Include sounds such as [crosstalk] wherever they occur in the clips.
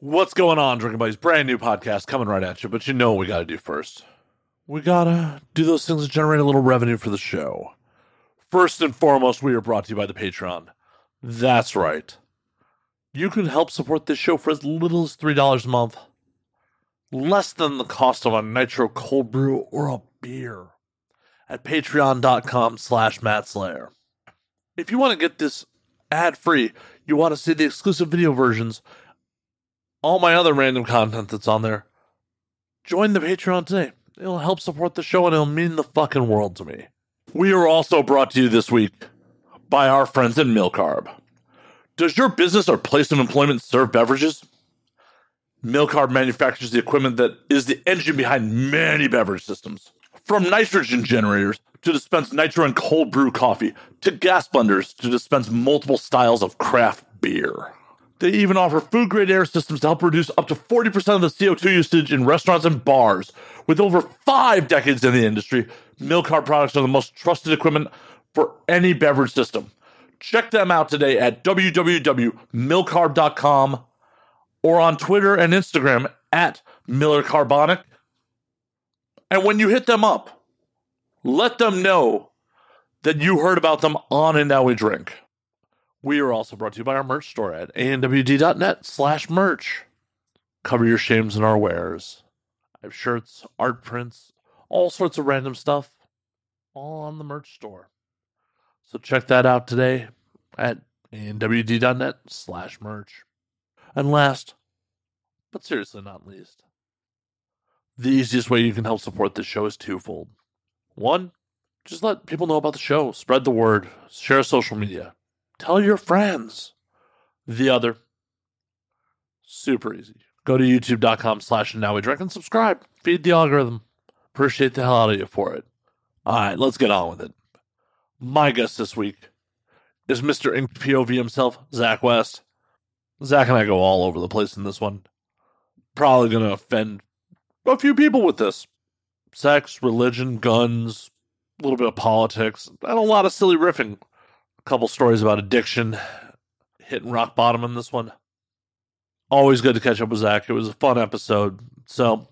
What's going on, Drinking Buddies? Brand new podcast coming right at you, but you know what we got to do first. We got to do those things that generate a little revenue for the show. First and foremost, we are brought to you by the Patreon. That's right. You can help support this show for as little as $3 a month, less than the cost of a nitro cold brew or a beer at patreon.com slash mattslayer. If you want to get this ad-free, you want to see the exclusive video versions, all my other random content that's on there, join the Patreon today. It'll help support the show and it'll mean the fucking world to me. We are also brought to you this week by our friends at Milcarb. Does your business or place of employment serve beverages? Milcarb manufactures the equipment that is the engine behind many beverage systems. From nitrogen generators to dispense nitro and cold brew coffee, to gas blenders to dispense multiple styles of craft beer. They even offer food grade air systems to help reduce up to 40% of the CO2 usage in restaurants and bars. With over five decades in the industry, Milcar products are the most trusted equipment for any beverage system. Check them out today at www.milcarb.com or on Twitter and Instagram at Miller Carbonic. And when you hit them up, let them know that you heard about them on And Now We Drink. We are also brought to you by our merch store at anwd.net slash merch. Cover your shames in our wares. I have shirts, art prints, all sorts of random stuff, all on the merch store. So check that out today at anwd.net slash merch. And last, but seriously not least, the easiest way you can help support this show is twofold. One, just let people know about the show, spread the word, share social media, tell your friends. The other, super easy. Go to youtube.com slash now we drink and subscribe. Feed the algorithm. Appreciate the hell out of you for it. All right, let's get on with it. My guest this week is Mr. Ink POV himself, Zach West. Zach and I go all over the place in this one. Probably going to offend a few people with this. Sex, religion, guns, a little bit of politics, and a lot of silly riffing couple stories about addiction, hitting rock bottom in this one. Always good to catch up with Zach. It was a fun episode. So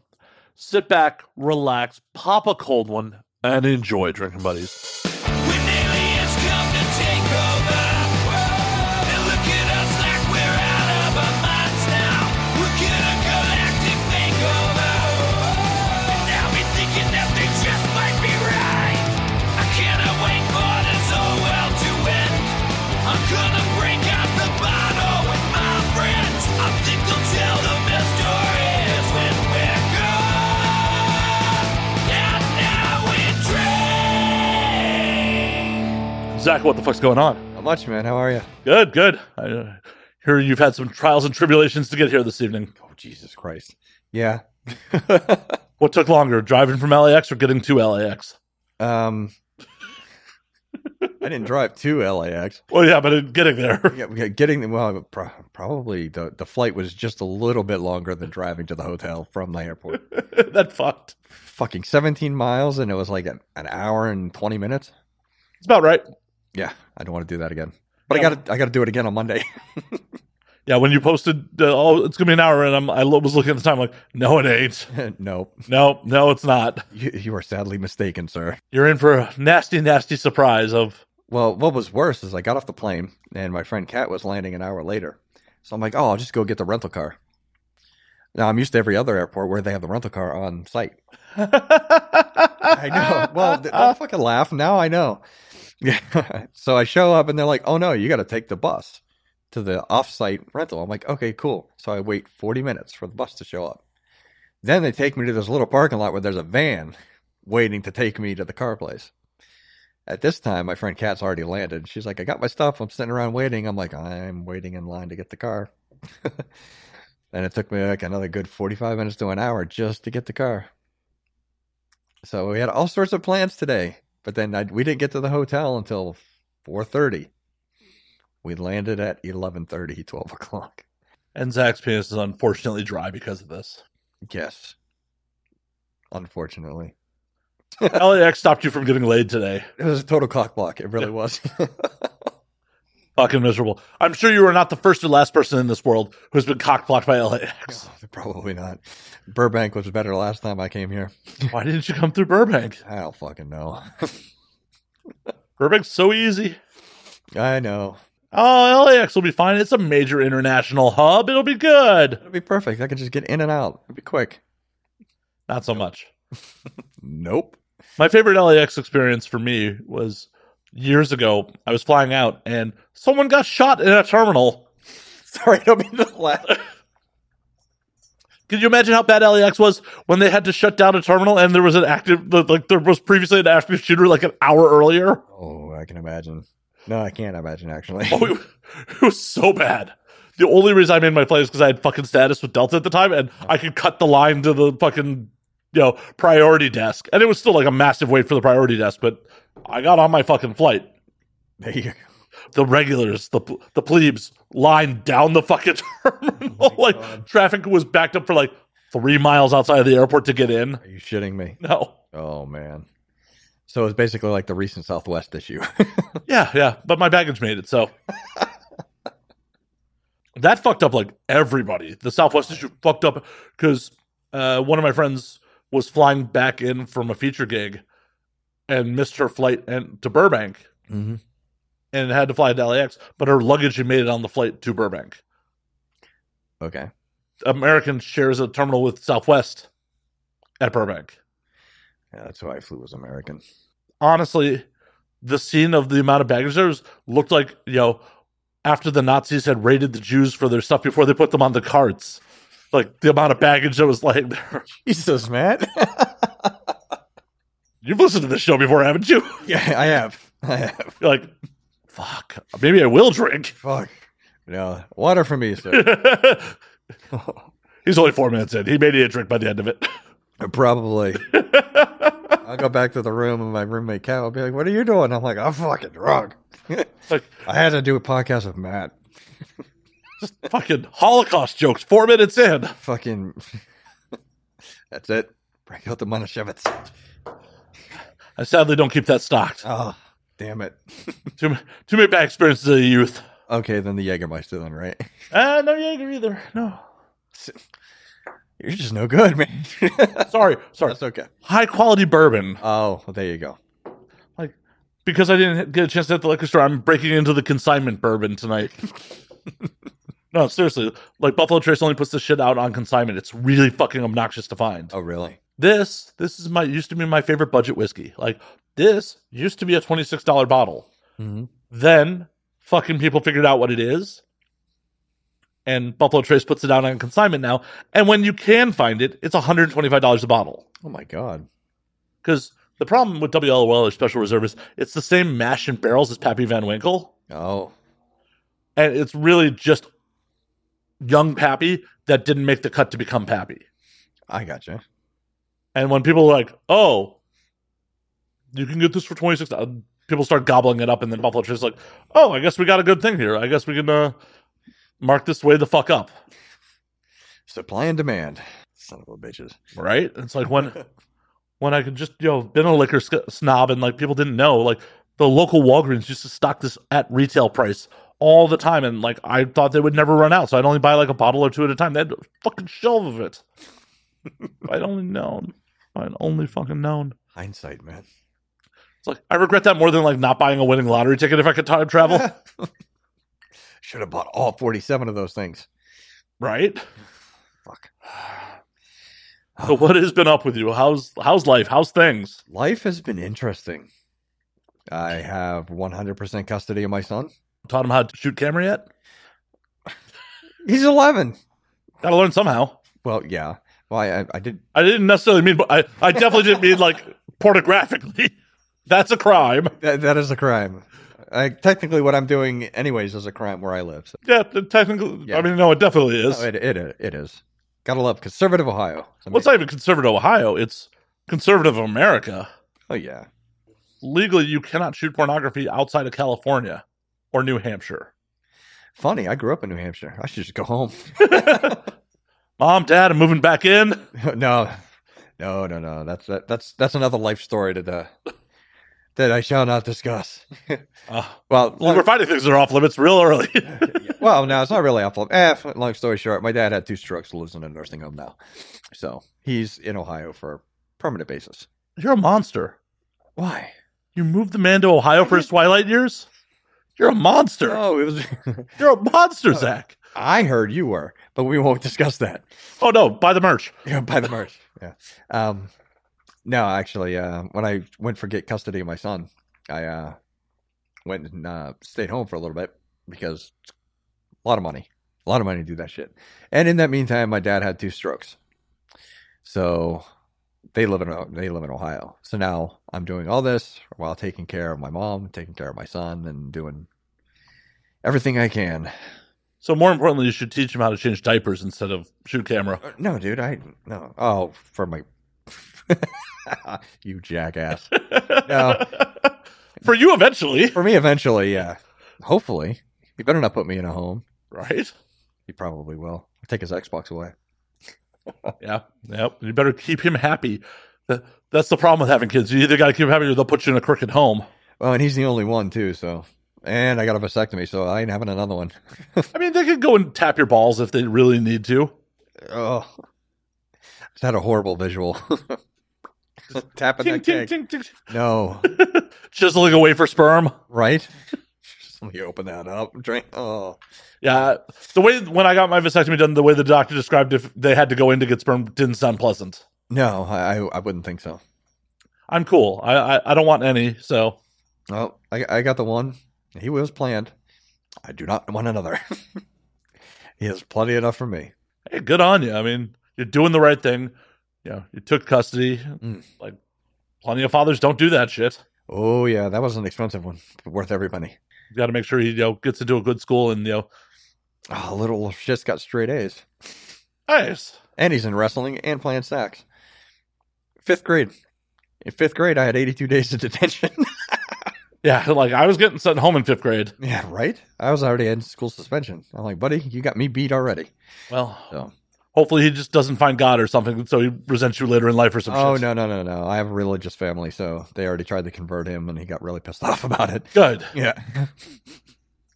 sit back, relax, pop a cold one, and enjoy drinking buddies. When aliens come to take over, they look at us like we're out of our minds now. We're gonna galactic makeover, and now we're thinking that they just might be right. I cannot wait for this whole world to end. I'm gonna break out the bottle with my friends. I think they'll tell the best stories when we're gone. And now we drink. Zach, what the fuck's going on? Not much, man. How are you? Good, good. I uh, hear you've had some trials and tribulations to get here this evening. Oh, Jesus Christ. Yeah. What took longer, driving from LAX or getting to LAX? [laughs] um, I didn't drive to LAX. Well, yeah, but it- getting there. [laughs] Yeah, yeah, Getting well, pro- probably the the flight was just a little bit longer than driving to the hotel from the airport. [laughs] that fucked. Fucking seventeen miles, and it was like an, an hour and twenty minutes. It's about right. Yeah, I don't want to do that again. But Yeah. I got to I got to do it again on Monday. [laughs] Yeah, when you posted, uh, oh, it's gonna be an hour, and I'm, I lo- was looking at the time, like, no, it ain't. no, No, no, it's not. you, you are sadly mistaken, sir. You're in for a nasty, nasty surprise of Well, what was worse is I got off the plane and my friend Kat was landing an hour later. So I'm like, oh, I'll just go get the rental car. Now I'm used to every other airport where they have the rental car on site. [laughs] I I know. well, th- don't fucking laugh. Now I know. [laughs] Yeah. so I show up and they're like, oh no, you got to take the bus to the off-site rental. I'm like, okay, cool. So I wait 40 minutes for the bus to show up. Then they take me to this little parking lot where there's a van waiting to take me to the car place. At this time, my friend Kat's already landed. She's like, I got my stuff. I'm sitting around waiting. I'm like, I'm waiting in line to get the car. [laughs] and it took me like another good 45 minutes to an hour just to get the car. So we had all sorts of plans today, but then I, we didn't get to the hotel until 4.30. We landed at 11.30, 12 o'clock. and Zach's penis is unfortunately dry because of this. [laughs] Yes. Unfortunately. LAX stopped you from getting laid today. [laughs] It was a total cock block. It really was. fucking miserable. I'm sure you are not the first or last person in this world who's been cockblocked by LAX. Probably not. Burbank was better last time I came here. Why didn't you come through Burbank? I don't fucking know. Burbank's so easy. I know. Oh, LAX will be fine. It's a major international hub. It'll be good. It'd be perfect. I could just get in and out. It'd be quick. Not so much. Nope. [laughs] My favorite LAX experience for me was years ago. I was flying out and someone got shot in a terminal. Sorry, I don't mean to laugh. Could you imagine how bad LAX was when they had to shut down a terminal and there was an active, like there was previously an active shooter like an hour earlier? Oh, I can imagine. No, I can't imagine actually. Oh, it, it was so bad. The only reason I made my flight is because I had fucking status with Delta at the time, and I could cut the line to the fucking you know priority desk, and it was still like a massive wait for the priority desk. But I got on my fucking flight. [laughs] There you go. The regulars, the pl- the plebes, lined down the fucking [laughs] terminal. like God. traffic was backed up for like three miles outside of the airport to get in. Are you shitting me? No, Oh man. So it's basically like the recent Southwest issue. [laughs] yeah, yeah, but my baggage made it, so. that fucked up like everybody. The Southwest issue fucked up because uh, one of my friends was flying back in from a feature gig and missed her flight and to Burbank mm-hmm. and had to fly to LAX, but her luggage had made it on the flight to Burbank. Okay. American shares a terminal with Southwest at Burbank. Yeah, that's why I flew was [laughs] American. honestly, the scene of the amount of baggage there was, looked like, you know, after the Nazis had raided the Jews for their stuff before they put them on the carts. Like the amount of baggage that was laying there. [laughs] Jesus, Matt. You've listened to this show before, haven't you? [laughs] [laughs] yeah, I have. I have. You're like, fuck, maybe I will drink. [laughs] Fuck. No water for me, sir. He's only four minutes in. He may need a drink by the end of it. [laughs] [laughs] Probably. I'll go back to the room and my roommate Kat will be like, "What are you doing?" I'm like, "I'm fucking drunk." like, I had to do a podcast with Matt. just fucking Holocaust jokes, four minutes in. Fucking. [laughs] that's it. Bring out the Manischewitz. I sadly don't keep that stocked. Oh, damn it. Too, too many bad experiences of youth. Okay, then the Jägermeister, then right? [laughs] Uh, no Jaeger either. No. You're just no good, man. [laughs] Sorry, sorry. that's okay. High quality bourbon. Oh, well, there you go. Because I didn't get a chance to hit the liquor store, I'm breaking into the consignment bourbon tonight. [laughs] no, seriously. Like Buffalo Trace only puts this shit out on consignment. It's really fucking obnoxious to find. Oh, really? This, this is my used to be my favorite budget whiskey. Like this used to be a twenty six dollar bottle. Mm-hmm. Then fucking people figured out what it is. And Buffalo Trace puts it out on consignment now. And when you can find it, it's $125 a bottle. Oh my god. Because the problem with WLOL or Special Reserve is it's the same mash and barrels as Pappy Van Winkle, Oh, and it's really just young Pappy that didn't make the cut to become Pappy. I gotcha. And when people are like, "Oh, you can get this for twenty six dollars," people start gobbling it up, and then Buffalo Trace is like, "Oh, I guess we got a good thing here. I guess we can uh, mark this way the fuck up, Supply and demand. Son of a bitches. right?" It's like when when I could just you know been a liquor sc- snob and like people didn't know like the local Walgreens used to stock this at retail price all the time and like I thought they would never run out so I'd only buy like a bottle or two at a time they had a fucking shelf of it If I'd only known if I'd only fucking known Hindsight, man. it's like I regret that more than like not buying a winning lottery ticket if I could time [laughs] travel Should have bought all 47 of those things. right Fuck. [sighs] so what has been up with you how's how's life how's things Life has been interesting. I have 100% custody of my son. taught him how to shoot camera yet He's 11. gotta learn somehow Well, yeah. Well, I, I- I did. I didn't necessarily mean I I definitely didn't mean like pornographically [laughs] that's a crime That, that is a crime. I, technically, what I'm doing, anyways, is a crime where I live. So Yeah, th- technically. Yeah. I mean, no, it definitely is. Oh, it, it, it is. Gotta love conservative Ohio. It's well, it's amazing. not even conservative Ohio. It's conservative America. Oh, yeah. Legally, you cannot shoot pornography outside of California or New Hampshire. Funny. I grew up in New Hampshire. I should just go home. [laughs] Mom, Dad, I'm moving back [laughs] in. no, no, no, no. That's that, that's that's another life story to the. that I shall not discuss. Uh, well, well, [laughs] long- we're finding things that are off limits real early. [laughs] well, no, it's not really awful. Eh, f- long story short, my dad had two strokes, lives in a nursing home now, so he's in Ohio for a permanent basis. You're a monster. Why? You moved the man to Ohio for his twilight years. You're a monster. Oh, it was. [laughs] You're a monster, Zach. I heard you were, but we won't discuss that. Oh no, buy the merch. [laughs] Yeah, by the merch. Yeah. Um, no, actually, uh, when I went for get custody of my son, I uh, went and uh, stayed home for a little bit because a lot of money, a lot of money to do that shit. And in that meantime, my dad had two strokes, so they live in O- they live in Ohio. So now I'm doing all this while taking care of my mom, taking care of my son, and doing everything I can. So more importantly, you should teach him how to change diapers instead of shoot [laughs] camera. Uh, No, dude, I no. Oh, for my [laughs] you jackass. No. [laughs] For you eventually, For me, eventually, yeah. Hopefully, he better not put me in a home. right? He probably will. I'll take his Xbox away. Yeah, yep. You better keep him happy. That, that's the problem with having kids. You either got to keep him happy, or they'll put you in a crooked home. Oh, and he's the only one too. So, and I got a vasectomy, so I ain't having another one. I mean, they could go and tap your balls if they really need to. Oh, I had a horrible visual. [laughs] Tapping Ting, that ting, keg. ting, ting. No, Chiseling away for sperm. right? [laughs] Just Let me open that up. Drink. Oh, Yeah, the way when I got my vasectomy done, the way the doctor described if they had to go in to get sperm didn't sound pleasant. no, I I- I wouldn't think so. I'm cool. I I, I don't want any. So Oh, I, I got the one. He was planned. I do not want another. [laughs] he has plenty enough for me. hey, good on you. I mean, you're doing the right thing. You know, you took custody. Mm. Like plenty of fathers don't do that shit. Oh yeah, that was an expensive one, but worth every penny. You got to make sure he you know gets into a good school and you know Oh, little shit's got straight A's, nice. and he's in wrestling and playing sax. Fifth grade. In fifth grade, I had 82 days of detention. [laughs] Yeah, [laughs] like I was getting sent home in fifth grade. yeah, right. I was already in school suspension. I'm like, buddy, you got me beat already. Well, So. hopefully he just doesn't find God or something, so he resents you later in life or some Oh shit. no, no, no, no! I have a religious family, so they already tried to convert him, and he got really pissed [laughs] off about it. Good, [laughs] Yeah.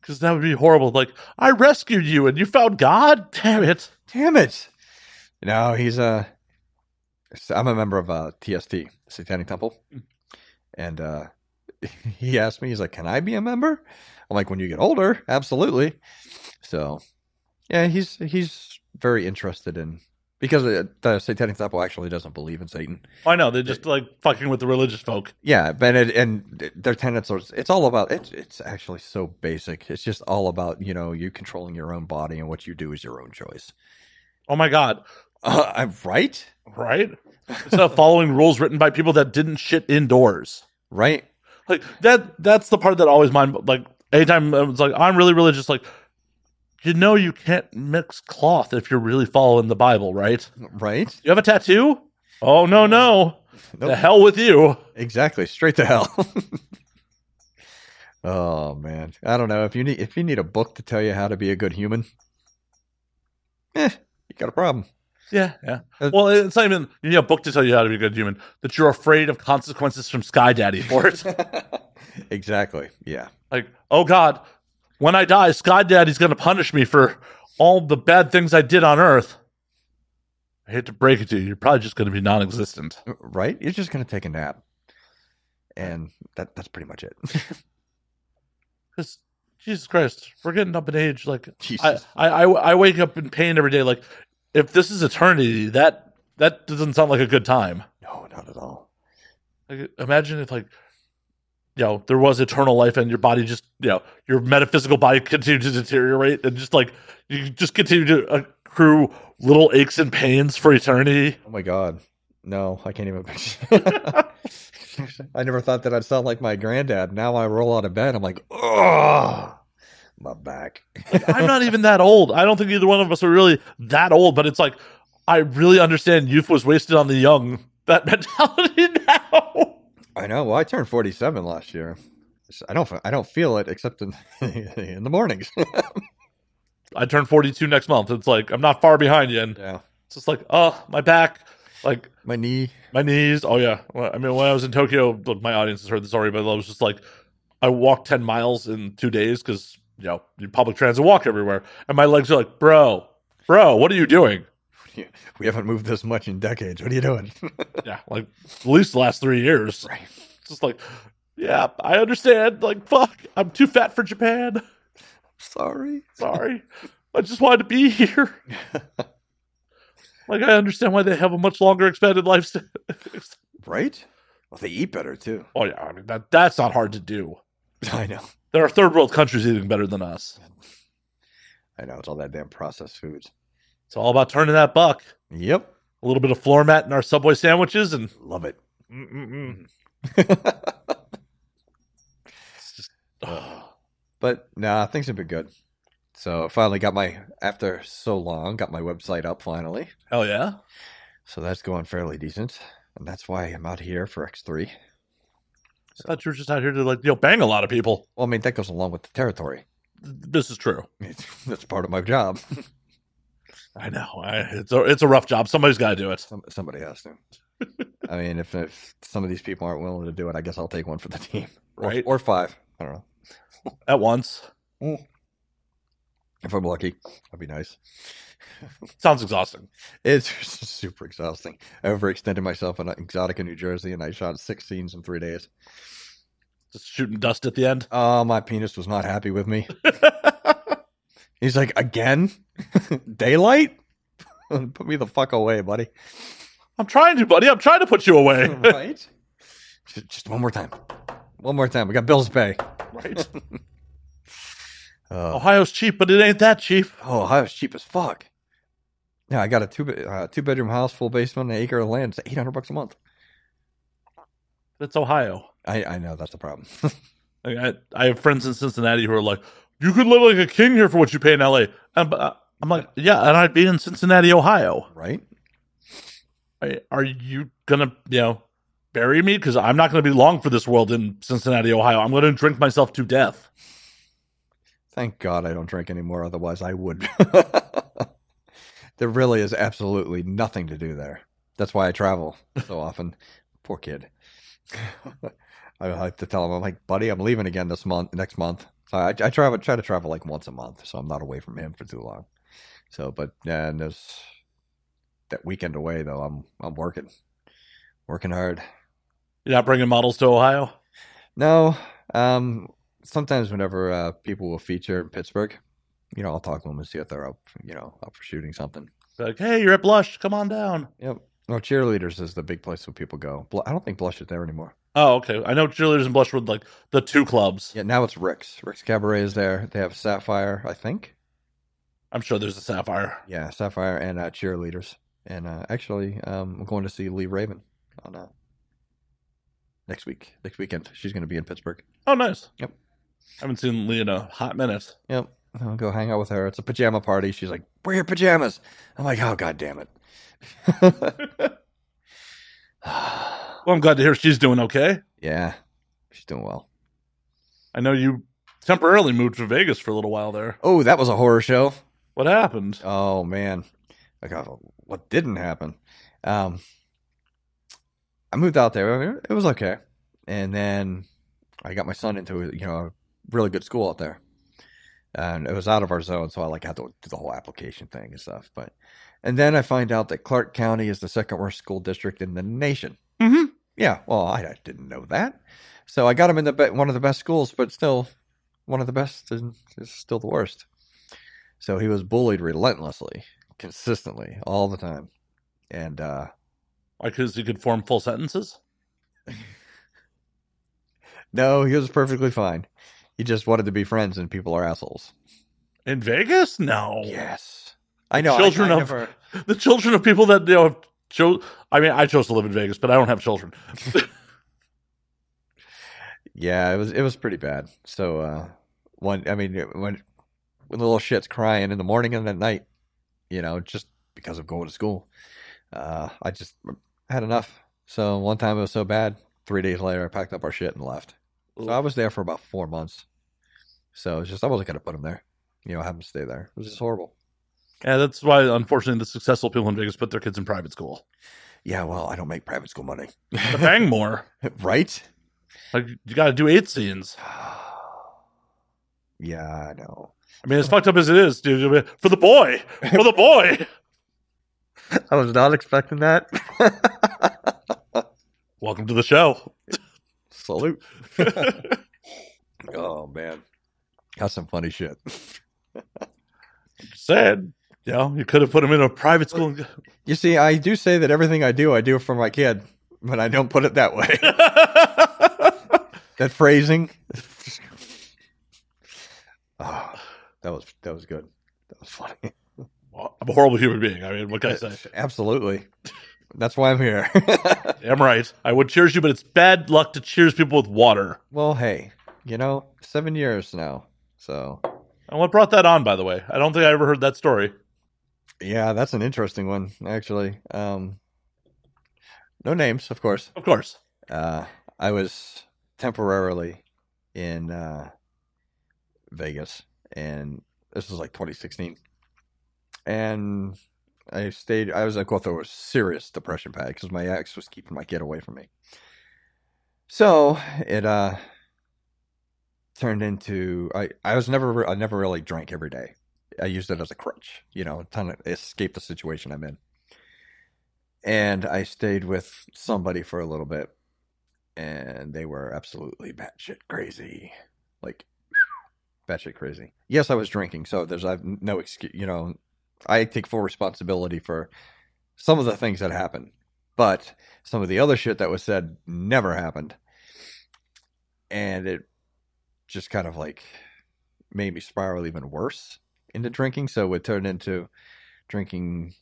because that would be horrible. Like I rescued you and you found God. Damn it. Damn it! No, he's a. I'm a member of uh, TST, Satanic Temple, and uh, [laughs] he asked me, he's like, "Can I be a member?" I'm like, "When you get older, absolutely." So, yeah, he's he's very interested in because uh, the Satanic Temple actually doesn't believe in Satan. I know they're just like fucking with the religious folk. Yeah, but it, and their tenets are it's all about it's it's actually so basic. It's just all about you know you controlling your own body and what you do is your own choice. Oh my god, Uh, I'm right. right? Instead [laughs] of following rules written by people that didn't shit indoors, Right? like that—that's the part that always mind. Like anytime it's like I'm really religious, like you know you can't mix cloth if you're really following the Bible, right? Right? You have a tattoo? Oh no no! The Nope. hell with you! Exactly. Straight to hell. [laughs] oh man. I don't know. If you need if you need a book to tell you how to be a good human, eh, you got a problem. Yeah, yeah. Uh, Well, it's not even you need a book to tell you how to be a good human. That you're afraid of consequences from Sky Daddy for it. [laughs] [laughs] exactly. Yeah. like, oh God, when I die, Sky Daddy's going to punish me for all the bad things I did on Earth. I hate to break it to you, you're probably just going to be non-existent. Right? You're just gonna take a nap. And that that's pretty much it. [laughs] Because Jesus Christ, we're getting up in age. Like, I, Jesus. I, I, I wake up in pain every day. Like, if this is eternity, that that doesn't sound like a good time. no, not at all. Like, imagine if like, you know, there was eternal life and your body just, you know, your metaphysical body [laughs] continued to deteriorate and just like you just continue to accrue little aches and pains for eternity. Oh my god. No, I can't even picture. [laughs] I never thought that I'd sound like my granddad. Now I roll out of bed, I'm like, oh my back. I'm not even that old. I don't think either one of us are really that old, but it's like I really understand youth was wasted on the young. That [laughs] mentality now. I know. Well, I turned 47 last year. So I don't. fe- I don't feel it except in [laughs] in the mornings. [laughs] I turn 42 next month. It's like I'm not far behind you and yeah. it's just like, "Oh, my back. Like My knee. my knees. Oh yeah. Well, I mean, when I was in Tokyo, look, my audience has heard this already, but I was just like, I walked ten miles in two days because you know you public transit walk everywhere, and my legs are like, bro, bro, what are you doing? We haven't moved this much in decades. What are you doing? [laughs] yeah, like at least the last three years. Right. Just like, yeah, I understand. Like, fuck, I'm too fat for Japan. Sorry. Sorry, I just wanted to be here. Like, I understand why they have a much longer expected lifespan. Right? Well, they eat better too. [laughs] [laughs] oh yeah, I mean that that's not hard to do. I know. There are third world countries eating better than us. I know. It's all that damn processed foods. It's all about turning that buck. Yep. A little bit of floor mat in our Subway sandwiches, and Love it. Mm-mm-mm. It's just, [sighs] But nah, things have been good. So finally got my after so long, got my website up finally. hell yeah! So that's going fairly decent. And that's why I'm out here for X3. I thought you were just out here to like you know bang a lot of people. Well, I mean that goes along with the territory. [laughs] This is true. It's, that's part of my job. I know. I, it's a it's a rough job. Somebody's got to do it. Some, somebody has to. I mean, if, if some of these people aren't willing to do it, I guess I'll take one for the team. Or- Right. Or, five. I don't know. At once If I'm lucky, that'd be nice. sounds exhausting. It's [laughs] super exhausting. I overextended myself in uh, Exotica, New Jersey, and I shot six scenes in three days. Just shooting dust at the end. Oh, my penis was not happy with me. He's like, again? [laughs] Daylight? [laughs] Put me the fuck away, buddy. I'm trying to, buddy. I'm trying to put you away. [laughs] right? Just, just one more time. One more time. We got bills to pay. right. Uh, Ohio's cheap, but it ain't that cheap. oh, Ohio's cheap as fuck. Yeah, I got a two be- uh, two bedroom house, full basement, an acre of land. It's eight hundred bucks a month. It's Ohio. I, I know that's the problem. [laughs] Like, I, I have friends in Cincinnati who are like, you could live like a king here for what you pay in LA. I'm, uh, I'm like, yeah, and I'd be in Cincinnati, Ohio. right? I- Are you gonna, you know, bury me? Because I'm not gonna be long for this world in Cincinnati, Ohio. I'm gonna drink myself to death. Thank God I don't drink anymore, otherwise I would. [laughs] there really is absolutely nothing to do there. That's why I travel so often. Poor kid. [laughs] I have to tell him, I'm like, buddy, I'm leaving again this month, next month. So I, I travel, try to travel like once a month, so I'm not away from him for too long. So, but yeah, and there's that weekend away though. I'm I'm working, working hard. You're not bringing models to Ohio. No. Um, sometimes whenever uh, people will feature in Pittsburgh, you know, I'll talk to them and see if they're up, you know, up for shooting something. They're like, hey, you're at Blush. Come on down. Yep. Well, cheerleaders is the big place where people go. Bl- I don't think Blush is there anymore. Oh, okay. I know cheerleaders and Blush were like the two clubs. Yeah, now it's Rick's. Rick's Cabaret is there. They have Sapphire, I think. I'm sure there's a Sapphire. Yeah, Sapphire and uh, cheerleaders. And uh, actually, um, I'm going to see Lee Raven on uh, next week, next weekend. She's going to be in Pittsburgh. Oh, nice. Yep. I haven't seen Lee in a hot minute. Yep. I'll go hang out with her. It's a pajama party. She's like, wear your pajamas. I'm like, oh, god damn it. [laughs] Well, I'm glad to hear she's doing okay. yeah, she's doing well. I know you temporarily moved to Vegas for a little while there. Oh, that was a horror show. What happened? Oh, man. Like, uh, what didn't happen? Um, I moved out there. It was okay. And then I got my son into, you know, a really good school out there. And it was out of our zone, so I like had to do the whole application thing and stuff. But and then I find out that Clark County is the second worst school district in the nation. Mm-hmm. Yeah, well, I I didn't know that. So I got him in the be- one of the best schools, but still, one of the best is, is still the worst. So he was bullied relentlessly, consistently, all the time, and uh, Because you could form full sentences. no, he was perfectly fine. He just wanted to be friends, and people are assholes. In Vegas? No. Yes, I know. Oh. I- Children of- I, never- The children of people that you know have chose. I mean, I chose to live in Vegas, but I don't have children. Yeah, it was it was pretty bad. So uh one I mean when when the little shit's crying in the morning and at night, you know, just because of going to school. Uh I just had enough. So one time it was so bad, three days later I packed up our shit and left. So I was there for about four months. So it's just I wasn't gonna put him there. You know, have him stay there. It was just horrible. Yeah, that's why, unfortunately, the successful people in Vegas put their kids in private school. Yeah, well, I don't make private school money. [laughs] The [laughs] Bangmore. [sighs] right? Like you got to do eight scenes. Yeah, I know. I mean, as fucked up as it is, dude. For the boy, for the [laughs] boy. I was not expecting that. [laughs] Welcome to the [laughs] show. Salute. oh man. That's some funny shit. Sad. You know, you could have put him in a private school. [laughs] You see, I do say that everything I do, I do for my kid, but I don't put it that way. [laughs] that phrasing. [sighs] oh, that was that was good. That was funny. Well, I'm a horrible human being. I mean, what can I say? [laughs] Absolutely. That's why I'm here. [laughs] I'm right. I would cheers you, but it's bad luck to cheers people with water. well, hey, you know, seven years now. So And what brought that on, by the way? I don't think I ever heard that story. yeah, that's an interesting one, actually. Um no names, of course. Of course. uh, I was temporarily in uh, Vegas, and this was like 2016. And I stayed. I was like, well, through a serious depression pad because my ex was keeping my kid away from me. So it uh, turned into I. I was never. re- I never really drank every day. I used it as a crutch, you know, to escape the situation I'm in. And I stayed with somebody for a little bit, and they were absolutely batshit crazy, like [sniffs] batshit crazy. Yes, I was drinking, so there's I've no excuse. You know, I take full responsibility for some of the things that happened, but some of the other shit that was said never happened, and it just kind of like made me spiral even worse into drinking. So it turned into drinking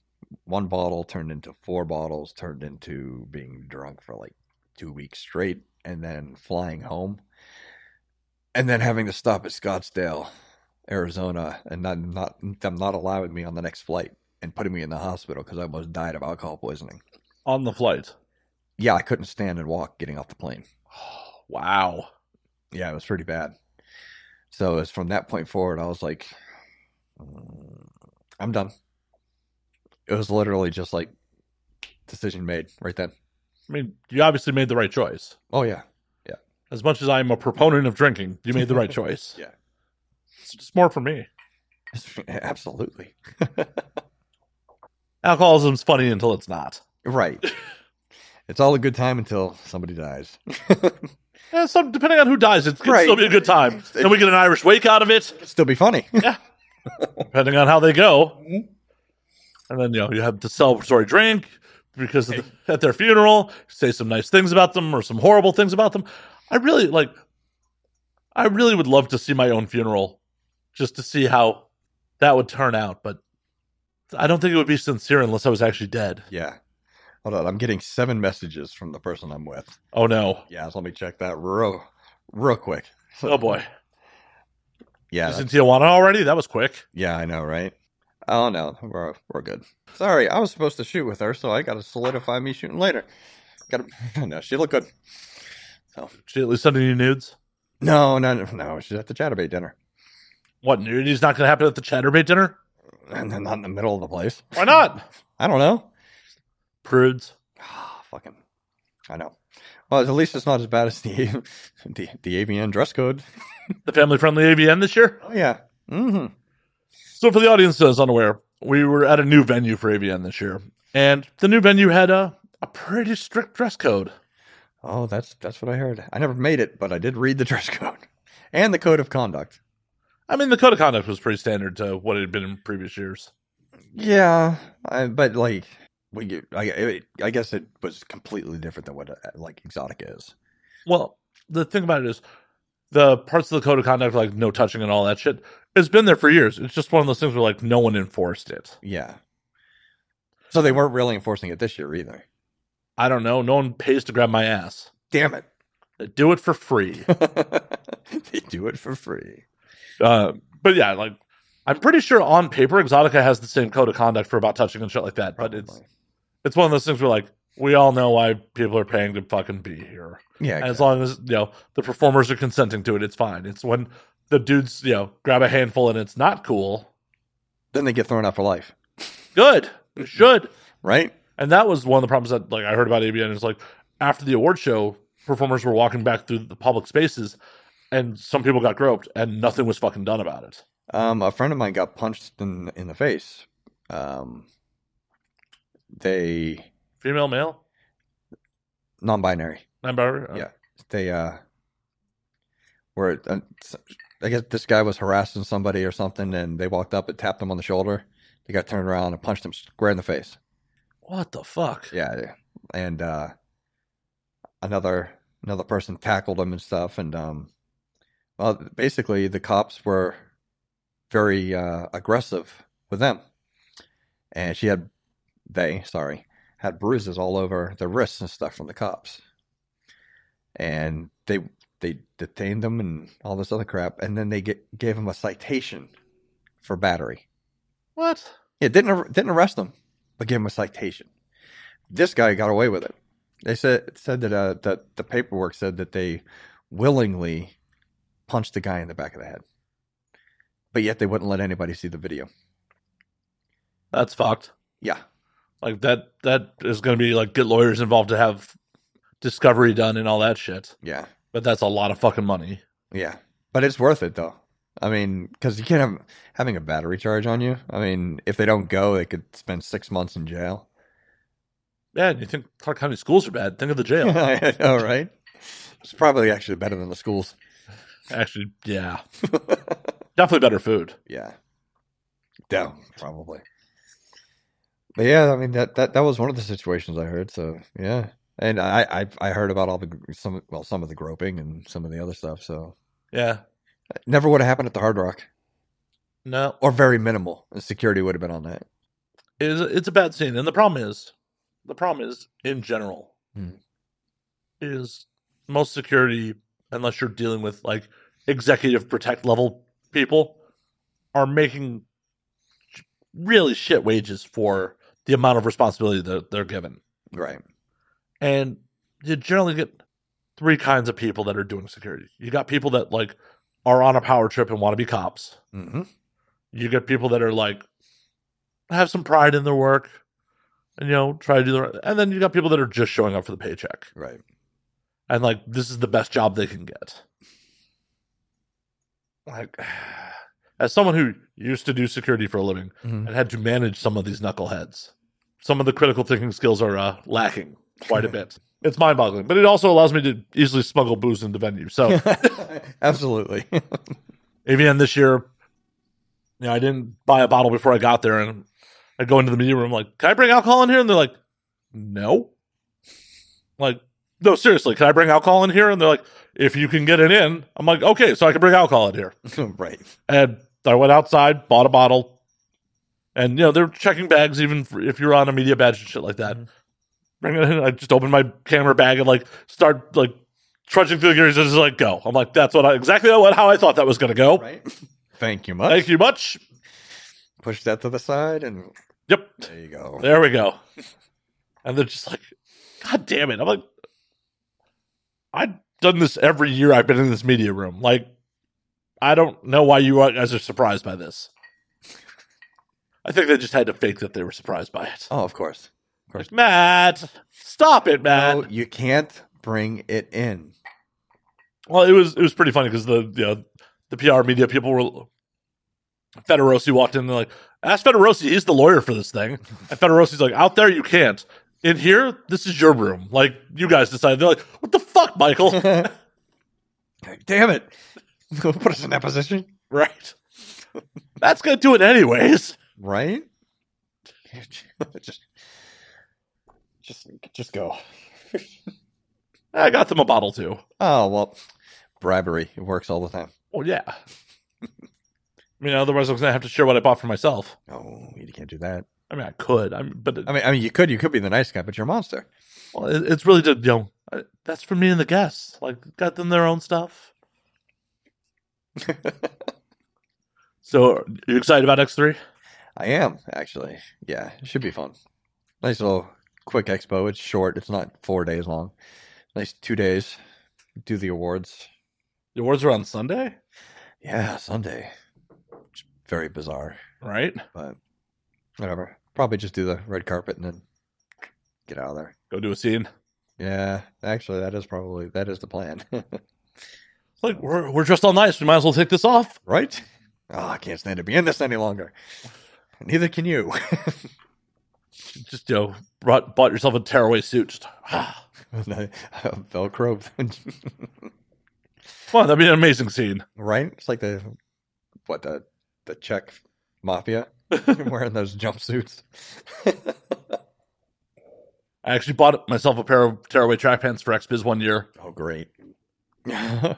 one bottle turned into four bottles turned into being drunk for like two weeks straight and then flying home and then having to stop at Scottsdale, Arizona, and not not them not allowing me on the next flight and putting me in the hospital because I almost died of alcohol poisoning. On the flight. Yeah, I couldn't stand and walk getting off the plane. Wow. Yeah, it was pretty bad. So it's from that point forward, I was like, "Mm, I'm done. It was literally just like decision made right then. I mean, you obviously made the right choice. Oh yeah, [laughs] As much as I'm a proponent of drinking, you made the [laughs] right choice. Yeah. It's just more for me. absolutely. Alcoholism's funny until it's not. Right. it's all a good time until somebody dies. Eh, some, depending on who dies, it could Right. still be a good [laughs] time. And we get an Irish wake out of it, Still be funny. [laughs] depending on how they go. Mm-hmm. And then, you know, you have the celebratory drink because of the, [laughs] at their funeral, say some nice things about them or some horrible things about them. I really like, I really would love to see my own funeral just to see how that would turn out. But I don't think it would be sincere unless I was actually dead. yeah. Hold on, I'm getting seven messages from the person I'm with. Oh, no. Yeah, so let me check that real, real quick. Oh, boy. Yeah, He's in that's- Tijuana already? That was quick. yeah, I know, right? Oh no, we're we're good. Sorry, I was supposed to shoot with her, so I got to solidify me shooting later. Got to [laughs] no, she looked good. She at least sending you nudes? No, no, no, no, she's at the chatterbait dinner, [laughs] What, nudity's not going to happen at the chatterbait dinner? and then not in the middle of the place. Why [laughs] not? I don't know. Prudes. Ah, fucking. I know. Well, at least it's not as bad as the [laughs] the, the AVN dress code. The family friendly AVN this year? Oh yeah. Mm-hmm. So, for the audience that is unaware, we were at a new venue for AVN this year, and the new venue had a, a pretty strict dress code. Oh, that's that's what I heard. I never made it, but I did read the [laughs] dress code and the code of conduct. I mean, the code of conduct was pretty standard to what it had been in previous years. Yeah, I, but like, we, get- I it, I guess it was completely different than what uh, like exotic is. Well, the thing about it is, the parts of the code of conduct, like no touching and all that shit, it's been there for years. It's just one of those things where, like, no one enforced it. Yeah. So they weren't really enforcing it this year either. I don't know. No one pays to grab my ass. Damn it! [laughs] They do it for free. they do it for free. Uh, but yeah, like I'm pretty sure on paper Exotica has the same code of conduct for about touching and shit like that. But it's Probably. it's one of those things where like we all know why people are paying to fucking be here. yeah, And as long as you know the performers are consenting to it, it's fine. It's when the dudes you know grab a handful and it's not cool. then they get thrown out for life, Mm-hmm. Good, it should. right? And that was one of the problems that like I heard about ABN is like after the award show, performers were walking back through the public spaces and some people got groped and nothing was fucking done about it. Um, a friend of mine got punched in in the face. Um, they Female, male, non-binary. non binary. Yeah. They uh, were uh, s- I guess this guy was harassing somebody or something, and they walked up and tapped him on the shoulder. They got turned around and punched him square in the face. What the fuck? Yeah, yeah. and uh, another another person tackled him and stuff, and um, well, basically the cops were very uh, aggressive with them, and she had they sorry had bruises all over their wrists and stuff from the cops, and they they detained them and all this other crap, and then they get, gave him a citation for battery. What? Yeah, didn't ar- didn't arrest him, but gave him a citation. This guy got away with it. They said said that uh, that the paperwork said that they willingly punched the guy in the back of the head, but yet they wouldn't let anybody see the video. That's fucked. Yeah, Like that that is gonna be like get lawyers involved to have discovery done and all that shit. yeah, But that's a lot of fucking money. yeah. But it's worth it though. I mean, because you can't have having a battery charge on you. I mean, if they don't go, they could spend six months in jail. Yeah, and you think Clark County schools are bad. Think of the [laughs] jail. All right, it's probably actually better than the schools. [laughs] Actually, yeah. Definitely better food. Yeah. Down, probably. But yeah, I mean that, that that was one of the situations I heard. So yeah, and I I, I heard about all the gr- some well some of the groping and some of the other stuff. So Yeah. It never would have happened at the Hard Rock, No. or very minimal. The security would have been on that. It's it's a bad scene. And the problem is the problem is in general Hmm. is most security, unless you're dealing with like executive protect level people, are making really shit wages for the amount of responsibility that they're given. Right. and you generally get three kinds of people that are doing security. You got people that like are on a power trip and want to be cops. Mm-hmm. You get people that are like have some pride in their work and you know try to do the right. And then you got people that are just showing up for the paycheck Right. and like this is the best job they can get. Like [sighs] as someone who used to do security for a living Mhm. and had to manage some of these knuckleheads. Some of the critical thinking skills are uh, lacking quite a bit. It's mind boggling, but it also allows me to easily smuggle booze into venue. So, [laughs] Absolutely. [laughs] AVN this year, you know, I didn't buy a bottle before I got there, and I go into the media room like, "Can I bring alcohol in here?" And they're like, "No." Like, no, seriously, can I bring alcohol in here? And they're like, "If you can get it in," I'm like, "Okay, so I can bring alcohol in here." right. And I went outside, bought a bottle, and you know they're checking bags even for, if you're on a media badge and shit like that. Bring it in. I just opened my camera bag and like start like trudging through the gears and just like go. I'm like, that's what I exactly what how I thought that was going to go. Right. Thank you much. Oh. Thank you much. Push that to the side, and Yep, there you go. there we go. and they're just like, God damn it! I'm like, I've done this every year I've been in this media room. Like, I don't know why you guys are surprised by this. I think they just had to fake that they were surprised by it. Oh, of course. Of course. Like, Matt, stop it, Matt. No, you can't bring it in. Well, it was it was pretty funny because the you know, the PR media people were. Federosi walked in and they're like, ask Federosi, he's the lawyer for this [laughs] thing. And Federosi's like, out there you can't. In here, this is your room. Like you guys decided. They're like, what the fuck, [laughs] [laughs] Michael? Damn it. Put us in that position. right. That's gonna do it anyways. Right? [laughs] just, just, just go. I got them a bottle too. Oh, well, bribery. It works all the time. Well, yeah. I mean, otherwise [laughs] I was gonna have to share what I bought for myself. Oh, you can't do that. I mean, I could. I'm, but it, I mean, I mean, you could, you could be the nice guy, but you're a monster. well, it- it's really to you know. I- That's for me and the guests. Like, got them their own stuff. [laughs] So, are you excited about X three? I am actually. Yeah, it should be fun. Nice little quick expo. It's short. It's not four days long. Nice two days. Do the awards. The awards are on Sunday, Yeah, Sunday. It's very bizarre, right? but whatever. Probably just do the red carpet and then Get out of there. Go do a scene. Yeah, actually, that is probably that is the plan, [laughs] It's like we're we're dressed all nice. We might as well take this off. right? Oh, I can't stand to be in this any longer. Neither can you. [laughs] Just you know, brought, bought yourself a tearaway suit. Just [sighs] ah. uh, Velcro, [laughs] Come on, that'd be an amazing scene. right? It's like the what the the Czech [laughs] mafia wearing those jumpsuits. I actually bought myself a pair of tearaway track pants for XBiz one year. Oh, [laughs] great! Well,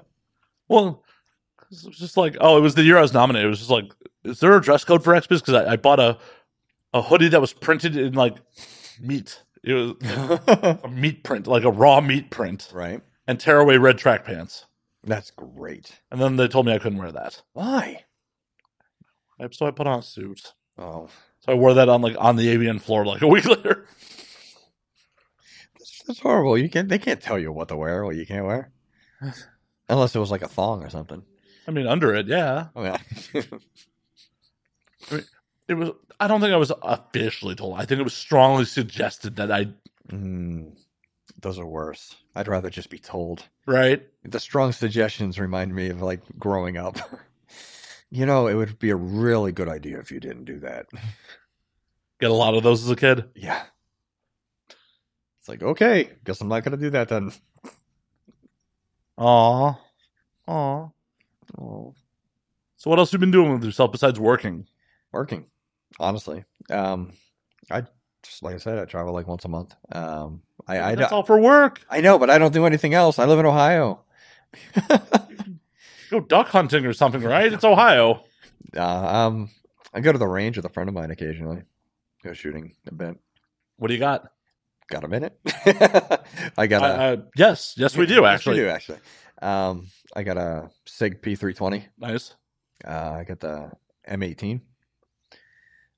'cause it was just like, oh, it was the year I was nominated. It was just like, is there a dress code for XBiz? Because I, I bought a a hoodie that was printed in like meat. It was right? a meat print, like a raw meat print, and tearaway red track pants. That's great. And then they told me I couldn't wear that. Why? I- So I put on a suit. Oh, So I wore that on like on the ABN floor like [laughs] a week later. that's, that's horrible. You can't. They can't tell you what to wear, what you can't wear, unless it was like a thong or something. I mean, under it, yeah. Oh, [laughs] yeah. It was. I don't think I was officially told. I think it was strongly suggested that I. Mm, those are worse. I'd rather just be told. Right. The strong suggestions remind me of like growing up. [laughs] you know, it would be a really good idea if you didn't do that. [laughs] Get a lot of those as a kid. Yeah. It's like, okay, guess I'm not going to do that then. Aw. Aw. Oh, So what else you been doing with yourself besides working? working, honestly. Um, I just, like I said, I travel like once a month. Um, I, I, That's don't- all for work. I know, but I don't do anything else. I live in Ohio. Go duck hunting or something, right? It's Ohio. Uh, um, I go to the range with a friend of mine occasionally. Go shooting a bit. What do you got? Got a minute? [laughs] I got a. I- I- yes, yes, we do actually. we do actually. Um, I got a Sig P320. Nice. Uh, I got the M18.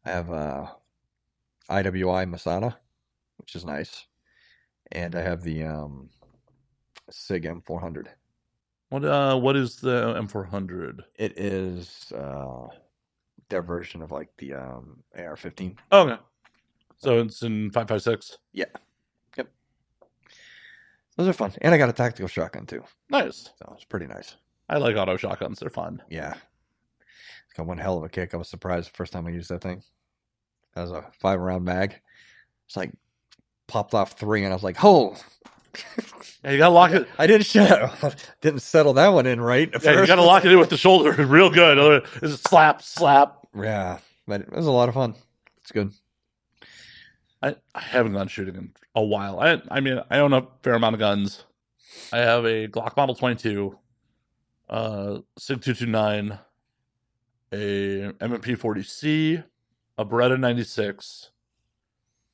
I have a IWI Masada, which is nice, and I have the um, Sig M400. What uh, what is the M400? It is uh, their version of like the um, AR15. Oh, okay. So it's in five five six. Those are fun, and I got a tactical shotgun too, Nice. so it's pretty nice. I like auto shotguns. They're fun. Yeah. It's got one hell of a kick. I was surprised the first time I used that thing. That was a five round mag. It's like popped off three, and I was like, "Oh, Yeah, you gotta lock it. I didn't [laughs] shut. Didn't settle that one in right." at Yeah, you first. gotta lock it in with the shoulder [laughs] real good. Other- It's a slap, slap. Yeah, but it was a lot of fun. It's good. I, I haven't gone shooting in a while. I I mean I own a fair amount of guns. I have a Glock Model 22, uh, Sig 229, a M&P 40C, a Beretta 96,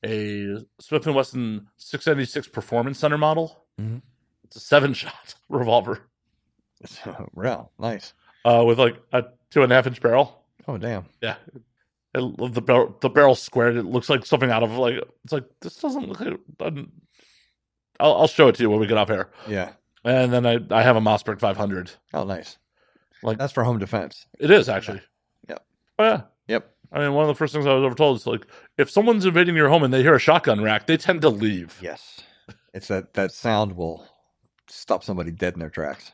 a Smith & Wesson 696 Performance Center model. Mhm. It's a seven shot [laughs] revolver So, [laughs] real nice. uh, with like a two and a half inch barrel. Oh damn. Yeah. I love the barrel. The barrel squared. It looks like something out of like. It's like this doesn't look. like doesn't- I'll, I'll show it to you when we get off air. Yeah. And then I, I have a Mossberg 500. Oh nice. Like- that's for home defense. It is actually. Yep. Oh, yeah. Yep. I mean, one of the first things I was ever told is like, if someone's invading your home and they hear a shotgun rack, they tend to leave. Yes. It's that that sound will stop somebody dead in their tracks.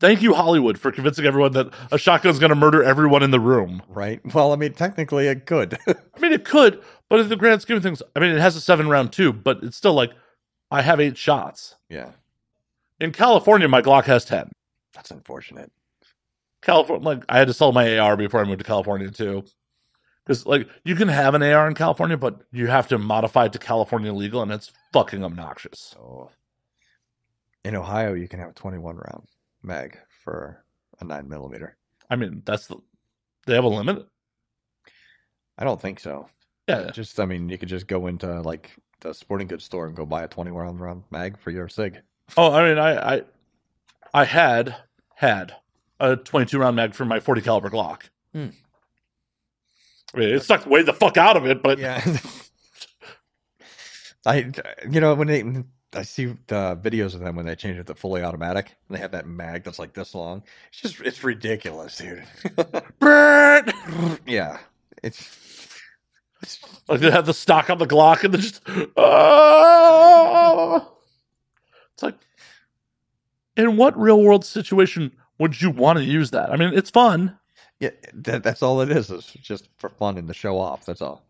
Thank you, Hollywood, for convincing everyone that a shotgun's going to murder everyone in the room. Right. [laughs] Well, I mean, technically, it could. [laughs] I mean, it could, but in the grand scheme of things, I mean, it has a seven round tube, but it's still like, I have eight shots. yeah. In California, my Glock has 10. That's unfortunate. California, like I had to sell my AR before I moved to California too, because like you can have an AR in California, but you have to modify it to California legal, and it's fucking obnoxious. So in Ohio, you can have a 21 round mag for a nine millimeter. I mean, that's the they have a limit. I don't think so. Yeah, Just, I mean, you could just go into like the sporting goods store and go buy a 20 round round mag for your sig. Oh, I mean, I I, I had had a 22 round mag for my 40 caliber Glock. Hmm. I mean, it sucked way the fuck out of it, but [laughs] Yeah. [laughs] I, you know, when they, I see the videos of them when they change it to fully automatic and they have that mag that's like this long. It's just, it's [laughs] ridiculous, dude. Brrrt! yeah. It's, Like they have the stock on the Glock and they're just "Ah." It's like in what real world situation would you want to use that? I mean, it's fun. Yeah, that, that's all it is. It's just for fun and to show off. That's all.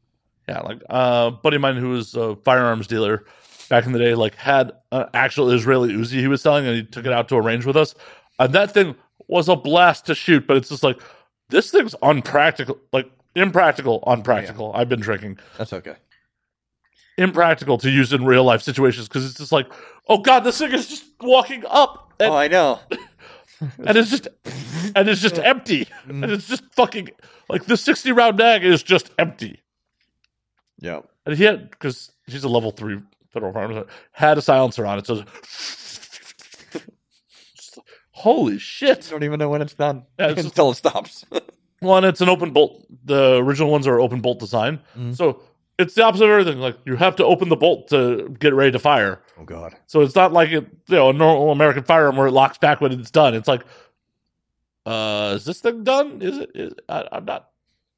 Yeah, like uh, a buddy of mine who was a firearms dealer back in the day, like had an actual Israeli Uzi he was selling, and he took it out to a range with us. And that thing was a blast to shoot, but it's just like this thing's unpractical, like impractical, unpractical. I've been drinking That's okay. impractical to use in real life situations because it's just like, oh god, this thing is just walking up, and, oh, I know. and it's just and it's just empty, and it's just fucking like the sixty round nag is just empty. [laughs] Yeah. And he had because he's a level three federal farmer had a silencer on it, so [laughs] holy shit! Don't even know when it's [laughs] done Yeah, it's just- until it [laughs] stops. One, it's an open bolt. The original ones are open bolt design, Mm. so it's the opposite of everything. Like you have to open the bolt to get ready to fire. oh God. So it's not like it, you know a normal American firearm where it locks back when it's done. It's like, uh, is this thing done? Is it? Is, I, I'm not.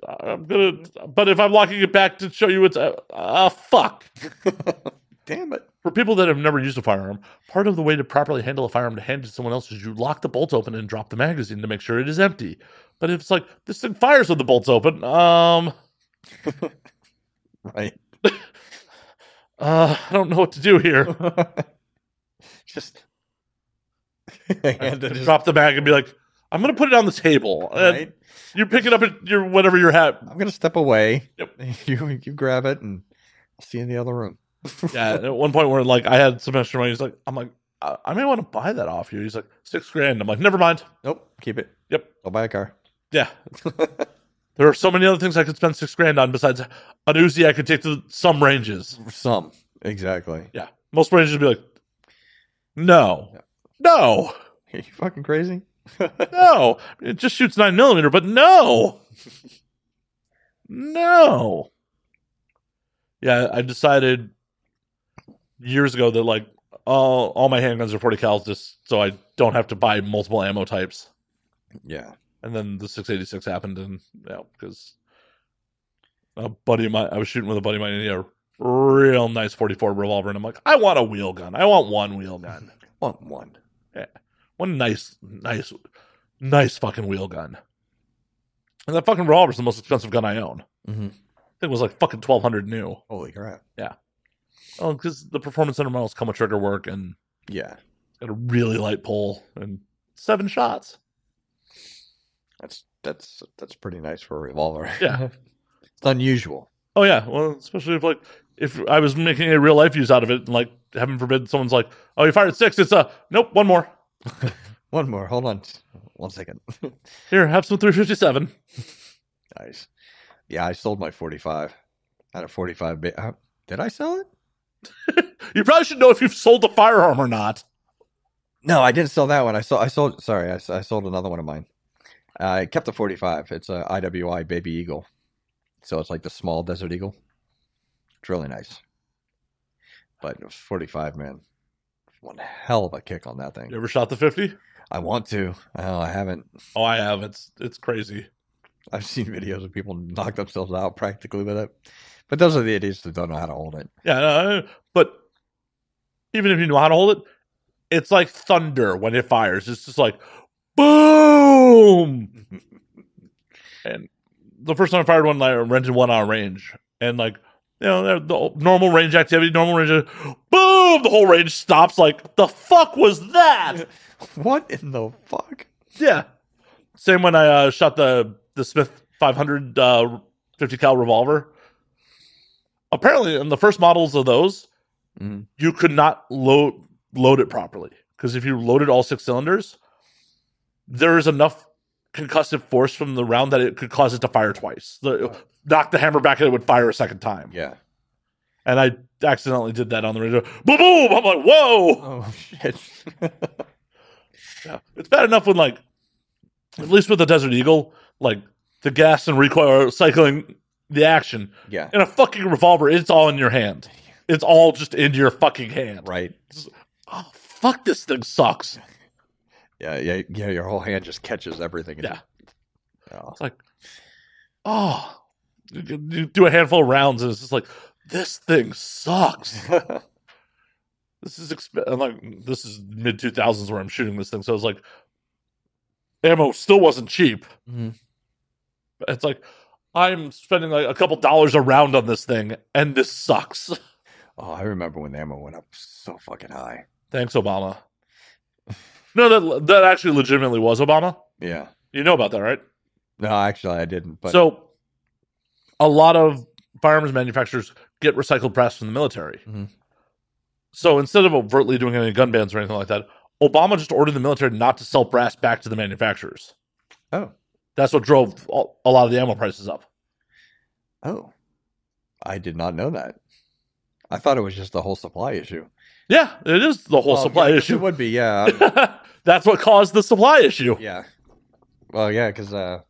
I'm gonna. But if I'm locking it back to show you it's a uh, fuck. Damn it. For people that have never used a firearm, part of the way to properly handle a firearm to hand to someone else is you lock the bolt open and drop the magazine to make sure it is empty. But if it's like this thing fires when the bolt's open, um, Right. [laughs] uh, I don't know what to do here. just. [laughs] [laughs] and And it is, drop the mag and be like, I'm gonna put it on the table. And right? You pick it up at your whatever your hat. I'm gonna step away. Yep. [laughs] You you grab it and I'll see you in the other room. Yeah. At one point where like I had some extra money, he's like, I'm like, I, I may want to buy that off you. He's like, six grand. I'm like, never mind. [laughs] Nope. Keep it. Yep. I'll buy a car. [laughs] Yeah. there are so many other things I could spend six grand on besides an Uzi I could take to some ranges. Some. Exactly. [laughs] Yeah. Most ranges would be like, no, no, Are you fucking crazy? no. It just shoots nine millimeter, but no, no. Yeah, I decided years ago that like all all my handguns are forty cals, just so I don't have to buy multiple ammo types. Yeah. and then the 686 happened and yeah because a buddy of mine i was shooting with a buddy of mine and he had a real nice 44 revolver and i'm like i want a wheel gun i want one wheel gun Want one. one nice nice nice fucking wheel gun and that fucking revolver's the most expensive gun i own Mhm. it was like fucking 1200 new Holy crap. oh because the performance center models come with trigger work and Yeah. it's got a really light pull and seven shots That's that's that's pretty nice for a revolver. [laughs] Yeah. it's unusual. Oh yeah, well, especially if like if I was making a real life use out of it, and like heaven forbid, someone's like, "Oh, you fired six. It's uh, nope, one more. One more. Hold on. One second. [laughs] Here, have some 357." nice. Yeah, I sold my 45. Out of 45 ba- uh, Did I sell it? You probably should know if you've sold the firearm or not. No, I didn't sell that one. I sold I sold sorry, I, s- I sold another one of mine. I kept the 45. It's a IWI baby eagle. So it's like the small desert eagle. It's really nice. But it was 45, man. One hell of a kick on that thing. You ever shot the 50? I want to. Oh, I haven't. Oh, I have. It's it's crazy. I've seen videos of people knock themselves out practically with it. But those are the idiots that don't know how to hold it. [laughs] Yeah, no, no, but even if you know how to hold it, it's like thunder when it fires. It's just like boom. [laughs] and the first time I fired one, I rented one on range, and like you know, they're- the normal range activity, normal range, boom, the whole range stops. Like the fuck was that? What in the fuck? [laughs] yeah. Same when I uh, shot the the Smith 500 uh, 50 cal revolver. Apparently, in the first models of those, Mm. you could not load load it properly because if you loaded all six cylinders, there is enough concussive force from the round that it could cause it to fire twice. The, knock the hammer back and it would fire a second time. Yeah. And I accidentally did that on the radio. Boom, boom! I'm like, whoa! Oh, [laughs] shit. Yeah. It's bad enough when like, at least with the Desert Eagle, like the gas and recoil are cycling the action. yeah. In a fucking revolver, it's all in your hand. It's all just in your fucking hand. Right. Oh, fuck! This thing sucks. Yeah. Yeah. Yeah. Your whole hand just catches everything. Yeah. Oh, It's like, oh, You can- you do a handful of rounds, and it's just like this thing sucks. this is exp- I'm like this is mid two thousands where I'm shooting this thing. So I was like, ammo still wasn't cheap. Mhm. But It's like I'm spending like a couple dollars a round on this thing, and this sucks. Oh, I remember when the ammo went up so fucking high. Thanks, Obama. No, that that actually legitimately was Obama. Yeah. You know about that, right? No, actually, I didn't. But so, a lot of firearms manufacturers get recycled brass from the military. Mhm. So instead of overtly doing any gun bans or anything like that, Obama just ordered the military not to sell brass back to the manufacturers. Oh. that's what drove a a lot of the ammo prices up. oh, I did not know that. I thought it was just the whole supply issue. Yeah, it is the whole Well, supply yeah, 'cause It issue. would be, yeah. [laughs] that's what caused the supply issue. yeah. Well, yeah, because uh,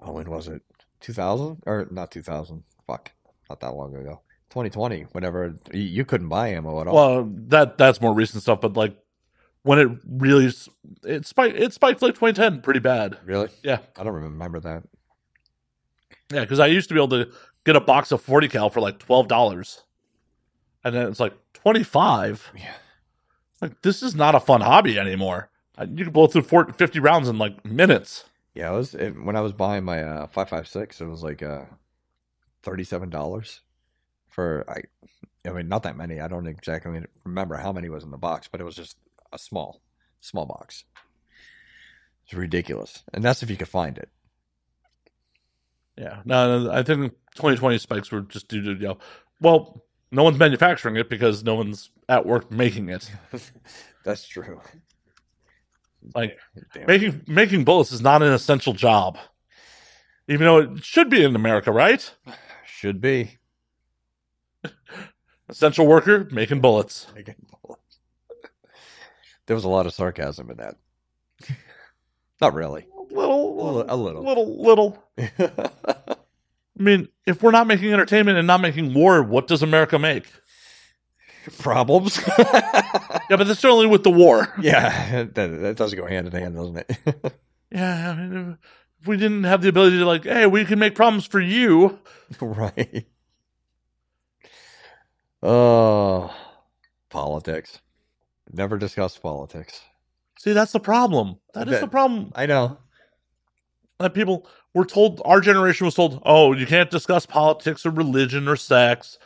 oh, when was it? Two thousand or not two thousand? Fuck, not that long ago. Twenty twenty. Whenever you, you couldn't buy ammo at all. Well, that that's more recent stuff, but like when it really s- it spiked, it spiked like 2010 pretty bad. really? Yeah. I don't remember that. Yeah, because I used to be able to get a box of 40 cal for like twelve dollars, and then it's like 25. Yeah. Like this is not a fun hobby anymore. Uh, You can blow through 40, 50 rounds in like minutes. Yeah, it was it, when I was buying my uh, five five six. It was like uh, thirty seven dollars for I. I mean, not that many. I don't exactly remember how many was in the box, but it was just a small, small box. It's ridiculous, and that's if you could find it. [laughs] Yeah, no, no, I think 2020 spikes were just due to you know, well, no one's manufacturing it because no one's at work making it. that's true. Like, Damn. making making bullets is not an essential job, even though it should be in America, right? should be. Essential worker making bullets. [laughs] There was a lot of sarcasm in that. [laughs] Not really. [laughs] Little, A little. little, little. I mean, if we're not making entertainment and not making war, what does America make? Problems. [laughs] Yeah, but that's certainly with the war. yeah, that, that doesn't go hand in hand, doesn't it? [laughs] Yeah, I mean, if we didn't have the ability to like, hey, we can make problems for you. [laughs] right. Oh, politics. Never discuss politics. See, that's the problem. that is the That- problem. I know. that people were told our generation was told oh you can't discuss politics or religion or sex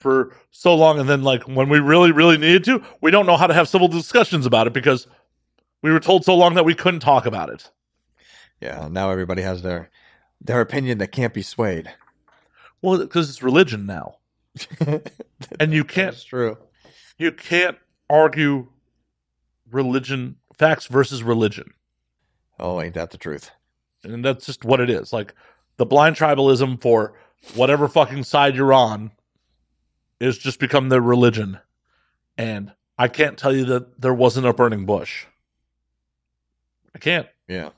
for so long and then like when we really really needed to we don't know how to have civil discussions about it because we were told so long that we couldn't talk about it Yeah, now everybody has their their opinion that can't be [laughs] swayed. well because it's religion now and you can't That's true. you can't argue religion facts versus religion Oh, ain't that the truth? and that's just what it is like the blind tribalism for whatever fucking side you're on is just become their religion and i can't tell you that there wasn't a burning bush i can't Yeah.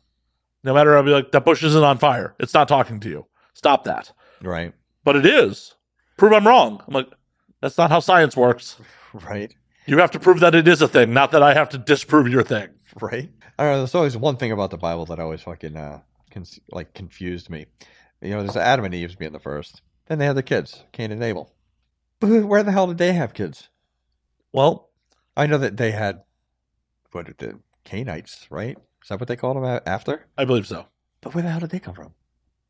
no matter i'll be like that bush isn't on fire it's not talking to you stop that Right. but it is prove i'm wrong i'm like that's not how science works Right. you have to prove that it is a thing not that i have to disprove your thing right? I don't know. There's always one thing about the Bible that always fucking uh, con- like confused me. You know, there's Adam and Eve's being the first, then they have the kids, Cain and Abel. But who- where the hell did they have kids? well I know that they had what did the Cainites, right? Is that what they called them a- after? i believe so But where the hell did they come from?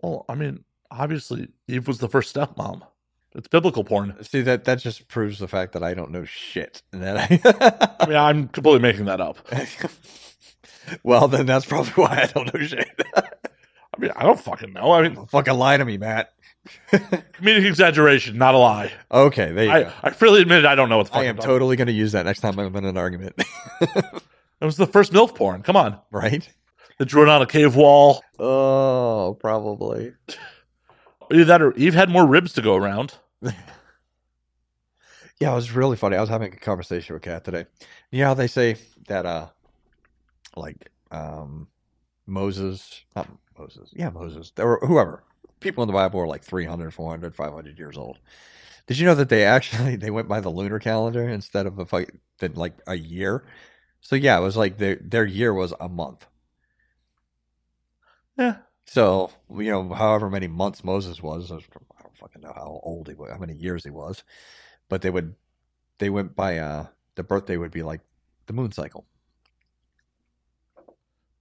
well i mean obviously eve was the first stepmom it's biblical porn See that that just proves the fact that I don't know shit. [laughs] And that I, I mean, I'm completely making that up. [laughs] well, then that's probably why I don't know shit. [laughs] I mean, I don't fucking know. I mean, fucking lie to me, Matt. [laughs] comedic exaggeration, not a lie. Okay, there you I, go. I freely admit I don't know what the fuck I am I'm talking- totally going to use that next time I'm in an argument. [laughs] It was the first MILF porn. Come on. right? They drew it on a cave wall. Oh, probably. Either that or Eve had more ribs to go around. Yeah, it was really funny. I was having a conversation with Kat today. You know how they say that, uh, like, um, Moses, not Moses, yeah, Moses, or whoever, people in the Bible were like 300, 400, 500 years old. Did you know that they [laughs] actually they went by the lunar calendar instead of a fi- than like a year? So yeah, it was like their their year was a month. Yeah. So you know, however many months Moses was, I don't fucking know how old he was, how many years he was, but they would, they went by uh the birthday would be like the moon cycle.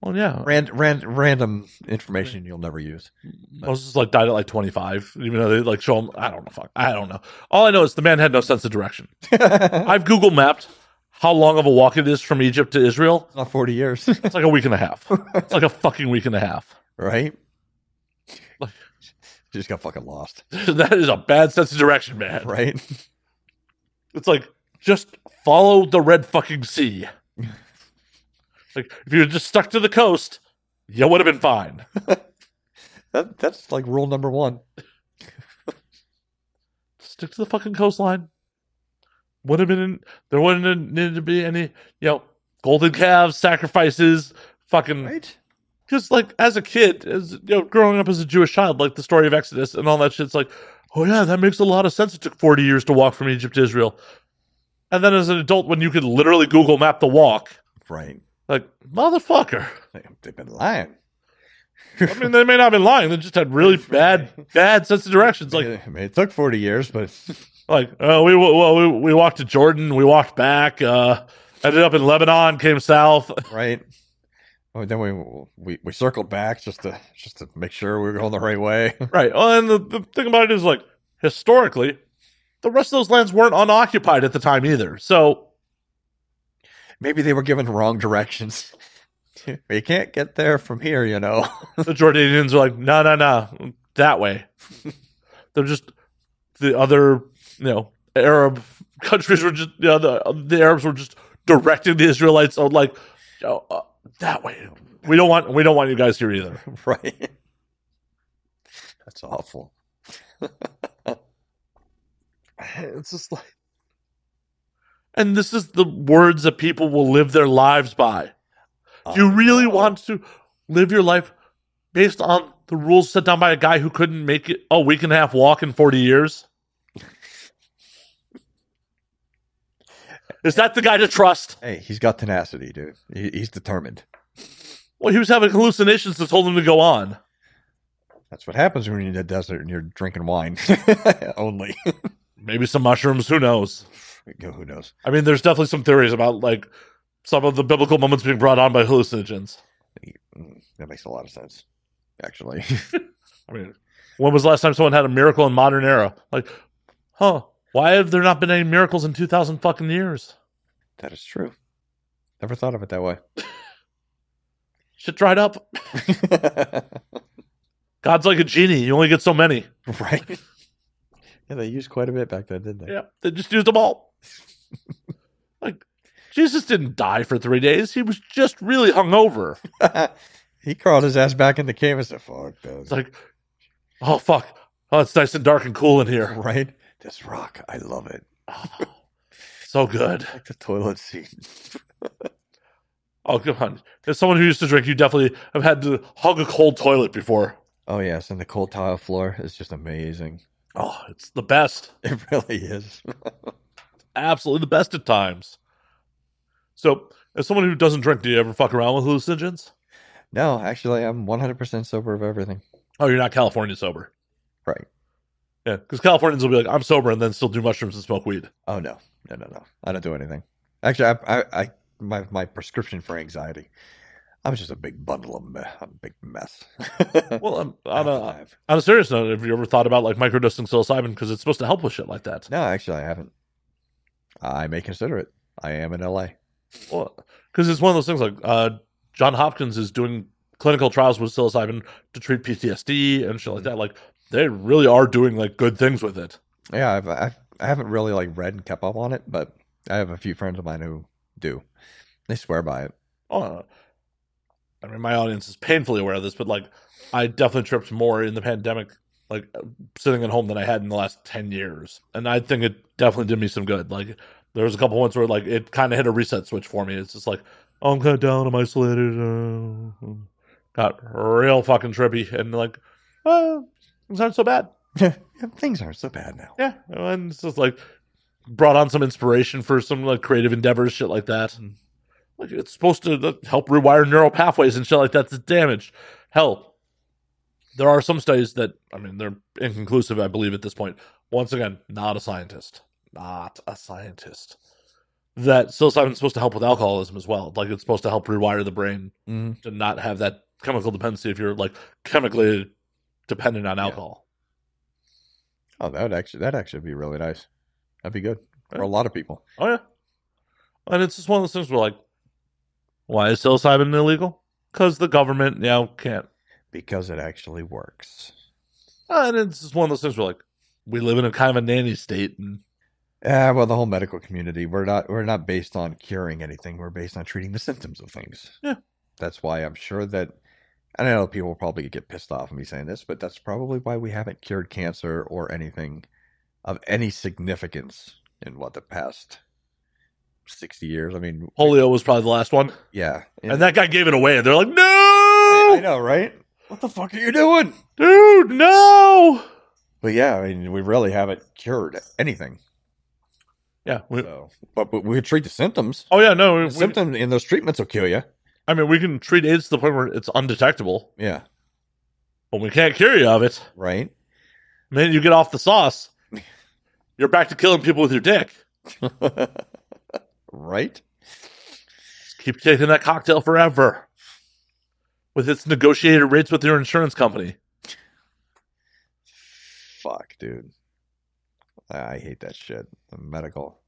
Well, yeah. Rand, ran, random information you'll never [laughs] use. Moses like died at like 25, even though they like show him. I don't know. Fuck. I don't know. All I know is the man had no sense of [laughs] direction. it's I've Google mapped how long of a walk it is from Egypt to Israel. not forty years, It's like a week and a half. It's like a fucking week and a half. [laughs] [laughs] right? Like- Just got fucking lost, [laughs] that is a bad sense of direction, man. right? It's like just follow the red fucking [laughs] sea. like if you were just stuck to the coast, you would have been fine. [laughs] That that's like rule number one. Stick to the fucking coastline. Would have been in, there wouldn't have needed to be any, you know, golden calves, sacrifices, fucking Right? because like as a kid as you know growing up as a jewish child like the story of exodus and all that shit's like oh yeah that makes a lot of sense it took 40 years to walk from egypt to israel and then as an adult when you could literally google map the walk Right. like motherfucker They- They've been lying. i mean they may not have been lying they just had really bad bad sense of directions like I mean, it took forty years, but [laughs] like oh we well we, we walked to jordan we walked back uh ended up in lebanon came south right. Oh, then we, we we circled back just to just to make sure we were going the right way. Right. Well, and the, the thing about it is, like, historically, the rest of those lands weren't unoccupied at the time either. So, Maybe they were given wrong directions. [laughs] you can't get there from here, you know. [laughs] the Jordanians are like, no, no, no, that way. They're just the other, you know, Arab countries were just, you know, the, the Arabs were just directing the Israelites on like, "Yo, uh, that way. We don't want, we don't want you guys here either. right. That's awful. [laughs] It's just like, and this is the words that people will live their lives by. Uh, Do you really want to live your life based on the rules set down by a guy who couldn't make it a week and a half walk in 40 years? Is that the guy to trust? Hey, he's got tenacity, dude. He, he's determined. Well, he was having hallucinations that told him to go on. That's what happens when you're in the desert and you're drinking wine [laughs] only. Maybe some mushrooms, who knows? Who knows? I mean, there's definitely some theories about like some of the biblical moments being brought on by hallucinogens. Mm, That makes a lot of sense, actually. [laughs] I mean, when was the last time someone had a miracle in modern era? Like, huh, why have there not been any miracles in 2000 fucking years? that is true. Never thought of it that way. [laughs] Shit dried up. God's like a genie. You only get so many. right? [laughs] Yeah, they used quite a bit back then, didn't they? Yeah. They just used them all. [laughs] like, Jesus didn't die for three days. He was just really hungover. [laughs] he crawled his ass back in the cave and said, "Fuck those." It's like, oh, fuck. Oh, it's nice and dark and cool in here. [laughs] right? This rock, I love it. So good. Like the toilet seat. [laughs] Oh, come on. As someone who used to drink, you definitely have had to hug a cold toilet before. Oh yes, and the cold tile floor is just amazing. [laughs] Oh, it's the best. It really is. Absolutely the best at times. So, as someone who doesn't drink, do you ever fuck around with hallucinogens? no, actually, I'm 100% sober of everything. Oh, you're not California sober. Right. Yeah, because Californians will be like, I'm sober and then still do mushrooms and smoke weed. Oh no, no, no, no. I don't do anything. Actually, I, I, I my, my prescription for anxiety. I'm just a big bundle of me- a big mess. [laughs] Well, um, Half on, the a, time. on a serious note, have you ever thought about like microdosing psilocybin because it's supposed to help with shit like that? no, actually, I haven't. I may consider it. I am in LA. Well, because it's one of those things like uh, John Hopkins is doing clinical trials with psilocybin to treat PTSD and shit like that. Like they really are doing like good things with it. Yeah, I've, I've I haven't really like read and kept up on it, but I have a few friends of mine who do. They swear by it. [laughs] Oh, I mean, my audience is painfully aware of this, but like I definitely tripped more in the pandemic, like sitting at home than I had in the last 10 years. And I think it definitely did me some good. Like there was a couple ones where like it kind of hit a reset switch for me. It's just like, oh, I'm kind of down, I'm isolated. Uh, got real fucking trippy and like, oh, things aren't so bad. Yeah, Things aren't so bad now. Yeah. And it's just like brought on some inspiration for some like creative endeavors, shit like that. And uh, like it's supposed to help rewire neural pathways and shit like that that's damaged. Hell, there are some studies that I mean they're inconclusive, I believe, at this point. Once again, not a scientist, not a scientist. That psilocybin's supposed to help with alcoholism as well. Like it's supposed to help rewire the brain Mhm. to not have that chemical dependency if you're like chemically dependent on Yeah. alcohol. Oh, that would actually that actually be really nice. That'd be good for Yeah. a lot of people. Oh yeah, and it's just one of those things where like, why is psilocybin illegal? Because the government now can't. Because it actually works. And it's just one of those things where like, we live in a kind of a nanny state, and Yeah, Eh, well, the whole medical community, we're not we're not based on curing anything. We're based on treating the symptoms of things. Yeah. That's why I'm sure that I know people will probably get pissed off at me saying this, but that's probably why we haven't cured cancer or anything of any significance in what the past 60 years. I mean, polio was probably the last one. yeah. And that guy gave it away. And they're like, no, I know, right? What the fuck are you doing? dude, no. But yeah, I mean, we really haven't cured anything. Yeah. We, So, but, but we treat the symptoms. oh, yeah. No. The We, we- symptoms and those treatments will kill you. I mean, we can treat AIDS to the point where it's undetectable, Yeah, but we can't cure you of it. right. Man, you get off the sauce. [laughs] You're back to killing people with your dick. right? Just keep taking that cocktail forever with its negotiated rates with your insurance company. Fuck, dude. I hate that shit. The medical.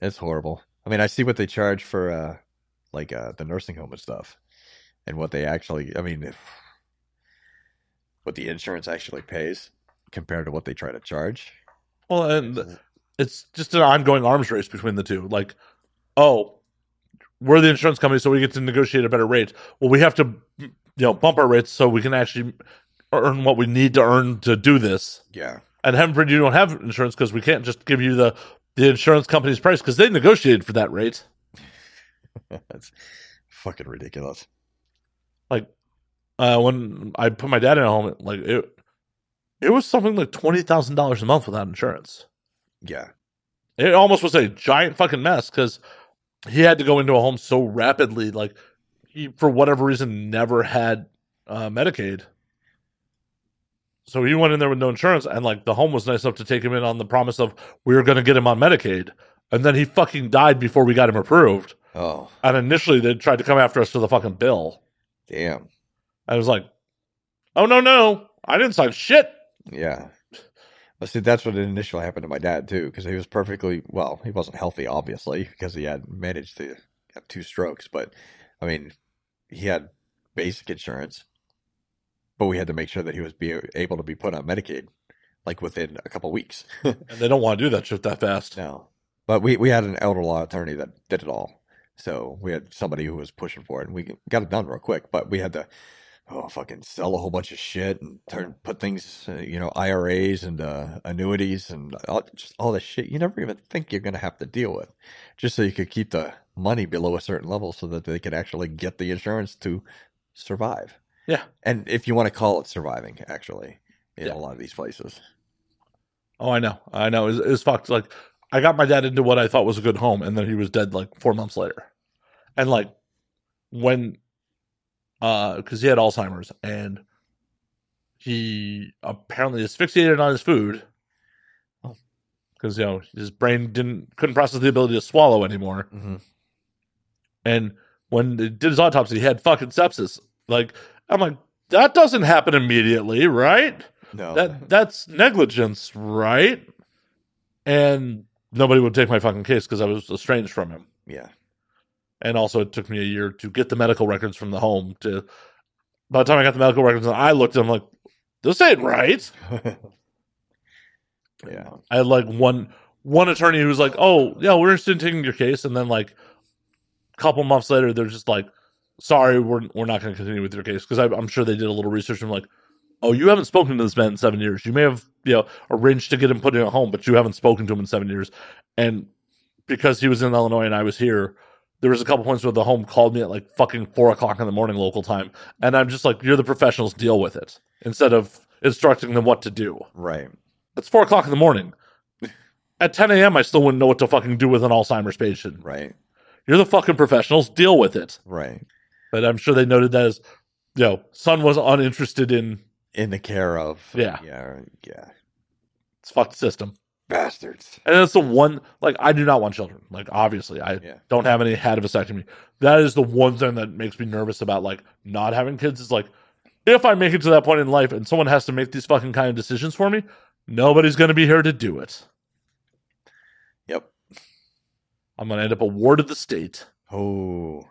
It's horrible. I mean, I see what they charge for, uh, like uh, the nursing home and stuff, and what they actually. I mean, if, what the insurance actually pays compared to what they try to charge. Well, and it's just an ongoing arms race between the two. Like, oh, we're the insurance company, so we get to negotiate a better rate. Well, we have to, you know, bump our rates so we can actually earn what we need to earn to do this. [laughs] Yeah. [laughs] And heaven forbid you don't have insurance because we can't just give you the the insurance company's price because they negotiated for that rate. That's fucking ridiculous. Uh, when I put my dad in a home, like it, it was something like twenty thousand dollars a month without insurance. Yeah. it almost was a giant fucking mess because he had to go into a home so rapidly. Like he, for whatever reason, never had uh, Medicaid. So he went in there with no insurance, and like the home was nice enough to take him in on the promise of we were going to get him on Medicaid, and then he fucking died before we got him approved. Oh, And initially, they tried to come after us for the fucking bill. damn. I was like, "Oh no, no, I didn't sign shit." Yeah. But see, that's what initially happened to my dad too, because he was perfectly well. He wasn't healthy, obviously, because he had managed to have two strokes. But I mean, he had basic insurance, but we had to make sure that he was be able to be put on Medicaid, like within a couple weeks. And they don't want to do that shit that fast. No. But we, we had an elder law attorney that did it all. So we had somebody who was pushing for it and we got it done real quick, but we had to oh fucking sell a whole bunch of shit and turn put things uh, you know IRAs and uh, annuities and all, just all this shit you never even think you're going to have to deal with just so you could keep the money below a certain level so that they could actually get the insurance to survive. Yeah. And if you want to call it surviving actually in Yeah. a lot of these places. Oh, I know, I know. It's, it's fucked. Like, I got my dad into what I thought was a good home, and then he was dead like four months later. And like, when, uh, because he had Alzheimer's and he apparently asphyxiated on his food Oh. because you know his brain didn't couldn't process the ability to swallow anymore. Mm-hmm. And when they did his autopsy, he had fucking sepsis. Like, I'm like, that doesn't happen immediately, right? No. that that's negligence, right? And nobody would take my fucking case because I was estranged from him. yeah. And also, it took me a year to get the medical records from the home. To by the time I got the medical records, and I looked, I'm like, this ain't right. [laughs] yeah. I had like one one attorney who was like, "Oh, yeah, we're interested in taking your case," and then like a couple months later, they're just like, "Sorry, we're we're not going to continue with your case," because I'm sure they did a little research and like, "Oh, you haven't spoken to this man in seven years. You may have you know arranged to get him put in a home, but you haven't spoken to him in seven years." And because he was in Illinois and I was here. There was a couple points where the home called me at like fucking four o'clock in the morning local time, and I'm just like, "You're the professionals, deal with it." Instead of instructing them what to do. Right. It's four o'clock in the morning. At 10 a.m., I still wouldn't know what to fucking do with an Alzheimer's patient. Right. You're the fucking professionals. Deal with it. Right. But I'm sure they noted that as you know, son was uninterested in in the care of. Yeah. Yeah. Yeah. it's fucked system. Bastards. And that's the one, like, I do not want children. Like, obviously, I Yeah. don't have any had a vasectomy. That is the one thing that makes me nervous about, like, not having kids is like, if I make it to that point in life and someone has to make these fucking kind of decisions for me, nobody's going to be here to do it. Yep. I'm going to end up a ward of the state, Oh,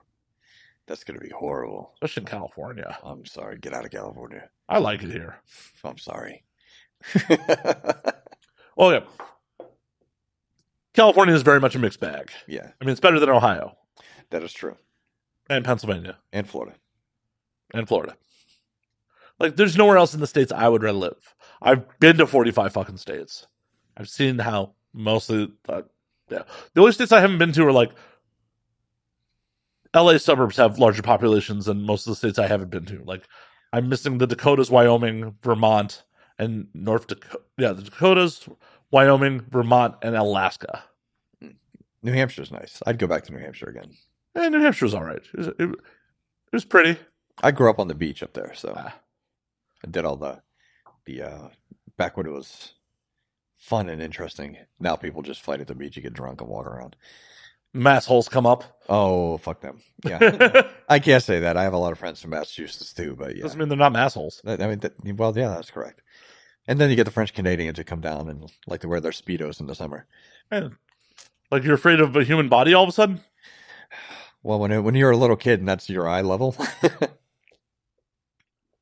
that's gonna be horrible. especially in California. I'm sorry. Get out of California. I like it here. I'm sorry. [laughs] Oh, yeah. California is very much a mixed bag. yeah, I mean, it's better than Ohio that is true. and Pennsylvania. And Florida. and Florida. Like, there's nowhere else in the states I would rather live. I've been to 45 fucking states. I've seen how mostly, uh, yeah. The only states I haven't been to are like LA suburbs have larger populations than most of the states I haven't been to. Like, I'm missing the Dakotas, Wyoming, Vermont, and North Dakota. Yeah, the Dakotas, Wyoming, Vermont, and Alaska. New Hampshire's nice. I'd go back to New Hampshire again. And New Hampshire was all right. It was, it, it was pretty. I grew up on the beach up there, so Ah. I did all the the uh back when it was fun and interesting. Now people just fight at the beach, you get drunk and walk around. Mass holes come up. [laughs] Oh, fuck them. Yeah. Doesn't I can't say that. I have a lot of friends from Massachusetts too, but yeah. mean they're not mass holes. That- I mean, that, well, yeah, that's correct. And then you get the French Canadians who come down and like to wear their speedos in the summer. Eh. Like you're afraid of a human body all of a sudden? Well, when when you're a little kid and that's your eye level, [laughs]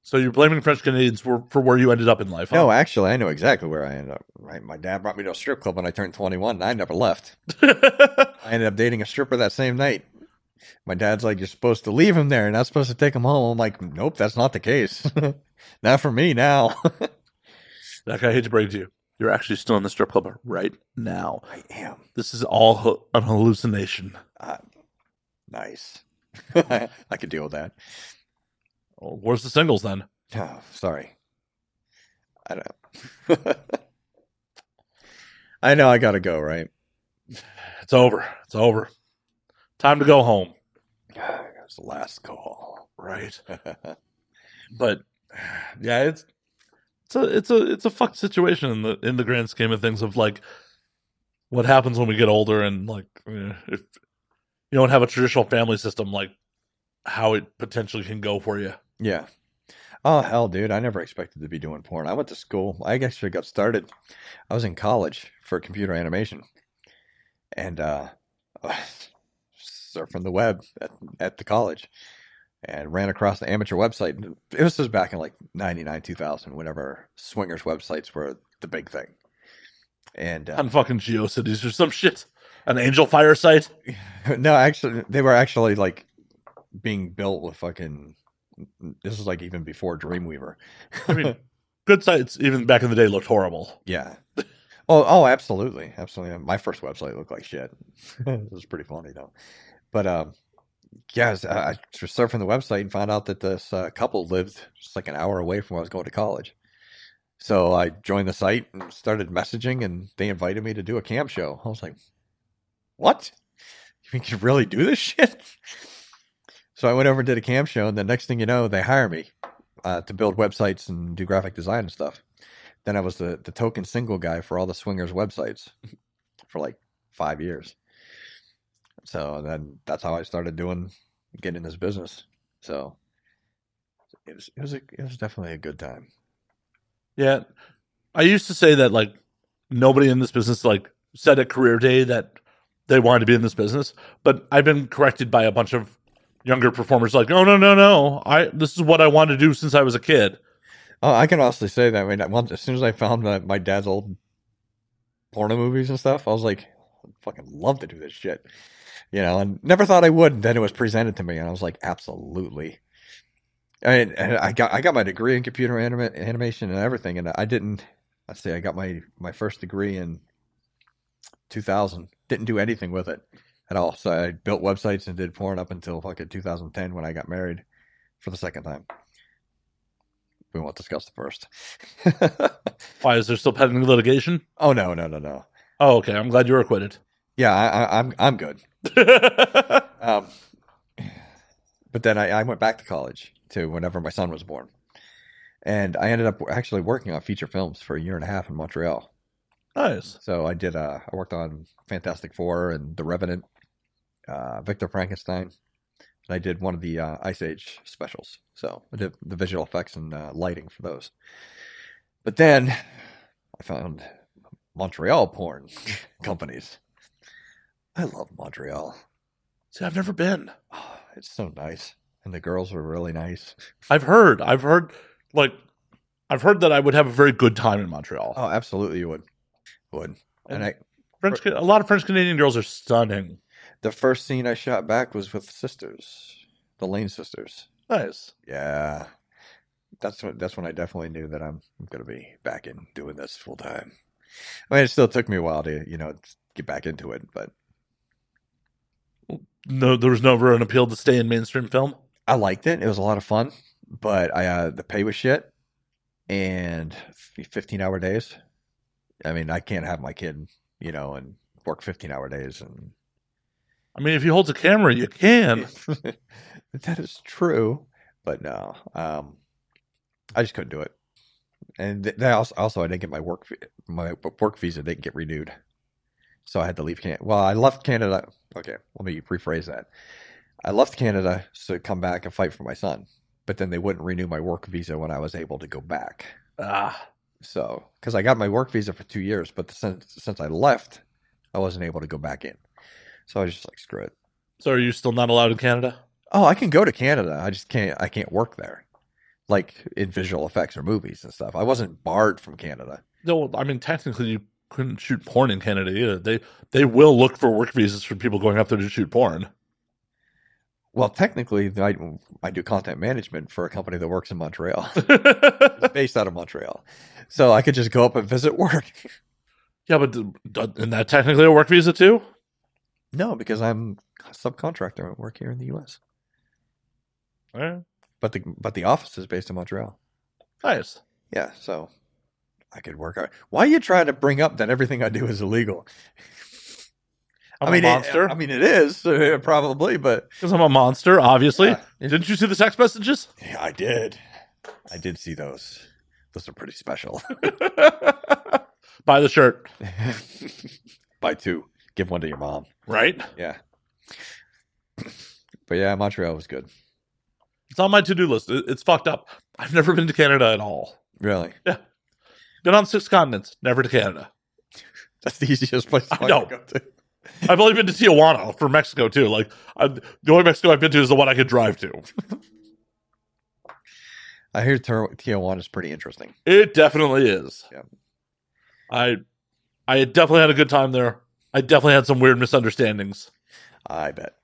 So you're blaming French Canadians for, for where you ended up in life. No, huh? actually, I know exactly where I ended up. Right, my dad brought me to a strip club when I turned 21, and I never left. [laughs] I ended up dating a stripper that same night. My dad's like, "You're supposed to leave him there, and not supposed to take him home." I'm like, "Nope, that's not the case. [laughs] not for me now." [laughs] Like I hate to break it to you. You're actually still in the strip club right now. I am This is all ho- an hallucination. Ah, nice. [laughs] I could deal with that. Oh, where's the singles then? Oh, sorry. I don't. [laughs] I know I gotta go. [sighs] Right. It's over. It's over. Time to go home. That's the last call. Right. But yeah, it's it's a it's a it's a fucked situation in the in the grand scheme of things of like what happens when we get older and like eh, if you don't have a traditional family system like how it potentially can go for you. Yeah. Oh hell, dude! I never expected to be doing porn. I went to school. I actually got started. I was in college for computer animation, and uh, [laughs] surfing the web at, at the college, and ran across the amateur website. It was just back in like '99, 2000, whenever swingers websites were the big thing. And uh, On fucking GeoCities or some shit. An angel fire site. [laughs] no, actually, they were actually like being built with fucking. This was like even before Dreamweaver. I mean good sites even back in the day looked horrible. Yeah. [laughs] Oh, oh, absolutely, absolutely. My first website looked like shit. [laughs] it was pretty funny though. But um, yes, I, I was surfing the website and found out that this uh, couple lived just like an hour away from where I was going to college. So I joined the site and started messaging, and they invited me to do a cam show. I was like, "What? You mean you really do this [laughs] shit?" so I went over and did a cam show, and the next thing you know, they hire me uh, to build websites and do graphic design and stuff then I was the, the token single guy for all the swingers websites for like five years. So then that's how I started doing getting in this business. So it was it was a, it was definitely a good time. Yeah. I used to say that like nobody in this business like said at career day that they wanted to be in this business, but I've been corrected by a bunch of younger performers like, "Oh no, no, no. I this is what I wanted to do since I was a kid." Oh, I can honestly say that. I mean, once, as soon as I found my, my dad's old porno movies and stuff, I was like, I fucking love to do this shit. You know, and never thought I would. And then it was presented to me, and I was like, absolutely. I mean, and I got I got my degree in computer anima- animation and everything, and I didn't. Let's see, I got my my first degree in 2000. Didn't do anything with it at all. So I built websites and did porn up until fucking 2010 when I got married for the second time. We won't discuss the first. [laughs] Why is there still pending litigation? oh no, no, no, no. Oh, okay. I'm glad you're acquitted. [laughs] Yeah, I, I, I'm I'm good. yeah, Um, but then I, I went back to college to whenever my son was born. And I ended up actually working on feature films for a year and a half in Montreal. Nice. So I did. Uh, I worked on Fantastic Four and The Revenant, uh, Victor Frankenstein, and I did one of the uh, Ice Age specials. So I did the visual effects and uh, lighting for those. But then I found Montreal porn [laughs] companies. I love Montreal. [sighs] See, I've never been. Oh, it's so nice, and the girls were really nice. I've heard. I've heard. Like, I've heard that I would have a very good time in Montreal. Oh, absolutely, you would, would. And I, French, a lot of French Canadian girls are stunning. the first scene I shot back was with sisters, the Lane sisters. Nice. Yeah. That's when that's when I definitely knew that I'm gonna be back in doing this full time. I mean it still took me a while to, you know, get back into it, but No, there was never an appeal to stay in mainstream film. I liked it. It was a lot of fun. But I uh the pay was shit and fifteen hour days. I mean, I can't have my kid, you know, and work fifteen hour days and I mean, if he holds a camera, you can. [laughs] that is true, but no, um, I just couldn't do it. And th- they also, also, I didn't get my work vi- my work visa didn't get renewed, so I had to leave Canada. Well, I left Canada. Okay, let me rephrase that. I left Canada so to come back and fight for my son, but then they wouldn't renew my work visa when I was able to go back. Ah, So, because I got my work visa for two years, but since since I left, I wasn't able to go back in. So I was just like, screw it. so are you still not allowed in Canada? Oh, I can go to Canada. I just can't. I can't work there, like in visual effects or movies and stuff. I wasn't barred from Canada. No, I mean technically you couldn't shoot porn in Canada either. They they will look for work visas for people going up there to shoot porn. Well, technically, I, I do content management for a company that works in Montreal, [laughs] [laughs] yeah, based out of Montreal. So I could just go up and visit work. [laughs] but d- d- isn't that technically a work visa too? No, because I'm a subcontractor. I work here in the U.S. Eh, But the but the office is based in Montreal. nice. Yeah, so I could work out. Why are you trying to bring up that everything I do is illegal? I'm I mean, a it- monster. I mean, it is [laughs] probably, but Because I'm a monster, obviously. Yeah. Didn't you see the text messages? [laughs] Yeah, I did. I did see those. Those are pretty [laughs] special. Buy the shirt, Buy two, give one to your mom. right? Yeah. [clears throat] But yeah, Montreal was good. It's on my to do list. It- It's fucked up. I've never been to Canada at all. Really, Been on six continents, never to Canada. that's the easiest place. I fucking know. go to. I've only been to Tijuana for Mexico too. Like i the only Mexico I've been to is the one I could drive to. I hear Tir- Tijuana is pretty interesting. It definitely is. Yep. I I definitely had a good time there. I definitely had some weird misunderstandings. I bet.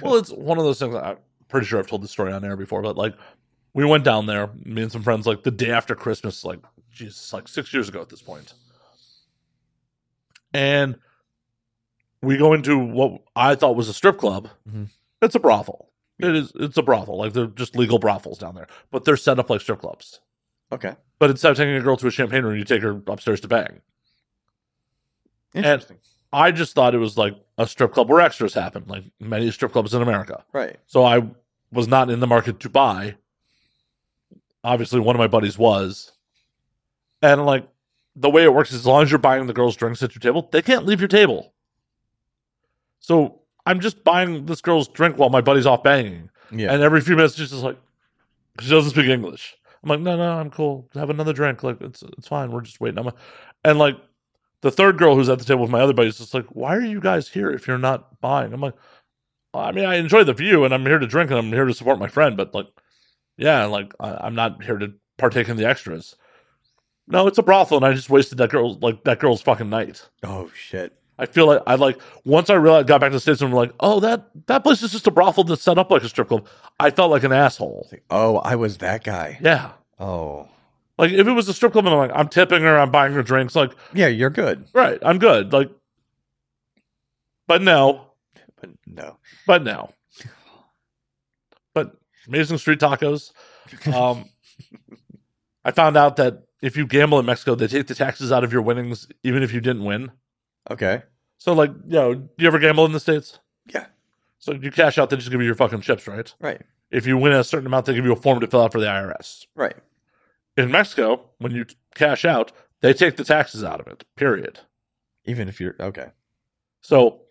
well, it's one of those things. I'm pretty sure I've told the story on air before, but like we went down there, me and some friends, like the day after Christmas, like Jesus, like six years ago at this point. And we go into what I thought was a strip club. Mhm. It's a brothel. It is. It's a brothel. Like they're just legal brothels down there, but they're set up like strip clubs. Okay, But instead of taking a girl to a champagne room, you take her upstairs to bang. interesting. I just thought it was like a strip club where extras happen, like many strip clubs in America. right. So I was not in the market to buy. Obviously, one of my buddies was. And like the way it works is as long as you're buying the girls drinks at your table, they can't leave your table. So I'm just buying this girl's drink while my buddy's off banging. Yeah. And every few minutes, she's just like, she doesn't speak English. I'm like, no, no, I'm cool. Have another drink. Like, it's it's fine. We're just waiting. I'm like, and like, the third girl who's at the table with my other buddies is just like, why are you guys here if you're not buying? I'm like, I mean, I enjoy the view and I'm here to drink and I'm here to support my friend, but like, yeah, like, I, I'm not here to partake in the extras. No, it's a brothel and I just wasted that girl's, like, that girl's fucking night. oh shit. I feel like I like once I realized got back to the states and I'm like, oh that that place is just a brothel that's set up like a strip club. I felt like an asshole. It's like, oh, I was that guy. Yeah, Oh, like if it was a strip club and I'm like I'm tipping her, I'm buying her drinks, like yeah. You're good, right, I'm good. Like, but no, but no. but no, but amazing street tacos. Um, I found out that if you gamble in Mexico, they take the taxes out of your winnings, even if you didn't win. Okay. So like, you know, do you ever gamble in the states? Yeah. So you cash out, they just give you your fucking chips, right? Right. if you win a certain amount, they give you a form to fill out for the IRS. Right. In Mexico, when you cash out, they take the taxes out of it. Period. Even if you're okay. So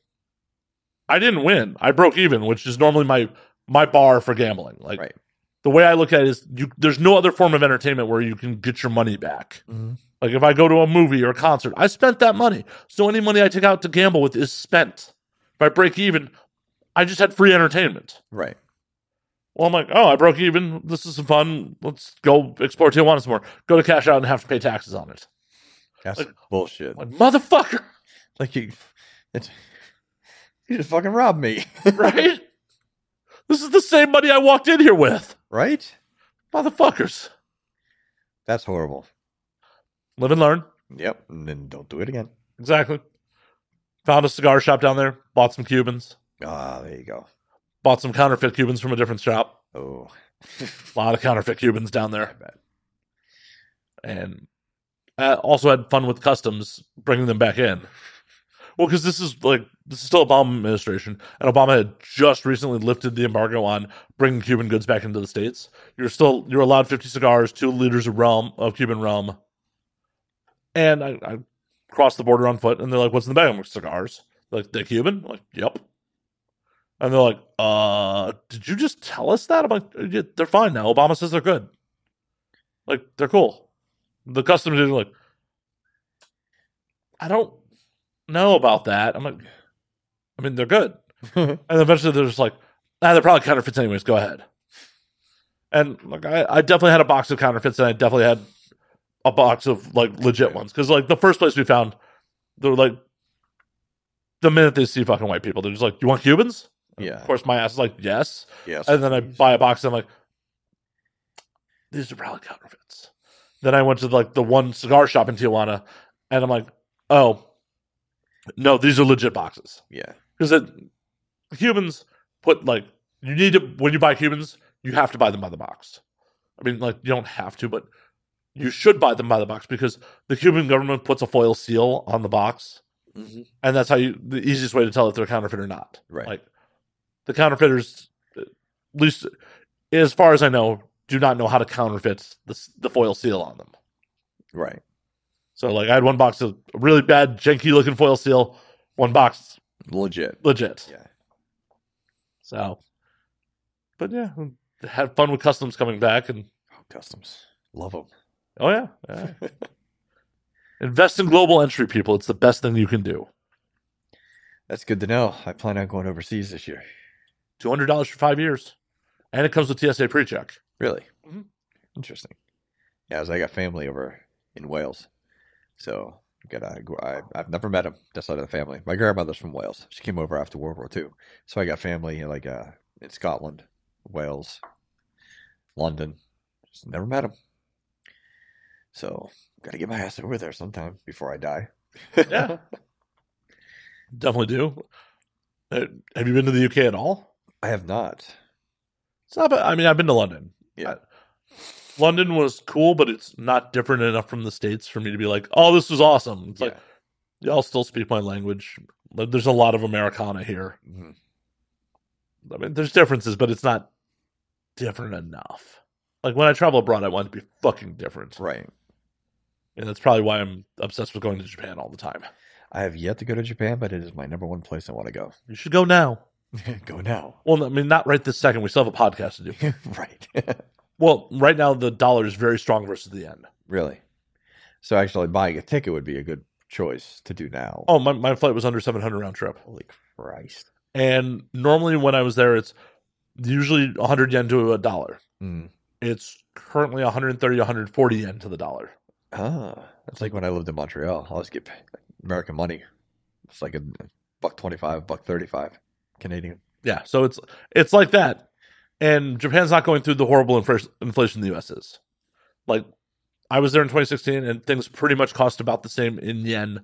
I didn't win. I broke even, which is normally my my bar for gambling. Like Right. the way I look at it is you there's no other form of entertainment where you can get your money back. Mhm. Like if I go to a movie or a concert, I spent that money. So any money I take out to gamble with is spent. If I break even, I just had free entertainment. Right. Well, I'm like, oh, I broke even. This is fun. Let's go explore Tijuana some more. Go to cash out and have to pay taxes on it. That's Like- bullshit. I'm like, motherfucker, [laughs] Like you, it's, you just fucking robbed me, [laughs] right? this is the same money I walked in here with. right? Motherfuckers. That's horrible. Live and learn. Yep. And then don't do it again. Exactly. Found a cigar shop down there, bought some Cubans, Ah, there you go. bought some counterfeit Cubans from a different shop. Oh, [laughs] A lot of counterfeit Cubans down I there. bet. And I also had fun with customs bringing them back in. Well, because this is like, this is still Obama administration, and Obama had just recently lifted the embargo on bringing Cuban goods back into the States. You're still, you're allowed 50 cigars, two liters of rum, of Cuban rum. And I, I crossed the border on foot, and they're like, what's in the bag? I'm like, cigars. They're like, they're Cuban? I'm like, yep. And they're like, uh, did you just tell us that? I'm like, "Yeah, they're fine now. Obama says they're good. Like, they're cool. The customs is like, I don't know about that. I'm like, I mean, they're good. and eventually they're just like, ah, they're probably counterfeits anyways. Go ahead. And like, I, I definitely had a box of counterfeits and I definitely had a box of like legit ones. Cause like the first place we found, they're like, the minute they see fucking white people, they're just like, you want Cubans? Yeah. Of course, my ass is like, yes. Yes. And then I buy a box. And I'm like, these are probably counterfeits. Then I went to like the one cigar shop in Tijuana, and I'm like, oh, no, these are legit boxes yeah. because Cubans put like you need to when you buy Cubans, you have to buy them by the box. I mean, like you don't have to, but you should buy them by the box because the Cuban government puts a foil seal on the box, Mhm. and that's how you the easiest way to tell if they're counterfeit or not Right. like the counterfeiters at least as far as i know do not know how to counterfeit the, s- the foil seal on them right. so like i had one box of really bad janky looking foil seal one box Legit. legit Yeah. so but yeah had fun with customs coming back and Oh, customs. Love them. oh yeah, yeah. invest in global entry people it's the best thing you can do That's good to know. I plan on going overseas this year. $200 for five years and it comes with tsa pre-check Really? Mhm. Interesting. Yeah, 'cause I got family over in Wales, so gotta. go- I, I've never met them. That side of the family. My grandmother's from Wales. She came over after World War II, so I got family like uh, in Scotland, Wales, London. Just never met them. So gotta get my ass over there sometime before I die. yeah definitely do Uh, have you been to the uk at all I have not. It's not bad. I mean, I've been to London. Yeah. London was cool, but it's not different enough from the States for me to be like, oh, this was awesome. It's like, Yeah. y'all still speak my language. Like, There's a lot of Americana here. Mhm. I mean, there's differences, but it's not different enough. Like, when I travel abroad, I want it to be fucking different. Right. And that's probably why I'm obsessed with going to Japan all the time. I have yet to go to Japan, but it is my number one place I want to go. [laughs] You should go now. go now. [laughs] Well, I mean, not right this second. We still have a podcast to do. right. [laughs] Well, right now, the dollar is very strong versus the yen. Really? So actually, buying a ticket would be a good choice to do now. Oh, my, my flight was under 700 round trip. holy Christ! And normally when I was there, it's usually 100 yen to a dollar. Mm. It's currently 130, 140 yen to the dollar. Ah, that's like when I lived in Montreal. I always get paid, like, American money. It's like a buck twenty-five, buck thirty-five Canadian. Yeah, so it's it's like that. And Japan's not going through the horrible infl- inflation the U.S. is. Like I was there in 2016, and things pretty much cost about the same in yen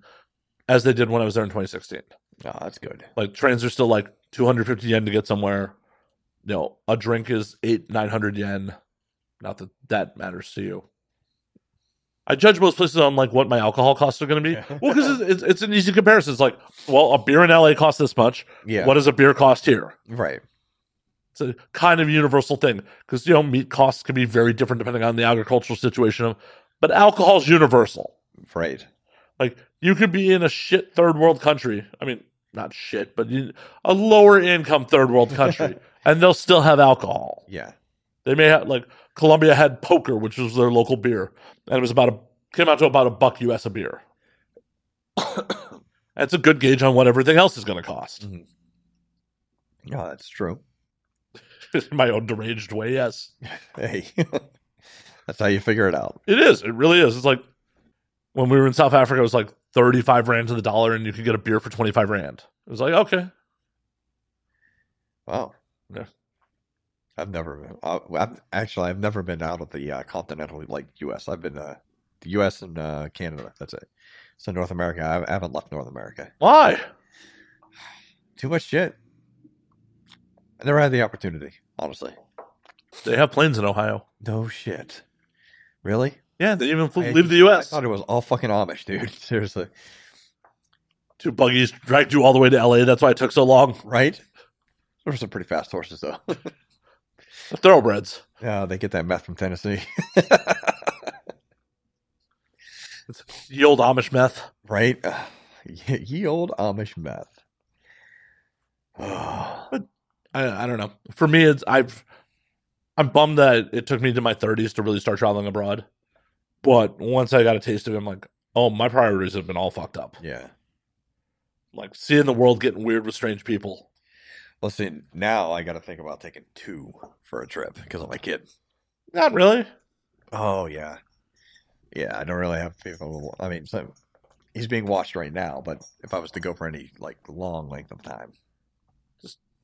as they did when I was there in 2016. Ah, that's good. Like trains are still like 250 yen to get somewhere. You know, a drink is eight, 900 yen. Not that that matters to you. I judge most places on like what my alcohol costs are going to be. Yeah. Well, because it's, it's, it's an easy comparison. It's like, well, a beer in LA costs this much. Yeah. What does a beer cost here? Right. It's a kind of universal thing because you know meat costs can be very different depending on the agricultural situation. Of, but alcohol's universal. Right. Like you could be in a shit third world country. I mean, not shit, but you, a lower income third world country, and they'll still have alcohol. Yeah. They may have like Colombia had poker, which was their local beer, and it was about a came out to about a buck US a beer. [coughs] That's a good gauge on what everything else is going to cost. [laughs] Yeah, that's true. In my own deranged way, yes, Hey, [laughs] that's how you figure it out. it is. It really is. It's like when we were in South Africa, it was like thirty five rand to the dollar, and you could get a beer for twenty five rand. It was like okay, Wow. Yeah. I've never been. I, I've, actually, I've never been out of the uh, continental like U.S. I've been uh, the U.S. and uh, Canada. That's it. So North America, I, I haven't left North America. why? Too much shit. I never had the opportunity, honestly. They have planes in Ohio. No shit. Really? Yeah, they even flew, I- leave the U.S. I thought it was all fucking Amish, dude. [laughs] Seriously. Two buggies dragged you all the way to L.A. That's why it took so long. Right? There were some pretty fast horses, though. [laughs] Thoroughbreds. yeah, they get that meth from Tennessee. [laughs] The old Amish meth. right? [sighs] Ugh. Ye ye old Amish meth. [sighs] I, I don't know. For me, it's I've I'm bummed that it took me to my 30s to really start traveling abroad. But once I got a taste of it, I'm like, oh, my priorities have been all fucked up. yeah. Like seeing the world getting weird with strange people. Well, see, now I got to think about taking two for a trip because of my kid. Not really. Oh, yeah. Yeah, I don't really have people. I mean, so he's being watched right now, but if I was to go for any, like, long length of time, [laughs]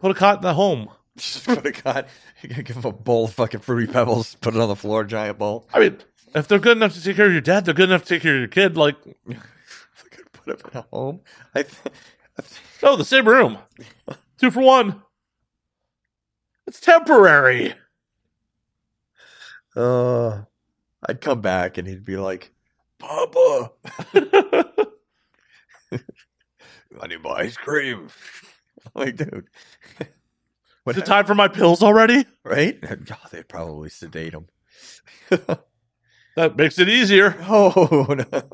Put a cot in the home. just put a god, [laughs] give him a bowl of fucking fruity pebbles, put it on the floor, giant bowl. [laughs] I mean, if they're good enough to take care of your dad, they're good enough to take care of your kid. Like, If I could put him in a home, I th- I th- oh, the same room. [laughs] Two for one. It's temporary. [laughs] uh, I'd come back and he'd be like, Papa, I need my ice cream. [laughs] like, dude. [laughs] Is it time for my pills already? Right? [laughs] God, they'd probably sedate him. That makes it easier. [laughs] Oh, no. [laughs]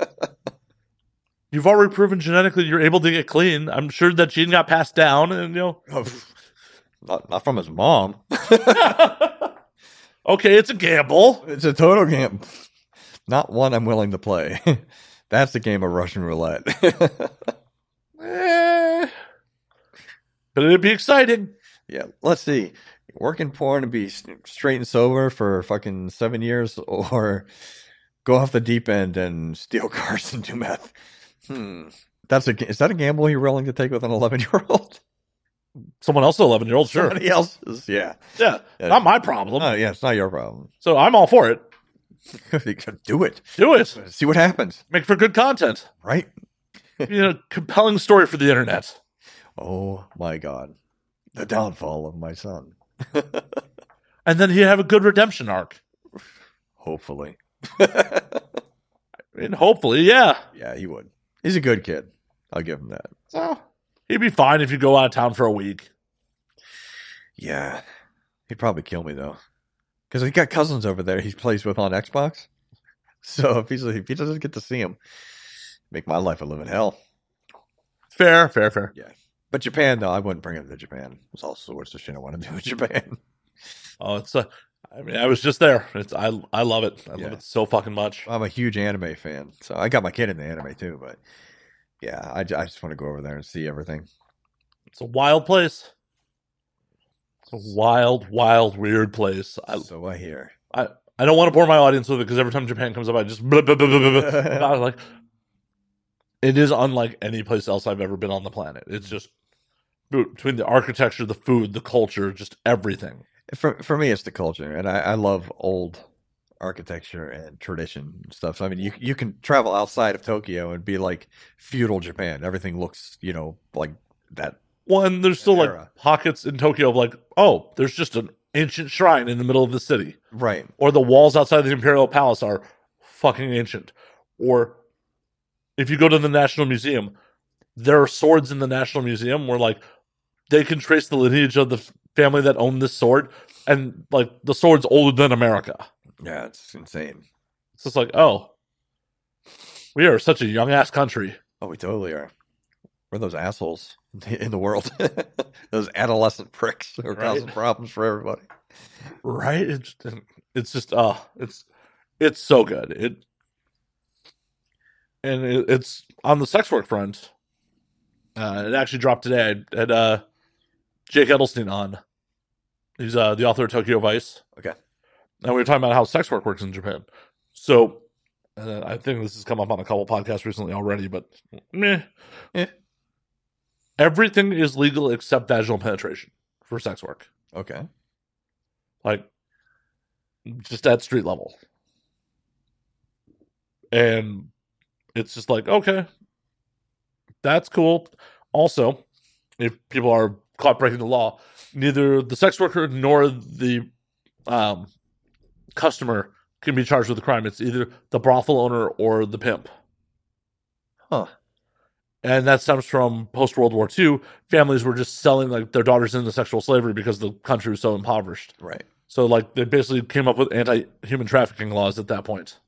You've already proven genetically you're able to get clean. I'm sure that gene got passed down, and you know. Oh, pff. not, not from his mom. okay, it's a gamble. [laughs] It's a total game. Not one I'm willing to play. [laughs] That's the game of Russian roulette. [laughs] Eh. Could it be exciting? yeah, let's see. Work in porn and be s- straight and sober for fucking seven years or [laughs] go off the deep end and steal [laughs] cars and do meth. Hmm. That's a, ga- is that a gamble you're willing to take with an 11 year [laughs] old? Someone else, eleven year old, sure. Somebody else's? Yeah. Yeah, Yeah. not my problem. Oh, yeah, it's not your problem. [laughs] so I'm all for it. do it. Do it. See what happens, Make for good [laughs] content. right? You know, compelling story for the internet. Oh my God. The downfall of my son. And then you have a good redemption arc. Hopefully. [laughs] And hopefully, yeah. Yeah, he would. He's a good kid. I'll give him that. So he'd be fine if you go out of town for a week. Yeah. He'd probably kill me though. Because he got cousins over there he plays with on Xbox. So if, he's, if he doesn't get to see him, make my life a living hell. Fair, fair, fair. But Japan, though, I wouldn't bring him to Japan. There's all sorts of shit I want to do in Japan. Oh, it's a. I mean, I was just there. It's I. I love it. I Yeah. love it so fucking much. I'm a huge anime fan, so I got my kid in the anime too. But yeah, I, ju- I just want to go over there and see everything. It's a wild place. It's a wild, wild, weird place. I. so I hear. I don't want to bore my audience with it because every time Japan comes up, I just. Blah, blah, blah, blah, blah, blah. And I was like. It is unlike any place else I've ever been on the planet. It's just dude, between the architecture, the food, the culture, just everything. For for me, it's the culture, and I, I love old architecture and tradition and stuff. So, I mean, you you can travel outside of Tokyo and be like feudal Japan. Everything looks, you know, like that. One, there's still Era. like pockets in Tokyo of like, oh, there's just an ancient shrine in the middle of the city. Right. or the walls outside the Imperial Palace are fucking ancient. Or if you go to the National Museum, there are swords in the National Museum where like they can trace the lineage of the f- family that owned this sword, and like the sword's older than America. Yeah, it's insane. It's just like, oh, we are such a young ass country. Oh, we totally are. We're those assholes in the world. [laughs] those adolescent pricks who are Right. causing problems for everybody. right it's, it's just uh it's it's so good it and it, it's on the sex work front uh it actually dropped today i had uh jake edelstein on he's uh the author of tokyo vice Okay. and we were talking about how sex work works in japan so uh, i think this has come up on a couple podcasts recently already but meh. Eh. everything is legal except vaginal penetration for sex work Okay. like just at street level and it's just like okay that's cool also if people are caught breaking the law neither the sex worker nor the um, customer can be charged with a crime it's either the brothel owner or the pimp Huh. and that stems from post world war ii families were just selling like their daughters into sexual slavery because the country was so impoverished Right. so like they basically came up with anti-human trafficking laws at that point.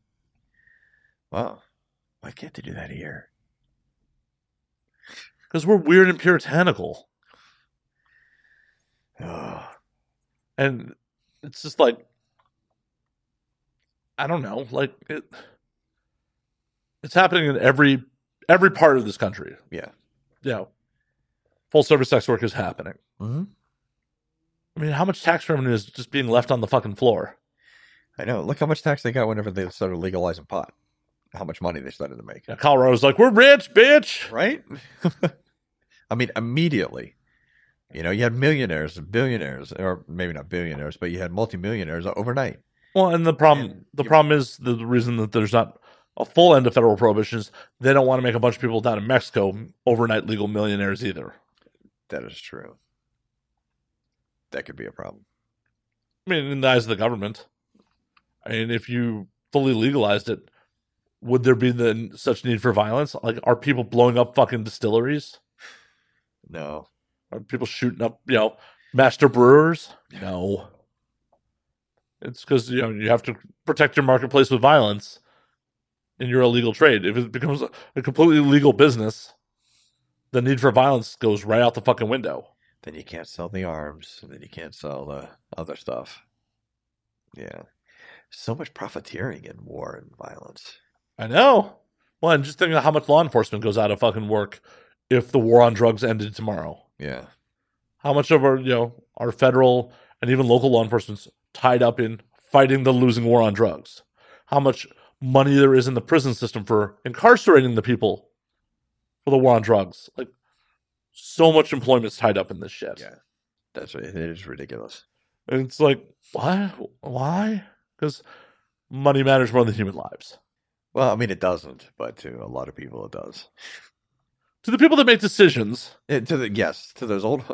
Wow. Why can't they do that here? Because we're weird and puritanical. Oh, And it's just like I don't know, like it it's happening in every every part of this country. Yeah. Yeah. Full service sex work is happening. hmm I mean, how much tax revenue is just being left on the fucking floor? I know. Look how much tax they got whenever they started legalizing pot. How much money they started to make. Yeah, Colorado's like, we're rich, bitch. Right? [laughs] I mean, immediately. You know, you had millionaires, billionaires, or maybe not billionaires, but you had multimillionaires overnight. Well, and the problem And the you- problem is the reason that there's not a full end of federal prohibition is they don't want to make a bunch of people down in Mexico overnight legal millionaires either. That is true. That could be a problem. I mean, in the eyes of the government, I mean, if you fully legalized it, would there be then such need for violence? Like, are people blowing up fucking distilleries? No. Are people shooting up, you know, master brewers? No. It's because you know you have to protect your marketplace with violence in your illegal trade. If it becomes a, a completely legal business, the need for violence goes right out the fucking window. Then you can't sell the arms. And then you can't sell the other stuff. Yeah. So much profiteering in war and violence. I know. Well, and just think of how much law enforcement goes out of fucking work if the war on drugs ended tomorrow. Yeah. How much of our you know our federal and even local law enforcement's tied up in fighting the losing war on drugs? How much money there is in the prison system for incarcerating the people for the war on drugs? Like so much employment's tied up in this shit. Yeah. That's it is ridiculous. And it's like why why? Because money matters more than human lives. Well, I mean, it doesn't, but to a lot of people, it does. To the people that make decisions, Eh, to the yes, to those old, [laughs]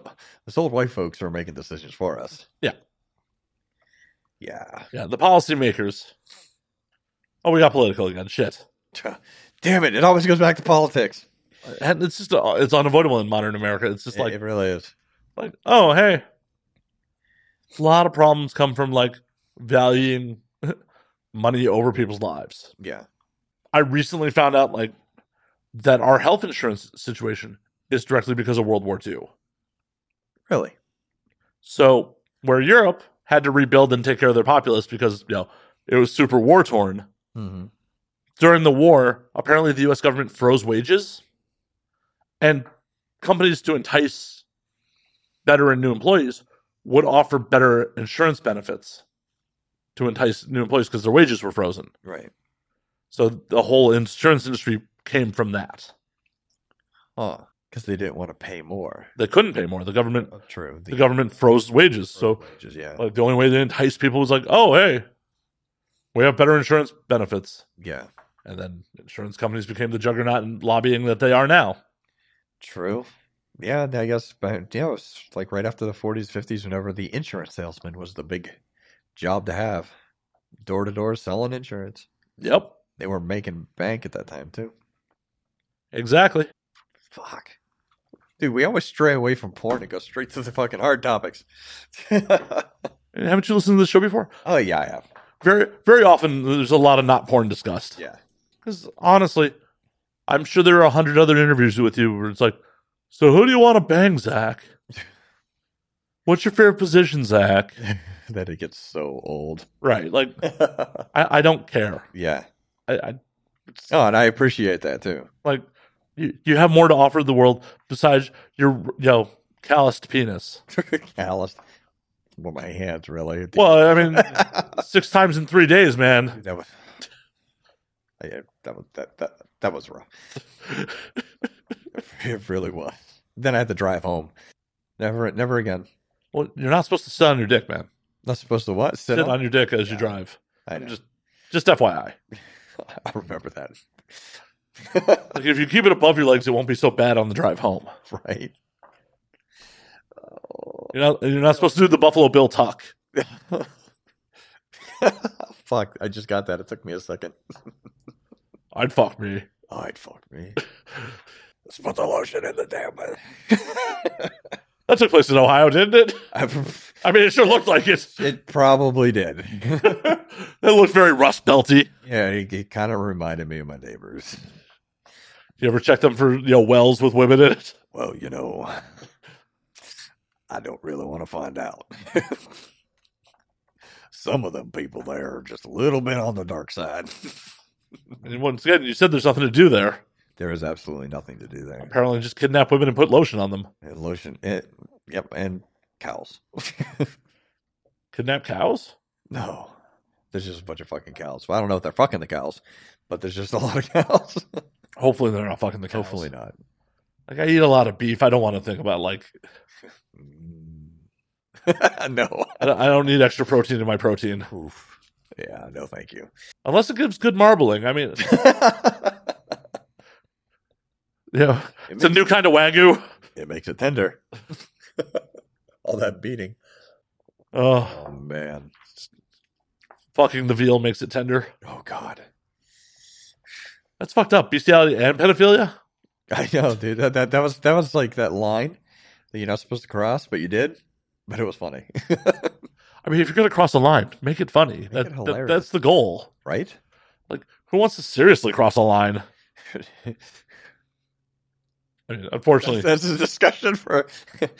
those old white folks who are making decisions for us. Yeah. Yeah. Yeah, the policymakers. Oh, we got political again. Shit, Damn it! It always goes back to politics. and it's just uh, it's unavoidable in modern America. It's just It- like it really is. like oh hey, a lot of problems come from like valuing [laughs] money over people's lives. Yeah. I recently found out like that our health insurance situation is directly because of World War II. Really. So where Europe had to rebuild and take care of their populace because you know it was super war torn. Mm-hmm. during the war, apparently the U.S. government froze wages, and companies to entice better and new employees would offer better insurance benefits to entice new employees because their wages were frozen. Right. So the whole insurance industry came from that. Oh, because they didn't want to pay more. They couldn't pay more. The government Oh, true. Uh, the government froze wages. So wages, yeah, like the only way they enticed people was like, oh hey, we have better insurance benefits. yeah, And then insurance companies became the juggernaut in lobbying that they are now. true. Yeah, I guess. But yeah, it was like right after the forties, fifties, whenever the insurance salesman was the big job to have, door to door selling insurance. Yep. They were making bank at that time too. Exactly. Fuck. Dude, we always stray away from porn and go straight to the fucking hard topics. [laughs] Haven't you listened to the show before? oh yeah, I have. Very, very often, there's a lot of not porn discussed. Yeah. [laughs] Because honestly, I'm sure there are a hundred other interviews with you where it's like, so who do you want to bang, [laughs] Zach? What's your favorite position, Zach? That it gets so old. Right. Like, I, I don't care. yeah. I, I it's Oh, and I appreciate that too. [laughs] like you, you have more to offer the world besides your you know calloused penis. Callous. Well, my hands really. Well, I [laughs] mean, six times in three days, man. that was. [laughs] Yeah, that was that that that was rough. [laughs] it really was. Then I had to drive home. Never, never again. Well, you're not supposed to sit on your dick, man. Not supposed to what? Sit Sit on. on your dick as you Yeah. drive. I know. Just, just FYI. [laughs] I remember that. Like if you keep it above your legs, it won't be so bad on the drive home. right. [laughs] You're not, you're not supposed to do the Buffalo Bill tuck. Fuck. I just got that. It took me a second. I'd fuck me. Oh, it fucked [laughs] me. Let's put the lotion in the damn. That took place in Ohio, didn't it? [laughs] I- I mean, it sure looked like it. [laughs] it probably did. [laughs] it looked very rust belty. yeah, it, it kind of reminded me of my neighbors. You ever check them for you know wells with women in it? Well, you know, [laughs] I don't really want to find out. [laughs] Some of them people there are just a little bit on the dark side. [laughs] And once again, you said there's nothing to do there. There is absolutely nothing to do there. Apparently, just kidnap women and put lotion on them. And lotion, it, yep, and cows. [laughs] Kidnap cows? no, there's just a bunch of fucking cows. Well, I don't know if they're fucking the cows, but there's just a [laughs] lot of cows. Hopefully, they're not fucking the cows. Hopefully not. Like I eat a lot of beef. I don't want to think about like Mm. [laughs] no. I don't, I don't need extra protein in my protein Oof. Yeah, no, thank [laughs] you. unless it gives good marbling. I [laughs] mean, yeah, It it's a makes- new kind of wagyu. It makes it tender. [laughs] All that beating. Oh, Oh man. fucking the veal makes it tender. Oh god. [laughs] That's fucked up. Bestiality and pedophilia. I know, dude. That, that that was that was like that line that you're not supposed to cross, but you did. But it was funny, [laughs] I mean, if you're gonna cross a line, make it funny. that, it that- hilarious. that's the goal. [laughs] right? Who wants to seriously cross a line? I mean, unfortunately, that's, that's a discussion for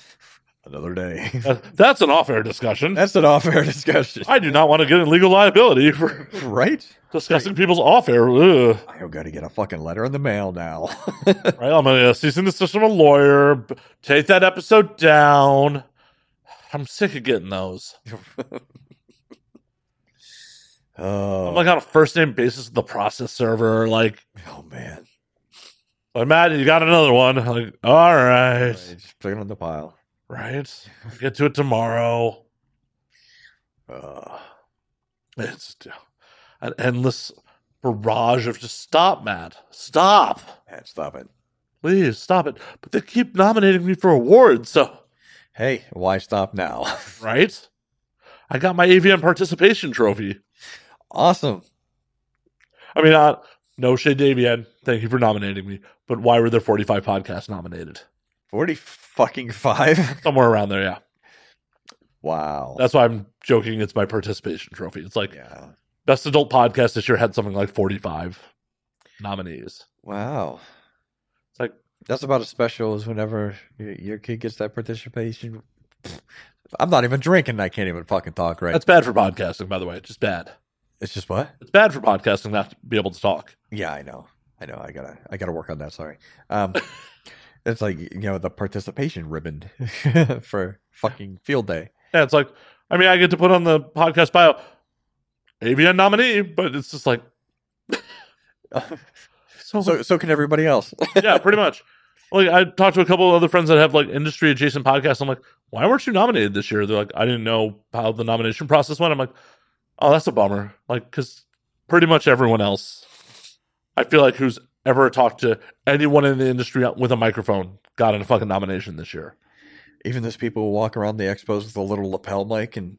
[laughs] another [laughs] day. that- that's an off-air discussion. That's an off-air discussion, I do not want to get in legal liability for right? discussing people's off-air. Ugh. I got to get a fucking letter in the mail now. [laughs] Right, I'm gonna cease and desist from a lawyer. b- Take that episode down. I'm sick of getting those. oh, I'm like on a first name basis with the process server. Like, oh man! like Matt, you got another one. Like, all right, Right, Just put it on the pile. right. Get to it tomorrow. Uh, It's just an endless barrage of just stop, Matt. Stop. man, stop it. Please stop it. But they keep nominating me for awards, so Hey, why stop now? [laughs] right? I got my AVM participation trophy. awesome. I mean, uh, no shade to AVN. Thank you for nominating me. But why were there 45 podcasts nominated? Forty fucking five. [laughs] Somewhere around there, yeah. Wow. That's why I'm joking. It's my participation trophy. It's like yeah. best adult podcast this year had something like 45 nominees. Wow. It's like That's about as special as whenever y- your kid gets that participation. I'm not even drinking. I can't even fucking talk right. that's bad for podcasting, by the way. It's just bad. it's just what? It's bad for podcasting not to be able to talk. Yeah, I know. I know. I gotta. I gotta work on that. Sorry. [laughs] Um, it's like you know the participation ribbon [laughs] for fucking field day. Yeah, it's like I mean, I get to put on the podcast bio AVN nominee, but it's just like [laughs] so, So so can everybody else. yeah, pretty much. Like I talked to a couple of other friends that have like industry adjacent podcasts. I'm like, why weren't you nominated this year? They're like, I didn't know how the nomination process went. I'm like, oh, that's a bummer. Like, because pretty much everyone else, I feel like who's ever talked to anyone in the industry with a microphone got a fucking nomination this year. even those people who walk around the expos with a little lapel mic and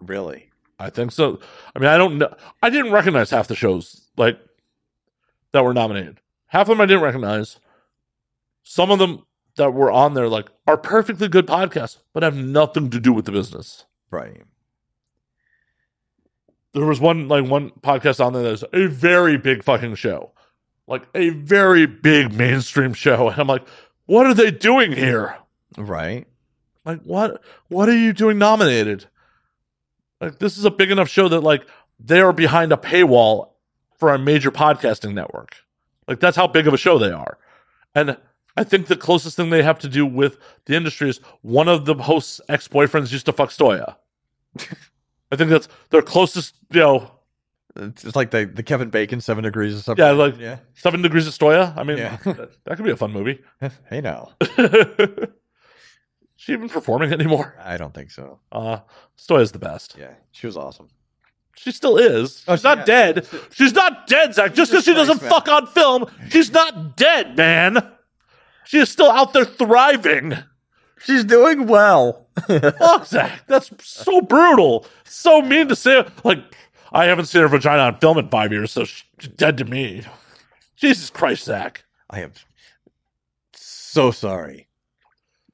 really. I think so. I mean, I don't know. I didn't recognize half the shows like that were nominated. Half of them I didn't recognize. Some of them that were on there like are perfectly good podcasts, but have nothing to do with the business. Right. There was one like one podcast on there that's a very big fucking show. Like a very big mainstream show. And I'm like, what are they doing here? Right. Like what what are you doing nominated? Like this is a big enough show that like they are behind a paywall for a major podcasting network. Like that's how big of a show they are. And I think the closest thing they have to do with the industry is one of the host's ex-boyfriends used to fuck Stoya. I think that's their closest, you know, It's it's like the, the Kevin Bacon seven degrees or something. Yeah, like- yeah. [laughs] Seven Degrees of Stoya. I mean, Yeah. that, that could be a fun movie. [laughs] Hey now. Is she even performing anymore? I don't think so. Uh, Stoya's the best. Yeah. She was awesome. She still is. She's Oh, she- not yeah. dead. She's not dead, Zach. Just because she Christ, doesn't man. fuck on film, she's not dead, man. She is still out there [laughs] thriving. She's doing well. Fuck, Zach. That's so brutal. So mean to say. Like, I haven't seen her vagina on film in five years, so she's dead to me. Jesus Christ, Zach. [laughs] I am so sorry.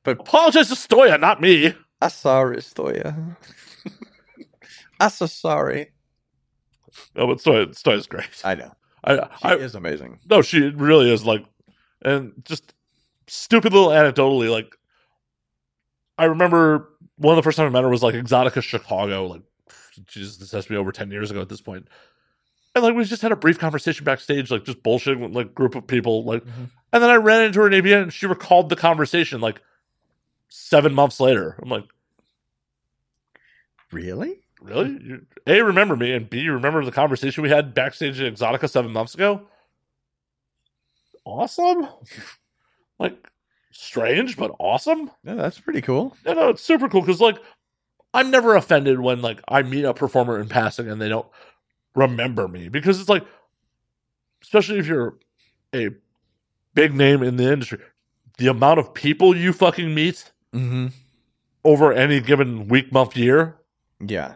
Apologize to Stoya, not me. I'm sorry, Stoya. [laughs] I'm so sorry. No, Oh, but Stoya, Stoya's great. I know. I, She I, is amazing. no, she really is like, and just stupid little anecdotally, like, I remember one of the first time I met her was like Exotica Chicago, like, Jesus, this has to be over 10 years ago at this point. And like, we just had a brief conversation backstage, like, just bullshitting with like group of people, like, Mhm. and then I ran into her in ABN and she recalled the conversation like seven months later. I'm like, Really? really? You, a, remember me, and B, you remember the conversation we had backstage at Exotica seven months ago? Awesome. [laughs] like, strange, but awesome. Yeah, that's pretty cool. No, no, it's super cool because, like, I'm never offended when, like, I meet a performer in passing and they don't remember me because it's like, especially if you're a big name in the industry, the amount of people you fucking meet Mm-hmm. over any given week, month, year, Yeah.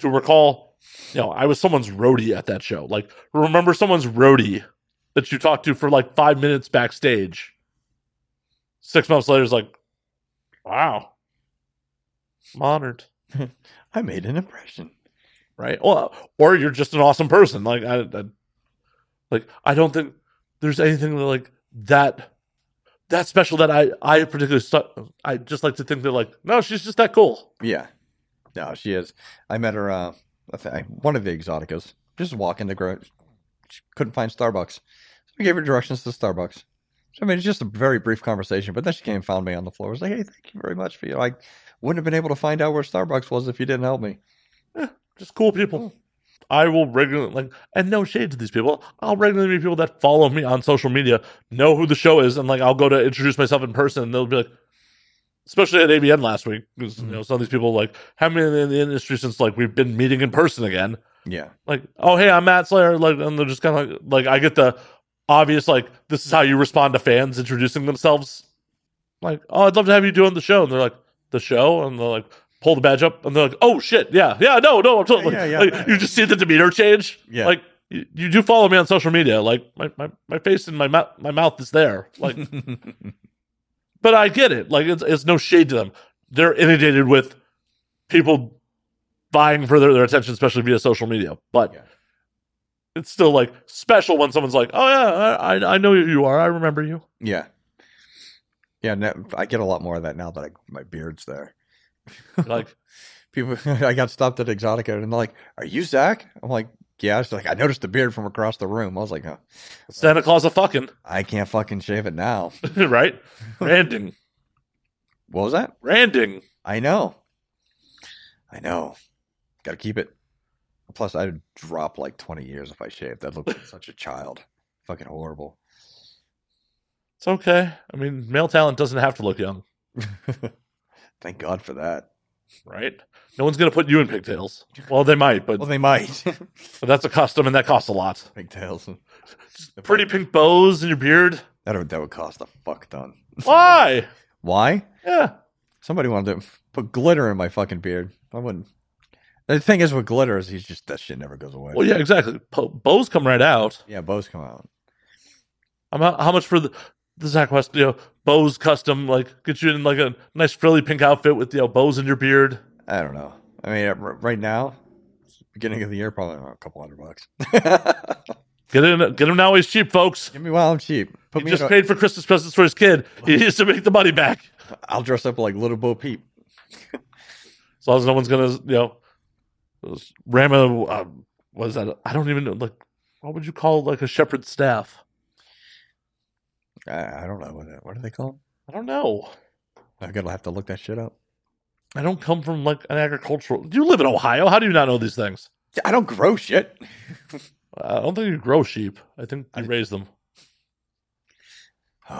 to recall, you know, I was someone's roadie at that show. Like, remember someone's roadie that you talked to for like five minutes backstage. Six months later, it's like, wow, I'm honored, I made an impression. right? Well, or you're just an awesome person. Like, I, I like I don't think there's anything that, like that that special that I I particularly stu- I just like to think that like no, she's just that cool. Yeah. No, she is. I met her, uh, I thi- one of the exoticas, just walking the gro She couldn't find Starbucks. So I gave her directions to Starbucks. So, I mean, it's just a very brief conversation, but then she came and found me on the floor. I was like, hey, thank you very much for you. I wouldn't have been able to find out where Starbucks was if you didn't help me. just cool people. I will regularly like, and no shade to these people. I'll regularly meet people that follow me on social media, know who the show is, and like I'll go to introduce myself in person, and they'll be like, especially at ABN last week, because you know some of these people like haven't been in the industry since like we've been meeting in person again. Yeah. Like, oh hey, I'm Matt Slayer, like, and they're just kind of like, like I get the obvious like this is how you respond to fans introducing themselves. Like, oh, I'd love to have you do on the show, and they're like, the show, and they're like, pull the badge up, and they're like, oh shit, yeah, yeah, no, no, I'm totally. Yeah, yeah, like, yeah. You just see the demeanor change. Yeah. like you, you do follow me on social media. Like my my, my face and my mouth my mouth is there. Like, [laughs] but I get it. Like it's it's no shade to them. They're inundated with people vying for their, their attention, especially via social media. But Yeah. it's still like special when someone's like, "Oh yeah, I I- I know who you are. I remember you." Yeah. Yeah. No, I get a lot more of that now that I, my beard's there. Like, [laughs] people I got stopped at Exotica and they're like, Are you Zach? I'm like, Yeah. She's like, I noticed the beard from across the room. I was like, oh, Santa Claus a fucking [laughs] I can't fucking shave it now. [laughs] right, randing, What was that? randing. I know. I know. Gotta keep it. Plus I'd drop like twenty years if I shaved. I'd look like such a child. Fucking horrible. [laughs] It's okay. I mean, male talent doesn't have to look young, Thank God for that. right? No one's gonna put you in pigtails. Well, they might, but, Well they might. but that's a custom, and that costs a lot. Pigtails. Pretty pink bows in your beard. That would that would cost a fuck ton. [laughs] Why? Why? Yeah. Somebody wanted to put glitter in my fucking beard. I wouldn't. The thing is with glitter is he's just that shit never goes away. Well, yeah, exactly. Po- bows come right out. yeah, bows come out. I'm out, how much for the, the Zach West? You know, Bose custom, like get you in like a nice frilly pink outfit with you know bows in your beard. I don't know. I mean, r- right now, beginning of the year, probably a couple hundred bucks. [laughs] Get in, get him now. He's cheap, folks. Give me while I'm cheap. Put He me. just in a- paid for Christmas presents for his kid. He needs to make the money back. I'll dress up like Little Bo Peep. As long as no one's gonna, you know, ram a uh, what is that? I don't even know. Like, what would you call like a shepherd's staff? I, I don't know what what are they called. I don't know. I'm gonna have to look that shit up. I don't come from like an agricultural. You live in Ohio. How do you not know these things? I don't grow shit. [sighs] I don't think you grow sheep. I think you I- raise them. no,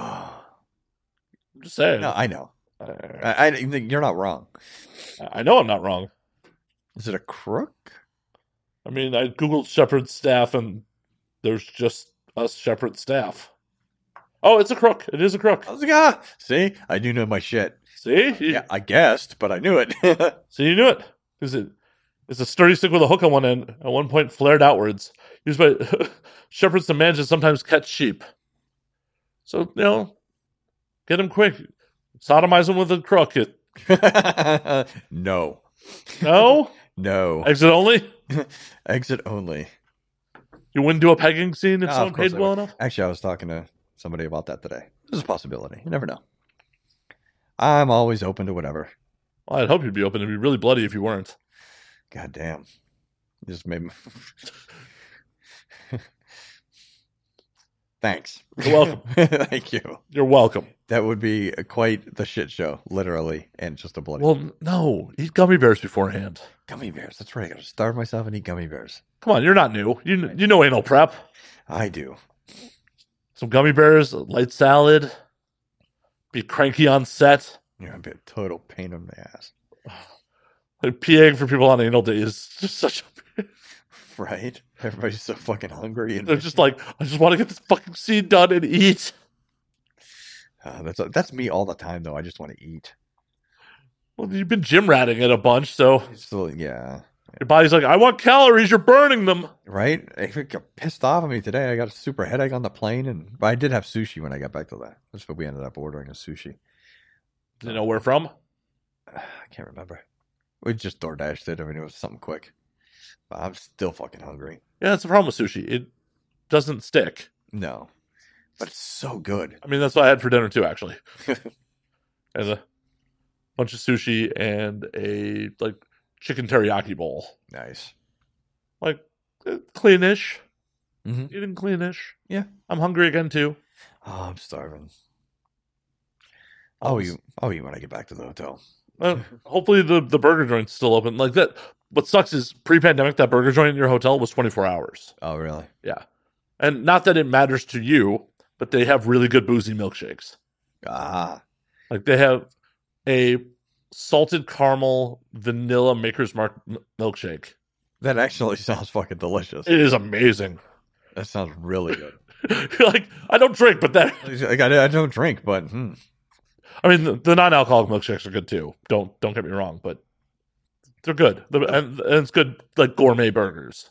I'm just saying. I know. I, I, I think you're not wrong. I know I'm not wrong. Is it a crook? I mean, I googled shepherd's staff, and there's just us shepherd's staff. Oh, it's a crook. It is a crook. I was like, ah, see, I do know my shit. See, You- Yeah, I guessed, but I knew it. [laughs] So you knew it. Is it? It's a sturdy stick with a hook on one end. At one point, flared outwards. Used by [laughs] shepherds to manage and sometimes catch sheep. So you know, get him quick. Sodomize him with a crook. It- [laughs] no, [laughs] No no, exit only. exit only. You wouldn't do a pegging scene if No, of someone course paid I well would. enough. Actually, I was talking to somebody about that today. This is a possibility. You never know. I'm always open to whatever. Well, I'd hope you'd be open. It'd be really bloody if you weren't. God damn. You just made me. [laughs] Thanks. You're welcome. [laughs] Thank you. You're welcome. That would be quite the shit show, literally, and just a bloody Well, no, eat gummy bears beforehand. gummy bears. That's right. I gotta starve myself and eat gummy bears. Come on, you're not new. You you know anal prep. I do. Some gummy bears, a light salad. Be cranky on set. You're a bit total pain in the ass, Like peeing for people on anal day is just such. A, [laughs] right? Everybody's so fucking hungry, and they're just like, I just want to get this fucking scene done and eat. Uh, that's that's me all the time, though. I just want to eat. Well, you've been gym ratting it a bunch, so So yeah, your body's like, I want calories. You're burning them. right? If you get pissed off at me today, I got a super headache on the plane, and but I did have sushi when I got back to that. That's what we ended up ordering: a sushi. [sighs] You know where from? I can't remember. We just DoorDashed it. I mean, it was something quick. But I'm still fucking hungry. Yeah, that's the problem with sushi. It doesn't stick. No, but it's so good. I mean, that's what I had for dinner too, actually. and a bunch of sushi and a like chicken teriyaki bowl, Nice. like eh, cleanish. Mhm. Eating cleanish. Yeah. I'm hungry again too. Oh, I'm starving. Oh, I'll eat. I'll eat when I get back to the hotel. Uh, hopefully the, the burger joint's still open. Like that. What sucks is pre-pandemic that burger joint in your hotel was 24 hours, Oh, really? and not that it matters to you, but they have really good boozy milkshakes. Ah, Like they have a salted caramel vanilla Maker's Mark m- milkshake. that actually [laughs] sounds fucking delicious. It is amazing. That sounds really good. [laughs] You're like I don't drink, but that Like, I, I don't drink, but hmm. [laughs] I mean the, the non-alcoholic milkshakes are good too. Don't don't get me wrong, but they're good. The, and, and it's good like gourmet burgers.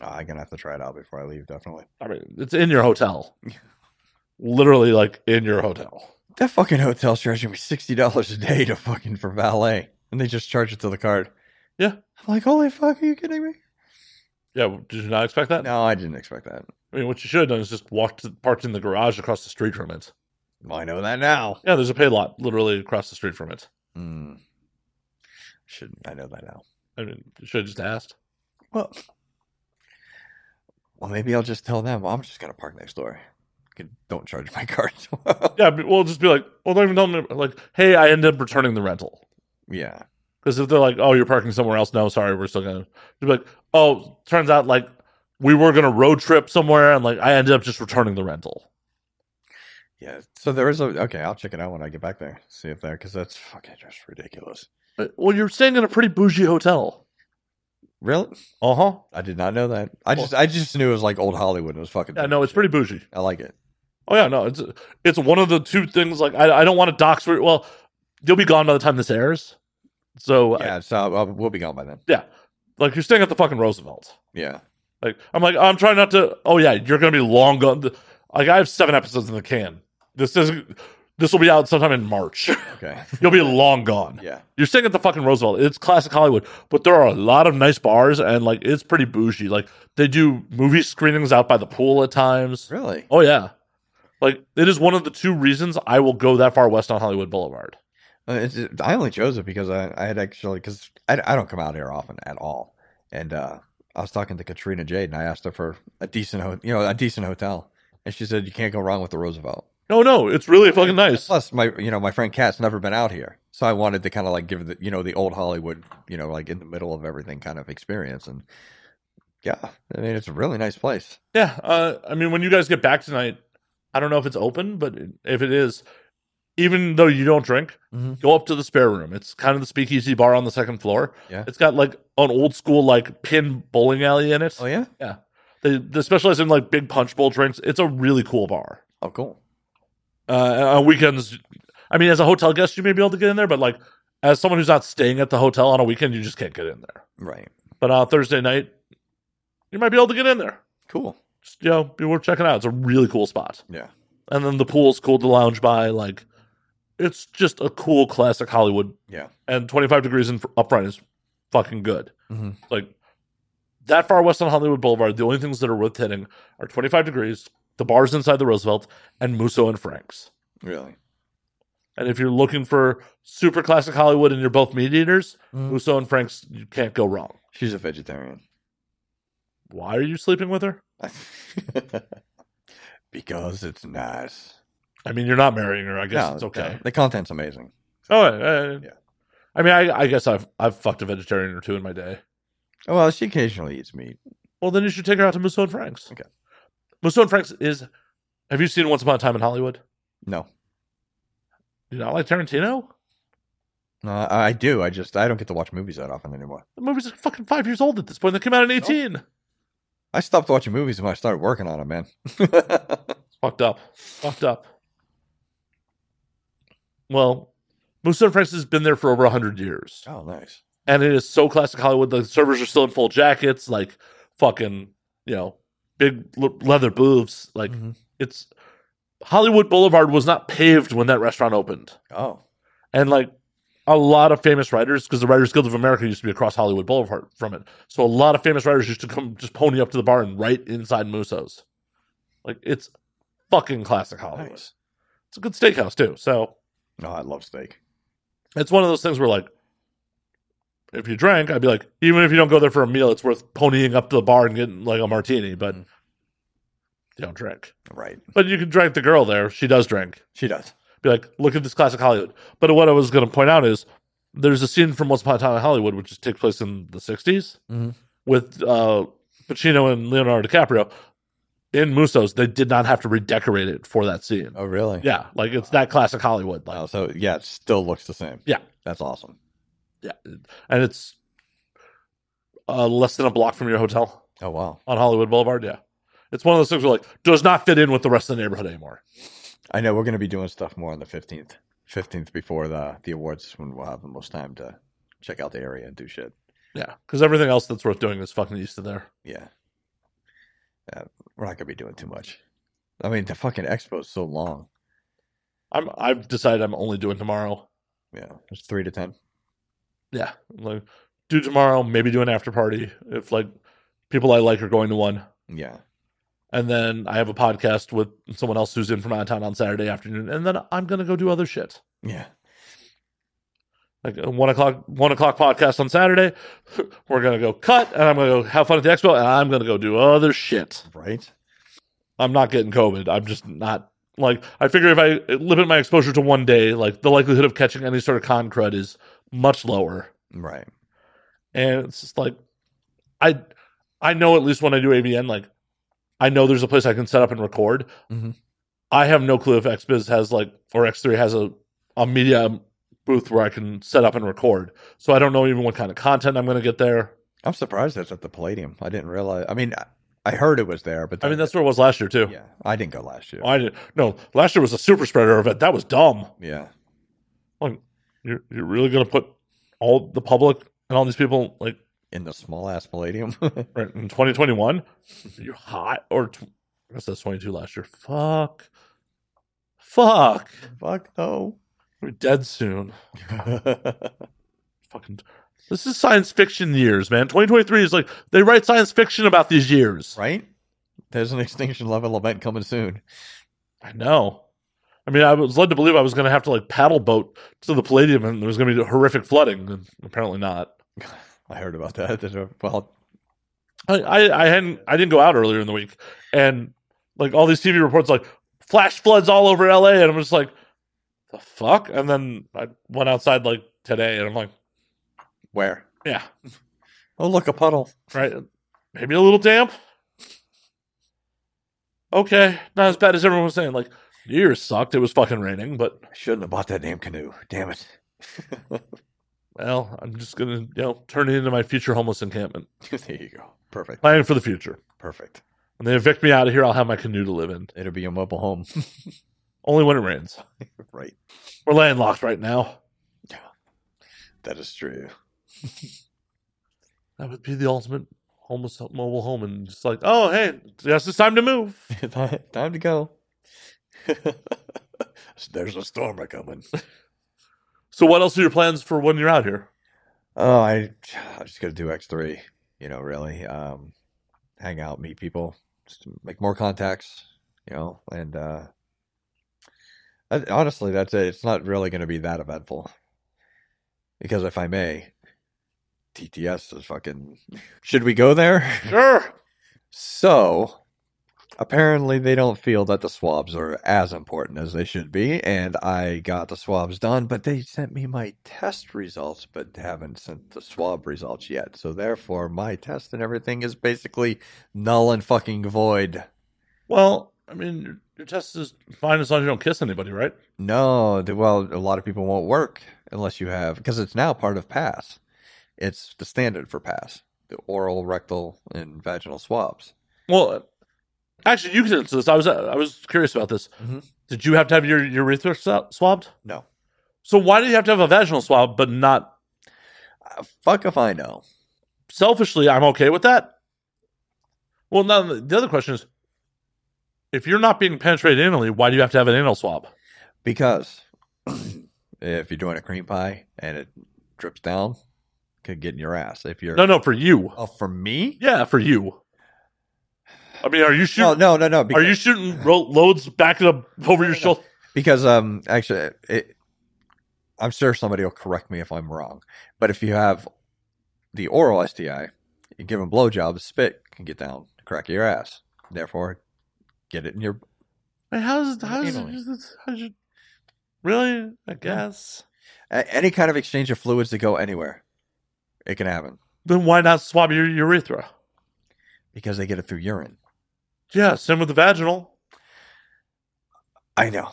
Ah, I'm gonna have to try it out before I leave. Definitely. I mean, it's in your hotel. Literally, like in your hotel. That fucking hotel's charging me sixty dollars a day to fucking for valet, and they just charge it to the card. Yeah. I'm like, holy fuck, are you kidding me? Yeah, did you not expect that? No, I didn't expect that. I mean, what you should have done is just walked, to, parked in the garage across the street from it. Well, I know that now. Yeah, there's a pay lot literally across the street from it. Hmm. Shouldn't I know that now? I mean, you should have just asked. Well, well, maybe I'll just tell them. I'm just gonna park next door. Can- Don't charge my [laughs] card. Yeah, but we'll just be like, well, don't even tell them. Like, hey, I end up returning the rental yeah. because if they're like, oh, you're parking somewhere else, no, sorry, we're still gonna. They'd be like, oh, turns out like we were gonna road trip somewhere, and like I ended up just returning the rental. Yeah. So there is a okay. I'll check it out when I get back there. See if there because that's fucking just ridiculous. But- Uh, Well, you're staying in a pretty bougie hotel. Really? Uh huh. I did not know that. I Well- just I just knew it was like old Hollywood. It was fucking. Yeah, no, it's pretty bougie. I like it. Oh yeah, no, it's it's one of the two things. Like I, I don't want to dox. For, well, you'll be gone by the time this airs. So I- yeah. So uh, we'll be gone by then. like you're staying at the fucking Roosevelt. Yeah. Like I'm like I'm trying not to. Oh yeah, you're gonna be long gone. Like I have seven episodes in the can. This isn't. This will be out sometime in March. [laughs] Okay. You'll be long gone. Yeah. You're staying at the fucking Roosevelt. It's classic Hollywood, but there are a lot of nice bars and like it's pretty bougie. Like they do movie screenings out by the pool at times. Really? Oh yeah. Like it is one of the two reasons I will go that far west on Hollywood Boulevard. Uh, it's just- I only chose it because I, I had actually because I, I don't come out here often at all, and uh, I was talking to Katrina Jade and I asked her for a decent, ho- you know, a decent hotel, and she said you can't go wrong with the Roosevelt. No, no, it's really fucking nice. Plus, my you know my friend Kat's never been out here, so I wanted to kind of like give the you know the old Hollywood, you know, like in the middle of everything kind of experience, and yeah, I mean it's a really nice place. Yeah, uh, I mean, when you guys get back tonight, I don't know if it's open, but if it is, even though you don't drink, Mhm. go up to the spare room. It's kind of the speakeasy bar on the second floor. Yeah. It's got like an old school like pin bowling alley in it. Oh yeah, They they specialize in like big punch bowl drinks. It's a really cool bar. oh cool. Uh, and on weekends, I mean, as a hotel guest, you may be able to get in there, but like as someone who's not staying at the hotel on a weekend, you just can't get in there. Right. But on Thursday night, you might be able to get in there. Cool. Just, you know, be worth checking out. It's a really cool spot. Yeah. And then the pool's cool to lounge by. Like, it's just a cool classic Hollywood. Yeah. And 25 degrees in up front is fucking good. Mhm. Like, that far west on Hollywood Boulevard, the only things that are worth hitting are 25 degrees, the bars inside the Roosevelt, and Musso and Frank's. Really. And if you're looking for super classic Hollywood and you're both meat eaters, Mhm. Musso and Frank's, you can't go wrong. She's a vegetarian. [laughs] Why are you sleeping with her? because it's nice. I mean, you're not marrying her. I guess it's okay. The content's amazing. Oh, uh, Yeah. I mean, I, I guess I've I've fucked a vegetarian or two in my day. Oh, Well, she occasionally eats meat. Well, then you should take her out to Musso and Frank's. Okay. Musso and Frank's is. Have you seen Once Upon a Time in Hollywood? No, Do you not like Tarantino? no, I, I do. I just I don't get to watch movies that often anymore. The movie's like fucking five years old at this point. They came out in eighteen. I stopped watching movies when I started working on them, man. [laughs] It's fucked up. Fucked up. Well, Musso and Frank's has been there for over hundred years. oh, nice. and it is so classic Hollywood. The servers are still in full jackets, like fucking, you know, big le- leather booths. Like Mhm. it's Hollywood Boulevard was not paved when that restaurant opened, Oh, and like a lot of famous writers, because the Writers Guild of America used to be across Hollywood Boulevard from it, so a lot of famous writers used to come just pony up to the bar and write inside Musso's. Like it's fucking classic Hollywood. nice. It's a good steakhouse too, so No, I love steak. it's one of those things where like if you drank i'd be like even if you don't go there for a meal it's worth ponying up to the bar and getting like a martini but you don't drink Right. but you can drink the girl there she does drink She does. be like look at this classic hollywood but what i was going to point out is there's a scene from once upon a time in hollywood which just takes place in the 60s Mhm. with uh, pacino and leonardo dicaprio in musso's they did not have to redecorate it for that scene Oh, really? yeah like it's that classic hollywood like Wow, so yeah, it still looks the same. Yeah. That's awesome. yeah, and it's uh, less than a block from your hotel Oh wow. on Hollywood Boulevard. Yeah, it's one of those things where like does not fit in with the rest of the neighborhood anymore. I know we're gonna be doing stuff more on the fifteenth. Fifteenth before the the awards is when we'll have the most time to check out the area and do shit. Yeah, because everything else that's worth doing is fucking east of there. Yeah. Uh, we're not gonna be doing too much. I mean, the fucking expo's so long. I'm I've decided I'm only doing tomorrow. Yeah, it's three to ten. Yeah, like do tomorrow, maybe do an after party if like people I like are going to one, Yeah, and then I have a podcast with someone else who's in from out of town on Saturday afternoon, and then I'm gonna go do other shit. yeah. like a one o'clock one o'clock podcast on Saturday. [laughs] We're gonna go cut, and I'm gonna go have fun at the expo, and I'm gonna go do other shit. Right? I'm not getting COVID. I'm just not like I figure if I limit my exposure to one day, like the likelihood of catching any sort of con crud is much lower. Right. And it's just like I I know at least when I do AVN, like I know there's a place I can set up and record. Mhm. I have no clue if XBiz has like or X3 has a, a media booth where I can set up and record. So I don't know even what kind of content I'm gonna get there. I'm surprised that's at the Palladium. I didn't realize. I mean, I, I heard it was there, but I mean then- that's where it was last year too. yeah. I didn't go last year. I did no last year was a super spreader event. That was dumb. yeah. Like you're you're really gonna put all the public and all these people like In the small ass Palladium. right in 2021 you're hot or tw- i guess that's 22 last year fuck Fuck. [laughs] Fuck no. [laughs] We're dead soon. Fucking. This is science fiction years, man. 2023 is like they write science fiction about these years. right? There's an extinction level event coming soon. I know. I mean, I was led to believe I was going to have to like paddle boat to the Palladium and there was going to be horrific flooding, and apparently not. I heard about that. There's a- Well, I, I, I hadn't I didn't go out earlier in the week, and like all these TV reports, like flash floods all over LA, and I'm just like, the fuck. And then I went outside like today, and I'm like, where? yeah, Oh, look, a puddle. right, maybe a little damp. Okay, not as bad as everyone was saying. Like, New Year's sucked. It was fucking raining, but I shouldn't have bought that damn canoe. Damn [laughs] it. well, I'm just gonna you know turn it into my future homeless encampment, there you go. Perfect. planning for the future. Perfect. When they evict me out of here, I'll have my canoe to live in. It'll be a mobile home. Only when it rains. [laughs] right. We're landlocked right now. That is true. That would be the ultimate homeless mobile home, and just like, oh hey, yes, it's time to move. [laughs] Time to go. [laughs] There's a storm a coming. So, what else are your plans for when you're out here? Oh, I, I just got to do X three. You know, really, um, hang out, meet people, just make more contacts. You know, and uh, I, honestly, that's it. It's not really going to be that eventful, because if I may, TTS is fucking. Should we go there? [laughs] Sure. So, apparently, they don't feel that the swabs are as important as they should be. And I got the swabs done, but they sent me my test results, but haven't sent the swab results yet. So, therefore, my test and everything is basically null and fucking void. Well, I mean, your, your test is fine as long as you don't kiss anybody, right? No, th- well, a lot of people won't work unless you have, because it's now part of PASS. It's the standard for PASS, the oral, rectal, and vaginal swabs. Well, actually, you can answer this. I was I was curious about this. Mhm. Did you have to have your your urethra swa- swabbed? No. So why do you have to have a vaginal swab but not? Uh, fuck if I know. Selfishly, I'm okay with that. Well, now the other question is, if you're not being penetrated anally, why do you have to have an anal swab? Because if you're doing a cream pie and it drips down, could get in your ass. If you're No, no, for you. oh, for me, Yeah, for you. I mean, are you no, shooting? no, no, no. are Because, you shooting ro- loads back [laughs] up over your shoulder? because um, actually, it, I'm sure somebody will correct me if I'm wrong. But if you have the oral STI, you give them blowjobs, spit can get down the crack of your ass. Therefore, get it in your. Wait, how's how's, how's, your- really? I guess. a- Any kind of exchange of fluids to go anywhere, it can happen Then why not swab your urethra? because they get it through urine. Yeah, same with the vaginal. I know.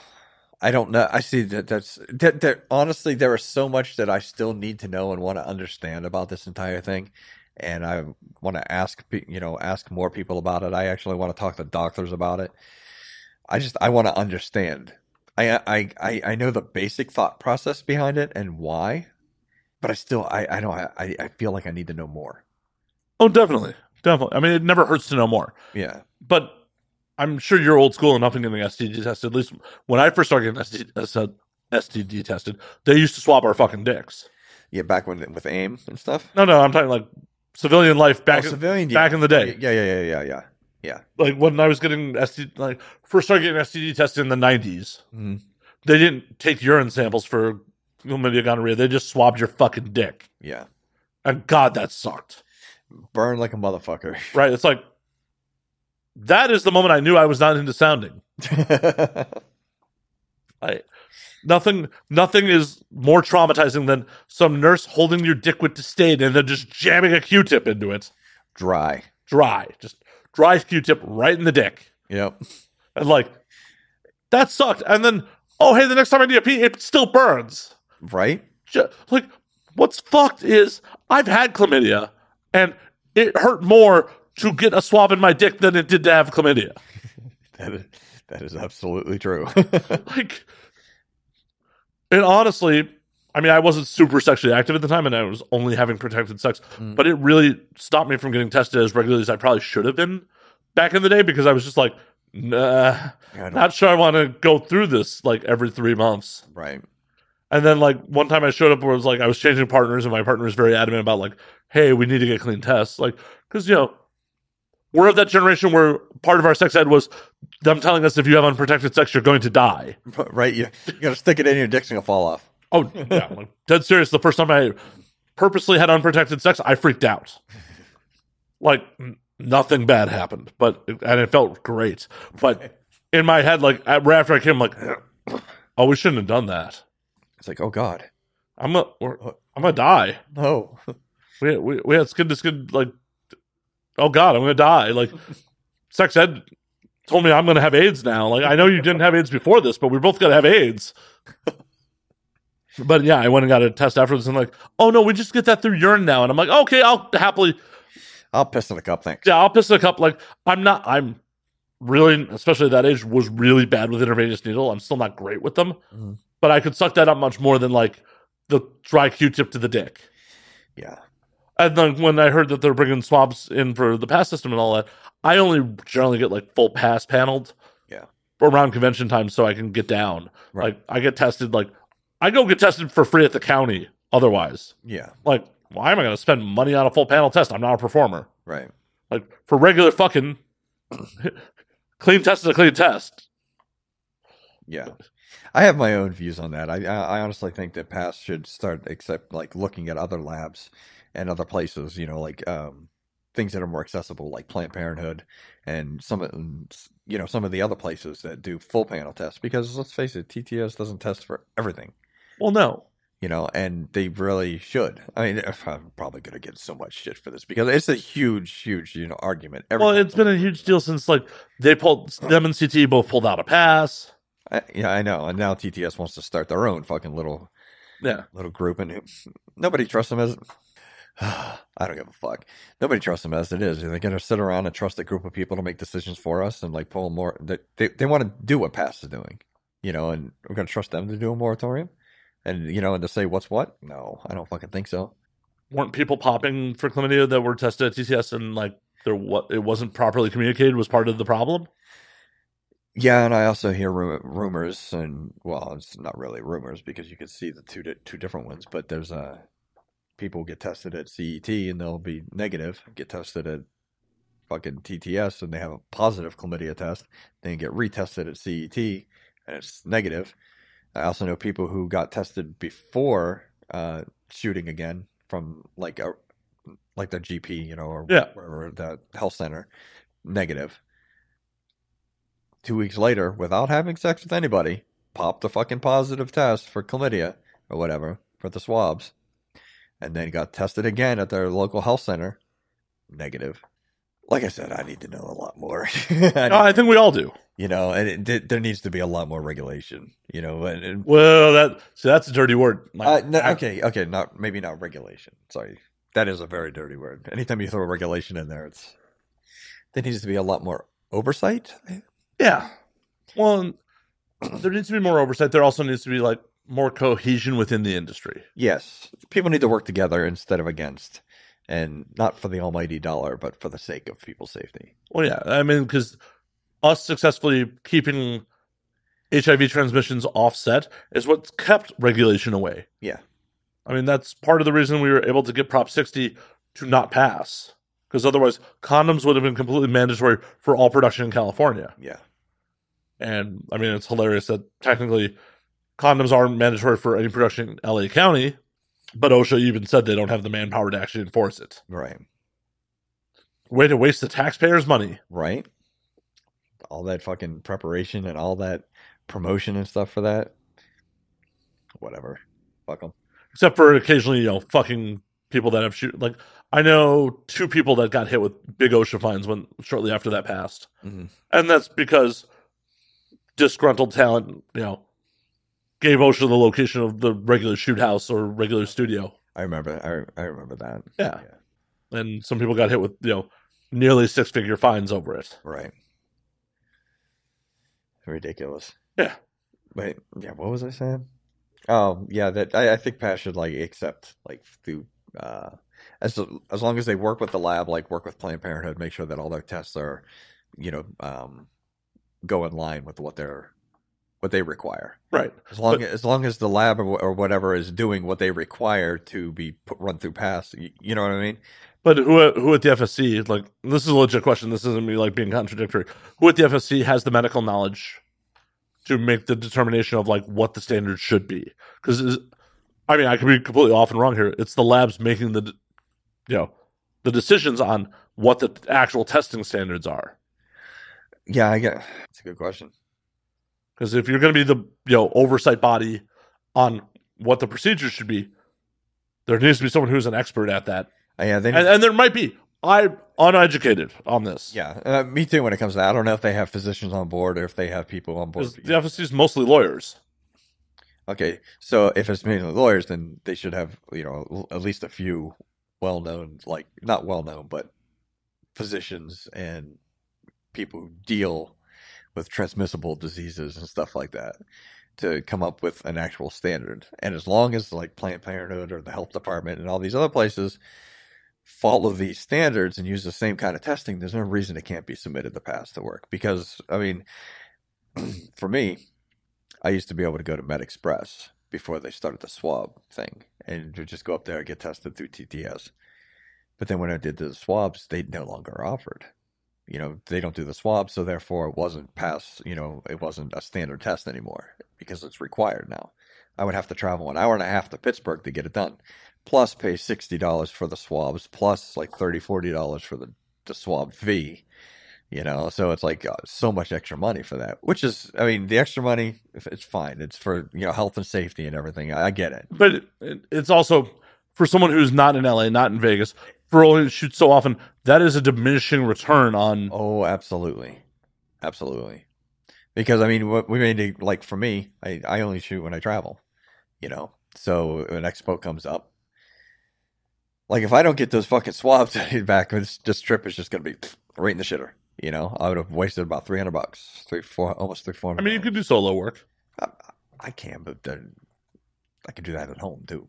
I don't know. I see that. That's that. That honestly, there is so much that I still need to know and want to understand about this entire thing, and I want to ask, pe- you know, ask more people about it. I actually want to talk to doctors about it. I just I want to understand. I I I, I know the basic thought process behind it and why, but I still I I don't I I feel like I need to know more. Oh, definitely, definitely. I mean, it never hurts to know more. Yeah. But I'm sure you're old school enough in getting STD tested. At least when I first started getting STD, STD tested, they used to swab our fucking dicks. Yeah. Back when with AIM and stuff. No, no, I'm talking like civilian life back Oh, in- civilian. back in the day. Yeah. Yeah. Yeah. Yeah. Yeah. like when I was getting STD, like first started getting STD tested in the nineties, Mhm. they didn't take urine samples for chlamydia, gonorrhea. They just swabbed your fucking dick, Yeah. and God, that sucked. Burn like a motherfucker. [laughs] Right? It's like that is the moment I knew I was not into sounding. I nothing, nothing is more traumatizing than some nurse holding your dick with the stain and then just jamming a Q-tip into it, Dry. dry, just dry Q-tip right in the dick. Yep. and like that sucked. And then oh hey, the next time I need a pee, it still burns. Right? Ju- like what's fucked is I've had chlamydia, and it hurt more to get a swab in my dick than it did to have chlamydia. [laughs] That is, that is absolutely true. [laughs] Like, and honestly. I mean, I wasn't super sexually active at the time, and I was only having protected sex. Mm. But it really stopped me from getting tested as regularly as I probably should have been back in the day because I was just like, nah, I don't- not sure I want to go through this like every three months. right. [laughs] And then like one time I showed up where it was like I was changing partners and my partner was very adamant about like, hey, we need to get clean tests. Like, because you know, we're of that generation where part of our sex ed was them telling us if you have unprotected sex, you're going to die. Right. You, you got to stick it in your dick's and it'll fall off. [laughs] Oh yeah, like dead serious. The first time I purposely had unprotected sex, I freaked out. Like n- nothing bad happened, but and it felt great. But [laughs] in my head, like at- right after I came, I'm like, oh, we shouldn't have done that. It's like, oh God. I'm a, we're, I'm gonna die. No. [laughs] we we, we had skin to skin like oh god i'm gonna die like sex ed told me i'm gonna have aids now like i know you didn't have aids before this but we both gotta have aids but yeah i went and got a test afterwards and like oh no we just get that through urine now and i'm like okay i'll happily I'll piss in a cup, thanks. yeah i'll piss in a cup like i'm not i'm really especially at that age was really bad with intravenous needle i'm still not great with them Mhm. but i could suck that up much more than like the dry q-tip to the dick Yeah. and then when I heard that they're bringing swabs in for the pass system and all that, I only generally get like full pass paneled. Yeah. Around convention time so I can get down. Right. Like I get tested like I go get tested for free at the county otherwise. Yeah. Like why am I going to spend money on a full panel test? I'm not a performer. Right. Like for regular fucking [laughs] clean test is a clean test. Yeah. I have my own views on that. I I I honestly think that Pass should start except like looking at other labs and other places, you know, like um things that are more accessible like Planned Parenthood and some of you know, some of the other places that do full panel tests because let's face it, TTS doesn't test for everything, Well, no. you know, and they really should. I mean, I'm probably going to get so much shit for this because it's a huge huge, you know, argument. Well, Everything- it's been a huge deal since like they pulled them and CT both pulled out a pass. I, yeah, I know. And now TTS wants to start their own fucking little Yeah. little group, and it- nobody trusts them as. [sighs] I don't give a fuck. Nobody trusts them as it is. They're going to sit around and trust a group of people to make decisions for us and like pull more. They they, they want to do what Pass is doing, you know, and we're going to trust them to do a moratorium, and you know, and to say what's what. No, I don't fucking think so. weren't people popping for chlamydia that were tested at TCS and like there what it wasn't properly communicated was part of the problem. Yeah, and I also hear ru- rumors, and well, it's not really rumors because you can see the two di- two different ones. But there's uh, people get tested at CET and they'll be negative. Get tested at fucking TTS and they have a positive chlamydia test. Then get retested at CET and it's negative. I also know people who got tested before uh, shooting again from like a like their GP, you know, or Yeah. whatever the health center, negative. Two weeks later, without having sex with anybody, popped a fucking positive test for chlamydia or whatever for the swabs, and then got tested again at their local health center, negative. Like I said, I need to know a lot more. [laughs] I No, Oh, I think we all do. you know, and it, th- there needs to be a lot more regulation, you know. And, and Well, that so that's a dirty word. uh, Like, no, I- okay, okay, not maybe not regulation. Sorry, that is a very dirty word. Anytime you throw regulation in there, it's there needs to be a lot more oversight. Yeah. Well, and there needs to be more oversight. There also needs to be like more cohesion within the industry. Yes, people need to work together instead of against, and not for the almighty dollar, but for the sake of people's safety. Well, yeah. I mean, because us successfully keeping HIV transmissions offset is what's kept regulation away. Yeah. I mean, that's part of the reason we were able to get Prop 60 to not pass, because otherwise condoms would have been completely mandatory for all production in California. Yeah, And I mean, it's hilarious that technically condoms are mandatory for any production in LA County, but OSHA even said they don't have the manpower to actually enforce it. right, Way to waste the taxpayers' money. right. All that fucking preparation and all that promotion and stuff for that. Whatever, fuck 'em. except for occasionally, you know, fucking people that have shoot. Like I know two people that got hit with big OSHA fines when shortly after that passed, Mhm. and that's because disgruntled talent, you know, gave OSHA the location of the regular shoot house or regular studio, I remember. I I remember that. Yeah. and some people got hit with you know nearly six figure fines over it. Right. Ridiculous. Yeah. Wait. Yeah. What was I saying? Oh, yeah. That I, I think Pat should like accept like do uh as as long as they work with the lab, like work with Planned Parenthood, make sure that all their tests are, you know, um go in line with what they're what they require. Right. As long as long as the lab or, wh- or whatever is doing what they require to be put, run through pass, you, you know what I mean? But who at- who at the FSC like this is a legit question. This isn't me like being contradictory. Who at the FSC has the medical knowledge to make the determination of like what the standard should be? Because I mean, I could be completely off and wrong here. It's the labs making the d- you know the decisions on what the actual testing standards are. Yeah, I get. That's a good question. Because if you're going to be the you know oversight body on what the procedure should be, there needs to be someone who's an expert at that, Uh, yeah, they. and, and there might be. I'm uneducated on this. yeah, uh, me too. When it comes to, that. I don't know if they have physicians on board or if they have people on board. Because the FSC is mostly lawyers. Okay, so if it's mainly lawyers, then they should have you know l- at least a few well-known, like not well-known, but physicians and people who deal with transmissible diseases and stuff like that to come up with an actual standard. And as long as like Planned Parenthood or the health department and all these other places follow these standards and use the same kind of testing, there's no reason it can't be submitted to pass the work. Because I mean, [clears throat] for me, I used to be able to go to Med Express before they started the swab thing and to just go up there and get tested through TTS. But then when I did the swabs, they no longer offered. You know, they don't do the swab, so therefore it wasn't pass, you know, it wasn't a standard test anymore because it's required now. I would have to travel an hour and a half to Pittsburgh to get it done, plus pay $60 for the swabs, plus like $30, $40 for the, the swab fee you know so it's like uh, so much extra money for that which is i mean the extra money if- it's fine it's for you know health and safety and everything i, I get it But it, it- it's also for someone who's not in LA, not in Vegas, for only to shoot so often, that is a diminishing return on. oh absolutely absolutely because i mean what we made it like for me i i only shoot when i travel you know so an expo comes up like if i don't get those fucking swabs [laughs] back this, this trip is just gonna be right in the shitter you know i would have wasted about 300 bucks three four almost three four I mean, you could do solo work, i can but then i could do that at home too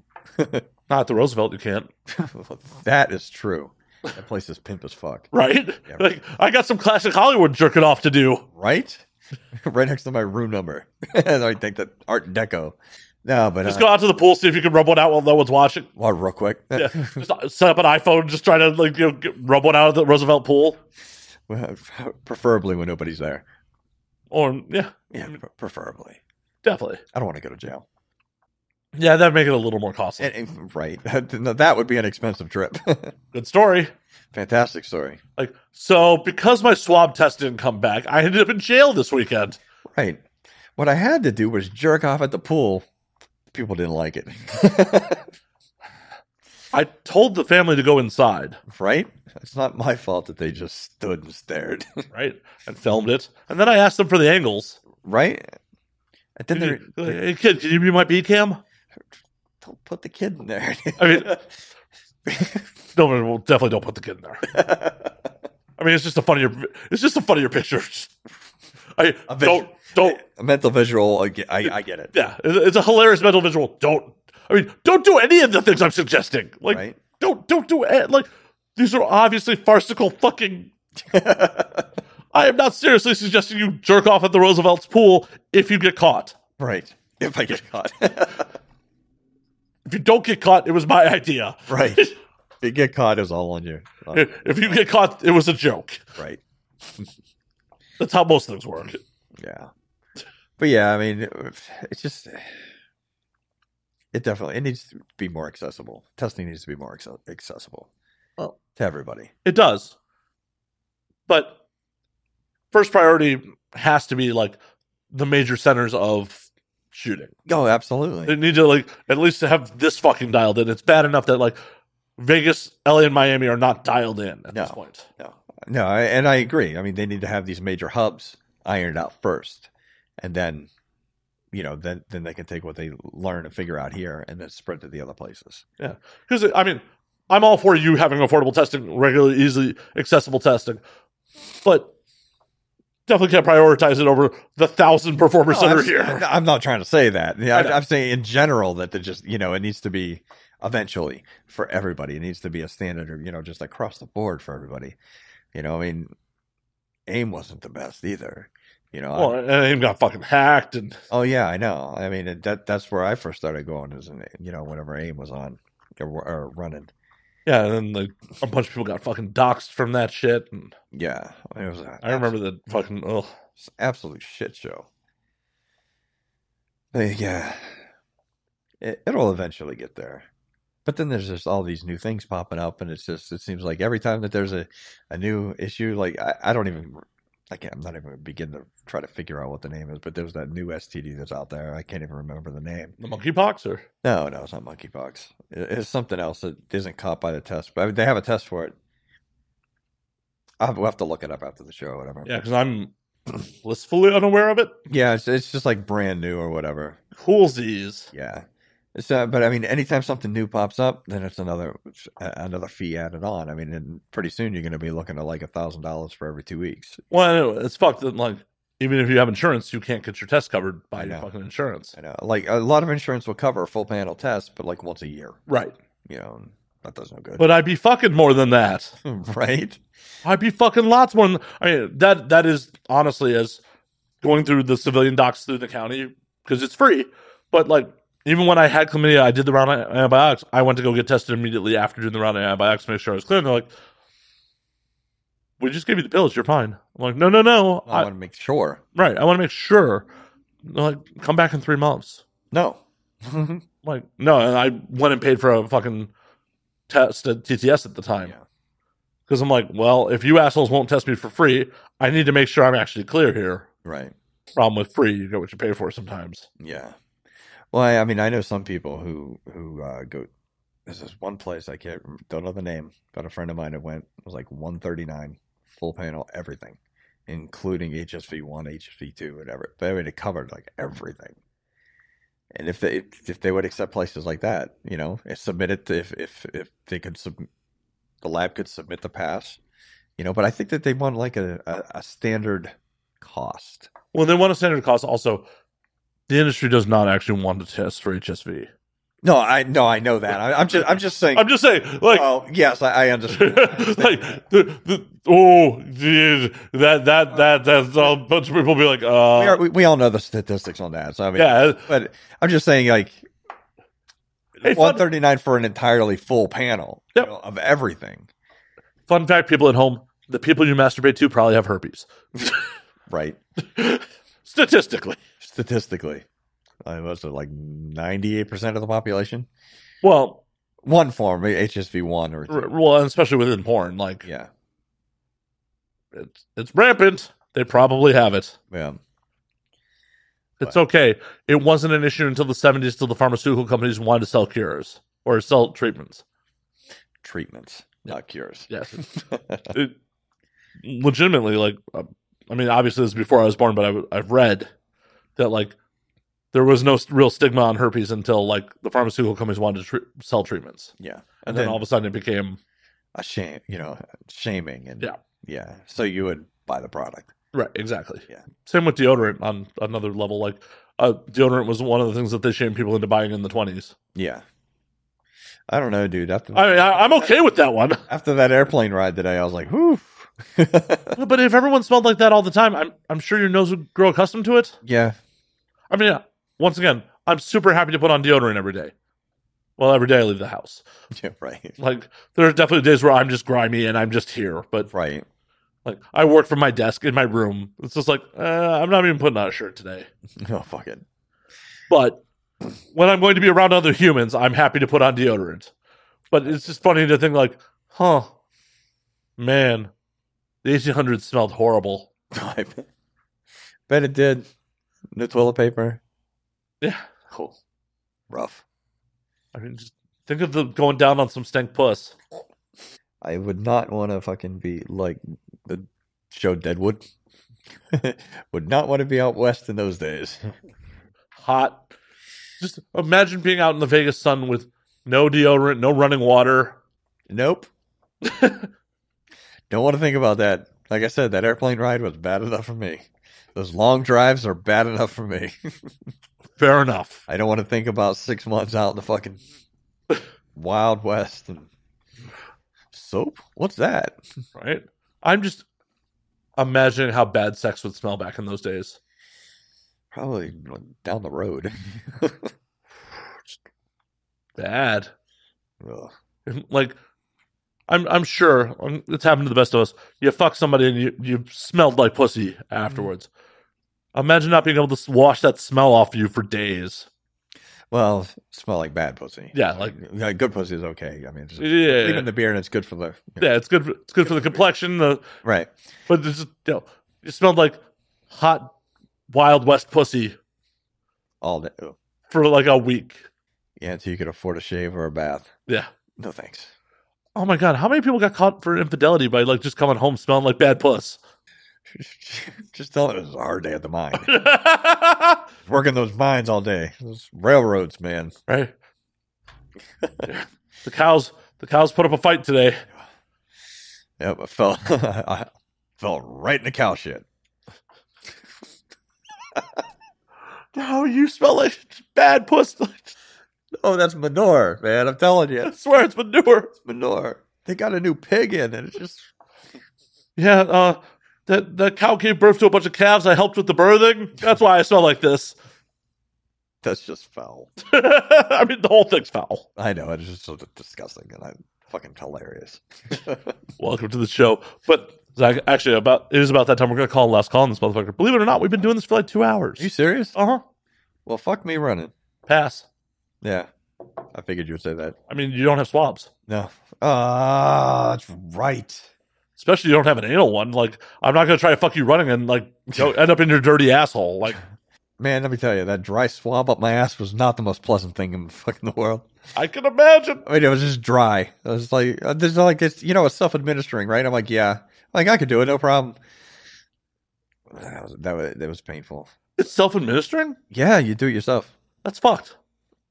not at the Roosevelt. You can't, [laughs] [laughs] Well, that is true. That place is pimp as fuck. right? Yeah. Like I got some classic Hollywood jerking off to do. Right? [laughs] right next to my room number. [laughs] and I think that Art Deco. No, but Just uh, go out to the pool, see if you can rub one out while no one's watching. [laughs] well, real quick. Yeah, just set up an iPhone, just try to like you know, get, rub one out of the Roosevelt pool, Well, preferably when nobody's there. or yeah, Yeah, pre- preferably. definitely, I don't want to go to jail. yeah, that'd make it a little more costly. And, and- right. [laughs] No, that would be an expensive trip. [laughs] Good story. Fantastic story. Like, so because my swab test didn't come back, I ended up in jail this weekend. Right. What I had to do was jerk off at the pool. People didn't like it. [laughs] I told the family to go inside, [laughs] right? It's not my fault that they just stood and stared. [laughs] right? And filmed it. And then I asked them for the angles. right? And then Like, they're, they're- Hey, kid, can you be my B cam? don't put the kid in there. [laughs] I [laughs] mean, no, no, no, definitely don't put the kid in there. [laughs] I mean, it's just a funnier, it's just a funnier picture. I A vis- don't, don't, A mental visual. I, get- I, I get it. yeah, it- it's a hilarious mental visual. Don't, I mean, don't do any of the things I'm suggesting. Like, Right. don't, don't do it. Like, these are obviously farcical [laughs] fucking I am not seriously suggesting you jerk off at the Roosevelt's pool if you get caught. right. If [laughs] I get caught. [laughs] If you don't get caught, it was my idea. right. If you get caught, it's all on you. Uh, [laughs] If you get caught, it was a joke. Right. That's how most things work. Yeah. But yeah, I mean, it's just. It definitely it needs to be more accessible. Testing needs to be more acce- accessible. Well, to everybody. It does. But first priority has to be like the major centers of shooting. Oh, absolutely. They need to like at least have this fucking dialed in. It's bad enough that like Vegas, LA, and Miami are not dialed in at this No. point. No, no, I- and I agree. I mean, they need to have these major hubs ironed out first, and then, you know, then then they can take what they learn and figure out here, and then spread to the other places. Because I mean, I'm all for you having affordable testing, regular, easily accessible testing, but definitely can't prioritize it over the thousand performer No, center I'm, here. [laughs] I'm not trying to say that. Yeah, I I'm, know. I'm saying in general that they just, you know, it needs to be eventually for everybody. It needs to be a standard, or you know, just across the board for everybody. You know, I mean, aim wasn't the best either. You know, [laughs] I- Well, and it got fucking hacked, and Oh yeah, I know. I mean, it, that that's where I first started going is in, you know whenever AIM was on or, or running. yeah, and then like a bunch of people got fucking doxxed from that shit. And Yeah, it was. a- I remember that fucking oh, it's an absolute shit show. But, yeah, it, it'll eventually get there. But then there's just all these new things popping up, and it's just it seems like every time that there's a, a new issue, like I, I don't even I can't I'm not even begin to try to figure out what the name is. But there's that new STD that's out there. I can't even remember the name. the monkeypox or No, no, it's not monkeypox. It- It's something else that isn't caught by the test. But I mean, they have a test for it. I'll, we'll have to look it up after the show or whatever. yeah, because I'm blissfully unaware of it. Yeah, it's, it's just like brand new or whatever. Coolsies. Yeah. So, but I mean, anytime something new pops up, then it's another it's a- another fee added on. I mean, and pretty soon you're going to be looking at like a thousand dollars for every two weeks. Well, anyway, it's fucked. That like even if you have insurance, you can't get your test covered I by your know. fucking insurance. I know, like a lot of insurance will cover a full panel test, but like once a year, Right, you know, and that does no good, but I'd be fucking more than that. [laughs] right? I'd be fucking lots more. Than, I mean, that that is honestly as going through the civilian docs through the county because it's free. But like, even when I had chlamydia, I did the round of antibiotics. I went to go get tested immediately after doing the round of antibiotics to make sure I was clear. And they're like, "We just gave you the pills. You're fine." I'm like, "No, no, no. I I, want to make sure. right. I want to make sure." They're like, "Come back in three months." No, [laughs] I'm like, no. And I went and paid for a fucking test at TTS at the time. Yeah. Because I'm like, well, if you assholes won't test me for free, I need to make sure I'm actually clear here. right? Problem with free, you get what you pay for sometimes. Yeah. Well, I, I mean, I know some people who who uh, go. There's this one place I can't rem- don't know the name, but a friend of mine that went it was like 139 full panel everything, including HSV one, HSV two, whatever. But I mean, it covered like everything. And if they if they would accept places like that, you know, and submit it to, if if if they could sub, the lab could submit the pass, you know. But I think that they want like a a, a standard cost. Well, they want a standard cost. Also, the industry does not actually want to test for HSV. No, I no, I know that. I, I'm just I'm just saying. I'm just saying, like, oh yes, I, I [laughs] understand. like the, the oh dude, that that that that's all. A bunch of people be like, uh, we, are, we, we all know the statistics on that. So I mean, yeah. but I'm just saying, like Hey, fun, 139 for an entirely full panel you Yep. know, of everything, fun fact, people at home, the people you masturbate to probably have herpes. right? [laughs] Statistically, Statistically, I was it like 98 percent of the population? well, One form, HSV one or r- well, and especially within porn, like yeah, it's it's rampant. They probably have it. yeah, It's okay. It wasn't an issue until the 70s, till the pharmaceutical companies wanted to sell cures or sell treatments. treatments, not cures. Yes. it, legitimately, like, uh, I mean, obviously, this is before I was born, but i w- I've read that, like, there was no s- real stigma on herpes until, like, the pharmaceutical companies wanted to tre- sell treatments. [laughs] Yeah, and, And, then, all of a sudden it became, a shame, you know, shaming and Yeah. yeah. So you would buy the product. right, exactly. Yeah. Same with deodorant on another level. Like, uh, deodorant was one of the things that they shamed people into buying in the 20s. Yeah, I don't know, dude. After I mean, I, I'm okay with that one. [laughs] after that airplane ride today, I was like, whew. Well, But if everyone smelled like that all the time, I'm I'm sure your nose would grow accustomed to it. yeah. I mean, yeah, once again, I'm super happy to put on deodorant every day. Well, every day I leave the house. [laughs] Yeah, right. [laughs] Like there are definitely days where I'm just grimy and I'm just here. But Right. like I work from my desk in my room. It's just like uh, I'm not even putting on a shirt today. Oh fuck it. [laughs] But when I'm going to be around other humans, I'm happy to put on deodorant. But it's just funny to think like, huh, man, the 1800s smelled horrible. I bet it did. No toilet paper. Yeah. [laughs] Cool. Rough. I mean, just think of the going down on some stank puss. I would not want to fucking be like the show Deadwood. [laughs] would not want to be out west in those days. [laughs] Hot. Just imagine being out in the Vegas sun with no deodorant, no running water. Nope. Don't want to think about that. Like I said, that airplane ride was bad enough for me. Those long drives are bad enough for me. Fair enough. I don't want to think about six months out in the fucking Wild West and soap. What's that? Right? I'm just imagining how bad sex would smell back in those days. Probably down the road. [laughs] Bad. Ugh. [laughs] like I'm I'm sure um, it's happened to the best of us. You fuck somebody and you you smelled like pussy afterwards. Imagine not being able to s- wash that smell off you for days. Well, smell like bad pussy. Yeah, like Yeah, good pussy is okay. I mean, it's just, yeah, even the beer and it's good for the yeah. It's good. For, it's good for the complexion. The right. but it's just, you know, it smelled like hot Wild West pussy All day. oh. for like a week. Yeah, until you could afford a shave or a bath. Yeah. No thanks. [laughs] Oh my god, how many people got caught for infidelity by like just coming home smelling like bad puss? just tell it it was a hard day at the mine. right? Working those mines all day. Those railroads, man. the cows the cows put up a fight today. Yep, I fell. [laughs] I fell right in the cow [laughs] shit. No, you smell like bad puss. Oh, that's manure, man. I'm telling you, I swear it's manure. it's manure. They got a new pig in, and it's just Yeah, uh, that that cow gave birth to a bunch of calves. I helped with the birthing. That's why I smell like this. [laughs] that's just foul. I mean, the whole thing's foul. I know it's just so disgusting, and I'm fucking hilarious. Welcome to the show. But Zach, actually, about it is about that time. We're gonna call the last call on this motherfucker. Believe it or not, we've been doing this for like two hours. you serious? Uh huh. Well, fuck me running. Pass. Yeah, I figured you would say that. I mean, you don't have swabs. No, ah, that's right. Especially you don't have an anal one. Like, I'm not gonna try to fuck you running and like you [laughs] know, end up in your dirty asshole. Like, Man, let me tell you, that dry swab up my ass was not the most pleasant thing in fucking the [laughs] world. I can imagine. I mean, it was just dry. I was like, uh, there's like it's you know, it's self administering, right? I'm like, yeah, like I could do it, no problem. That was, that was that was painful. It's self administering. Yeah, you do it yourself. That's fucked.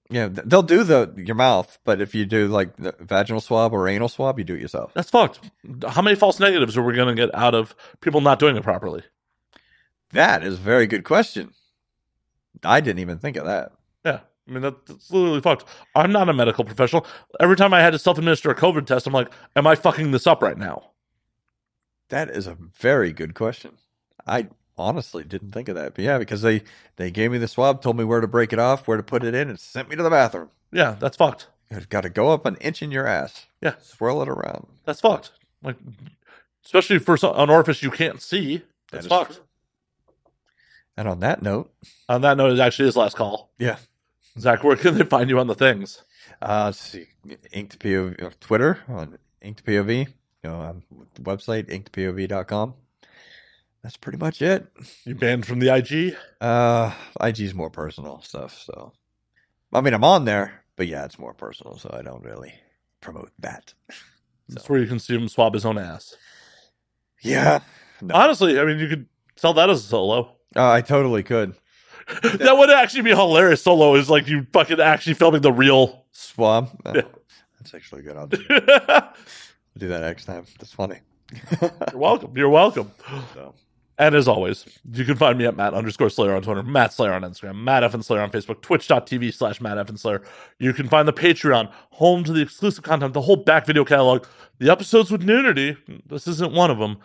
Yeah, th- they'll do the your mouth, but if you do like the vaginal swab or anal swab, you do it yourself. That's fucked. How many false negatives are we going to get out of people not doing it properly? That is a very good question. I didn't even think of that. Yeah. I mean, that, that's literally fucked. I'm not a medical professional. Every time I had to self administer a COVID test, I'm like, am I fucking this up right now? That is a very good question. I honestly didn't think of that, but yeah, because they they gave me the swab, told me where to break it off, where to put it in, and sent me to the bathroom. Yeah, that's fucked. You've got to go up an inch in your ass. Yeah. Swirl it around. That's fucked. Like, especially for so- an orifice you can't see. That That's is fucked. true. And on that note, On that note, it actually is last call. Yeah. Zach, where can they find you on the things? uh, let's see, Inked POV, uh, Twitter on Inked POV, you know, um, the website, inkedpov.com. That's pretty much it. You banned from the IG? Uh, IG's more personal stuff, so. I mean, I'm on there, but yeah, it's more personal, so I don't really promote that. That's where you can see him swab his own ass. Yeah. No. Honestly, I mean, you could sell that as a solo. Uh, I totally could. [laughs] that would actually be hilarious solo is like you fucking actually filming the real [laughs] Swab. Uh, Yeah. That's actually good. I'll do, you're do that next time. That's funny. welcome you're welcome So. and as always you can find me at matt underscore slayer on twitter matt slayer on instagram matt f and slayer on facebook twitch.tv slash matt f and slayer you can find the patreon home to the exclusive content the whole back video catalog the episodes with nudity this isn't one of them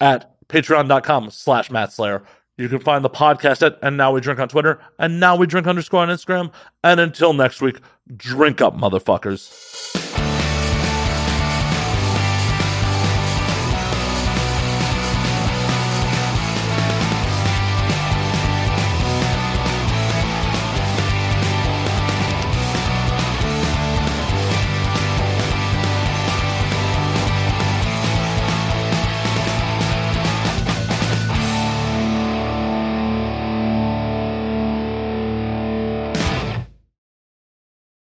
at patreon.com slash matt slayer you can find the podcast at and now we drink on twitter and now we drink underscore on instagram and until next week drink up motherfuckers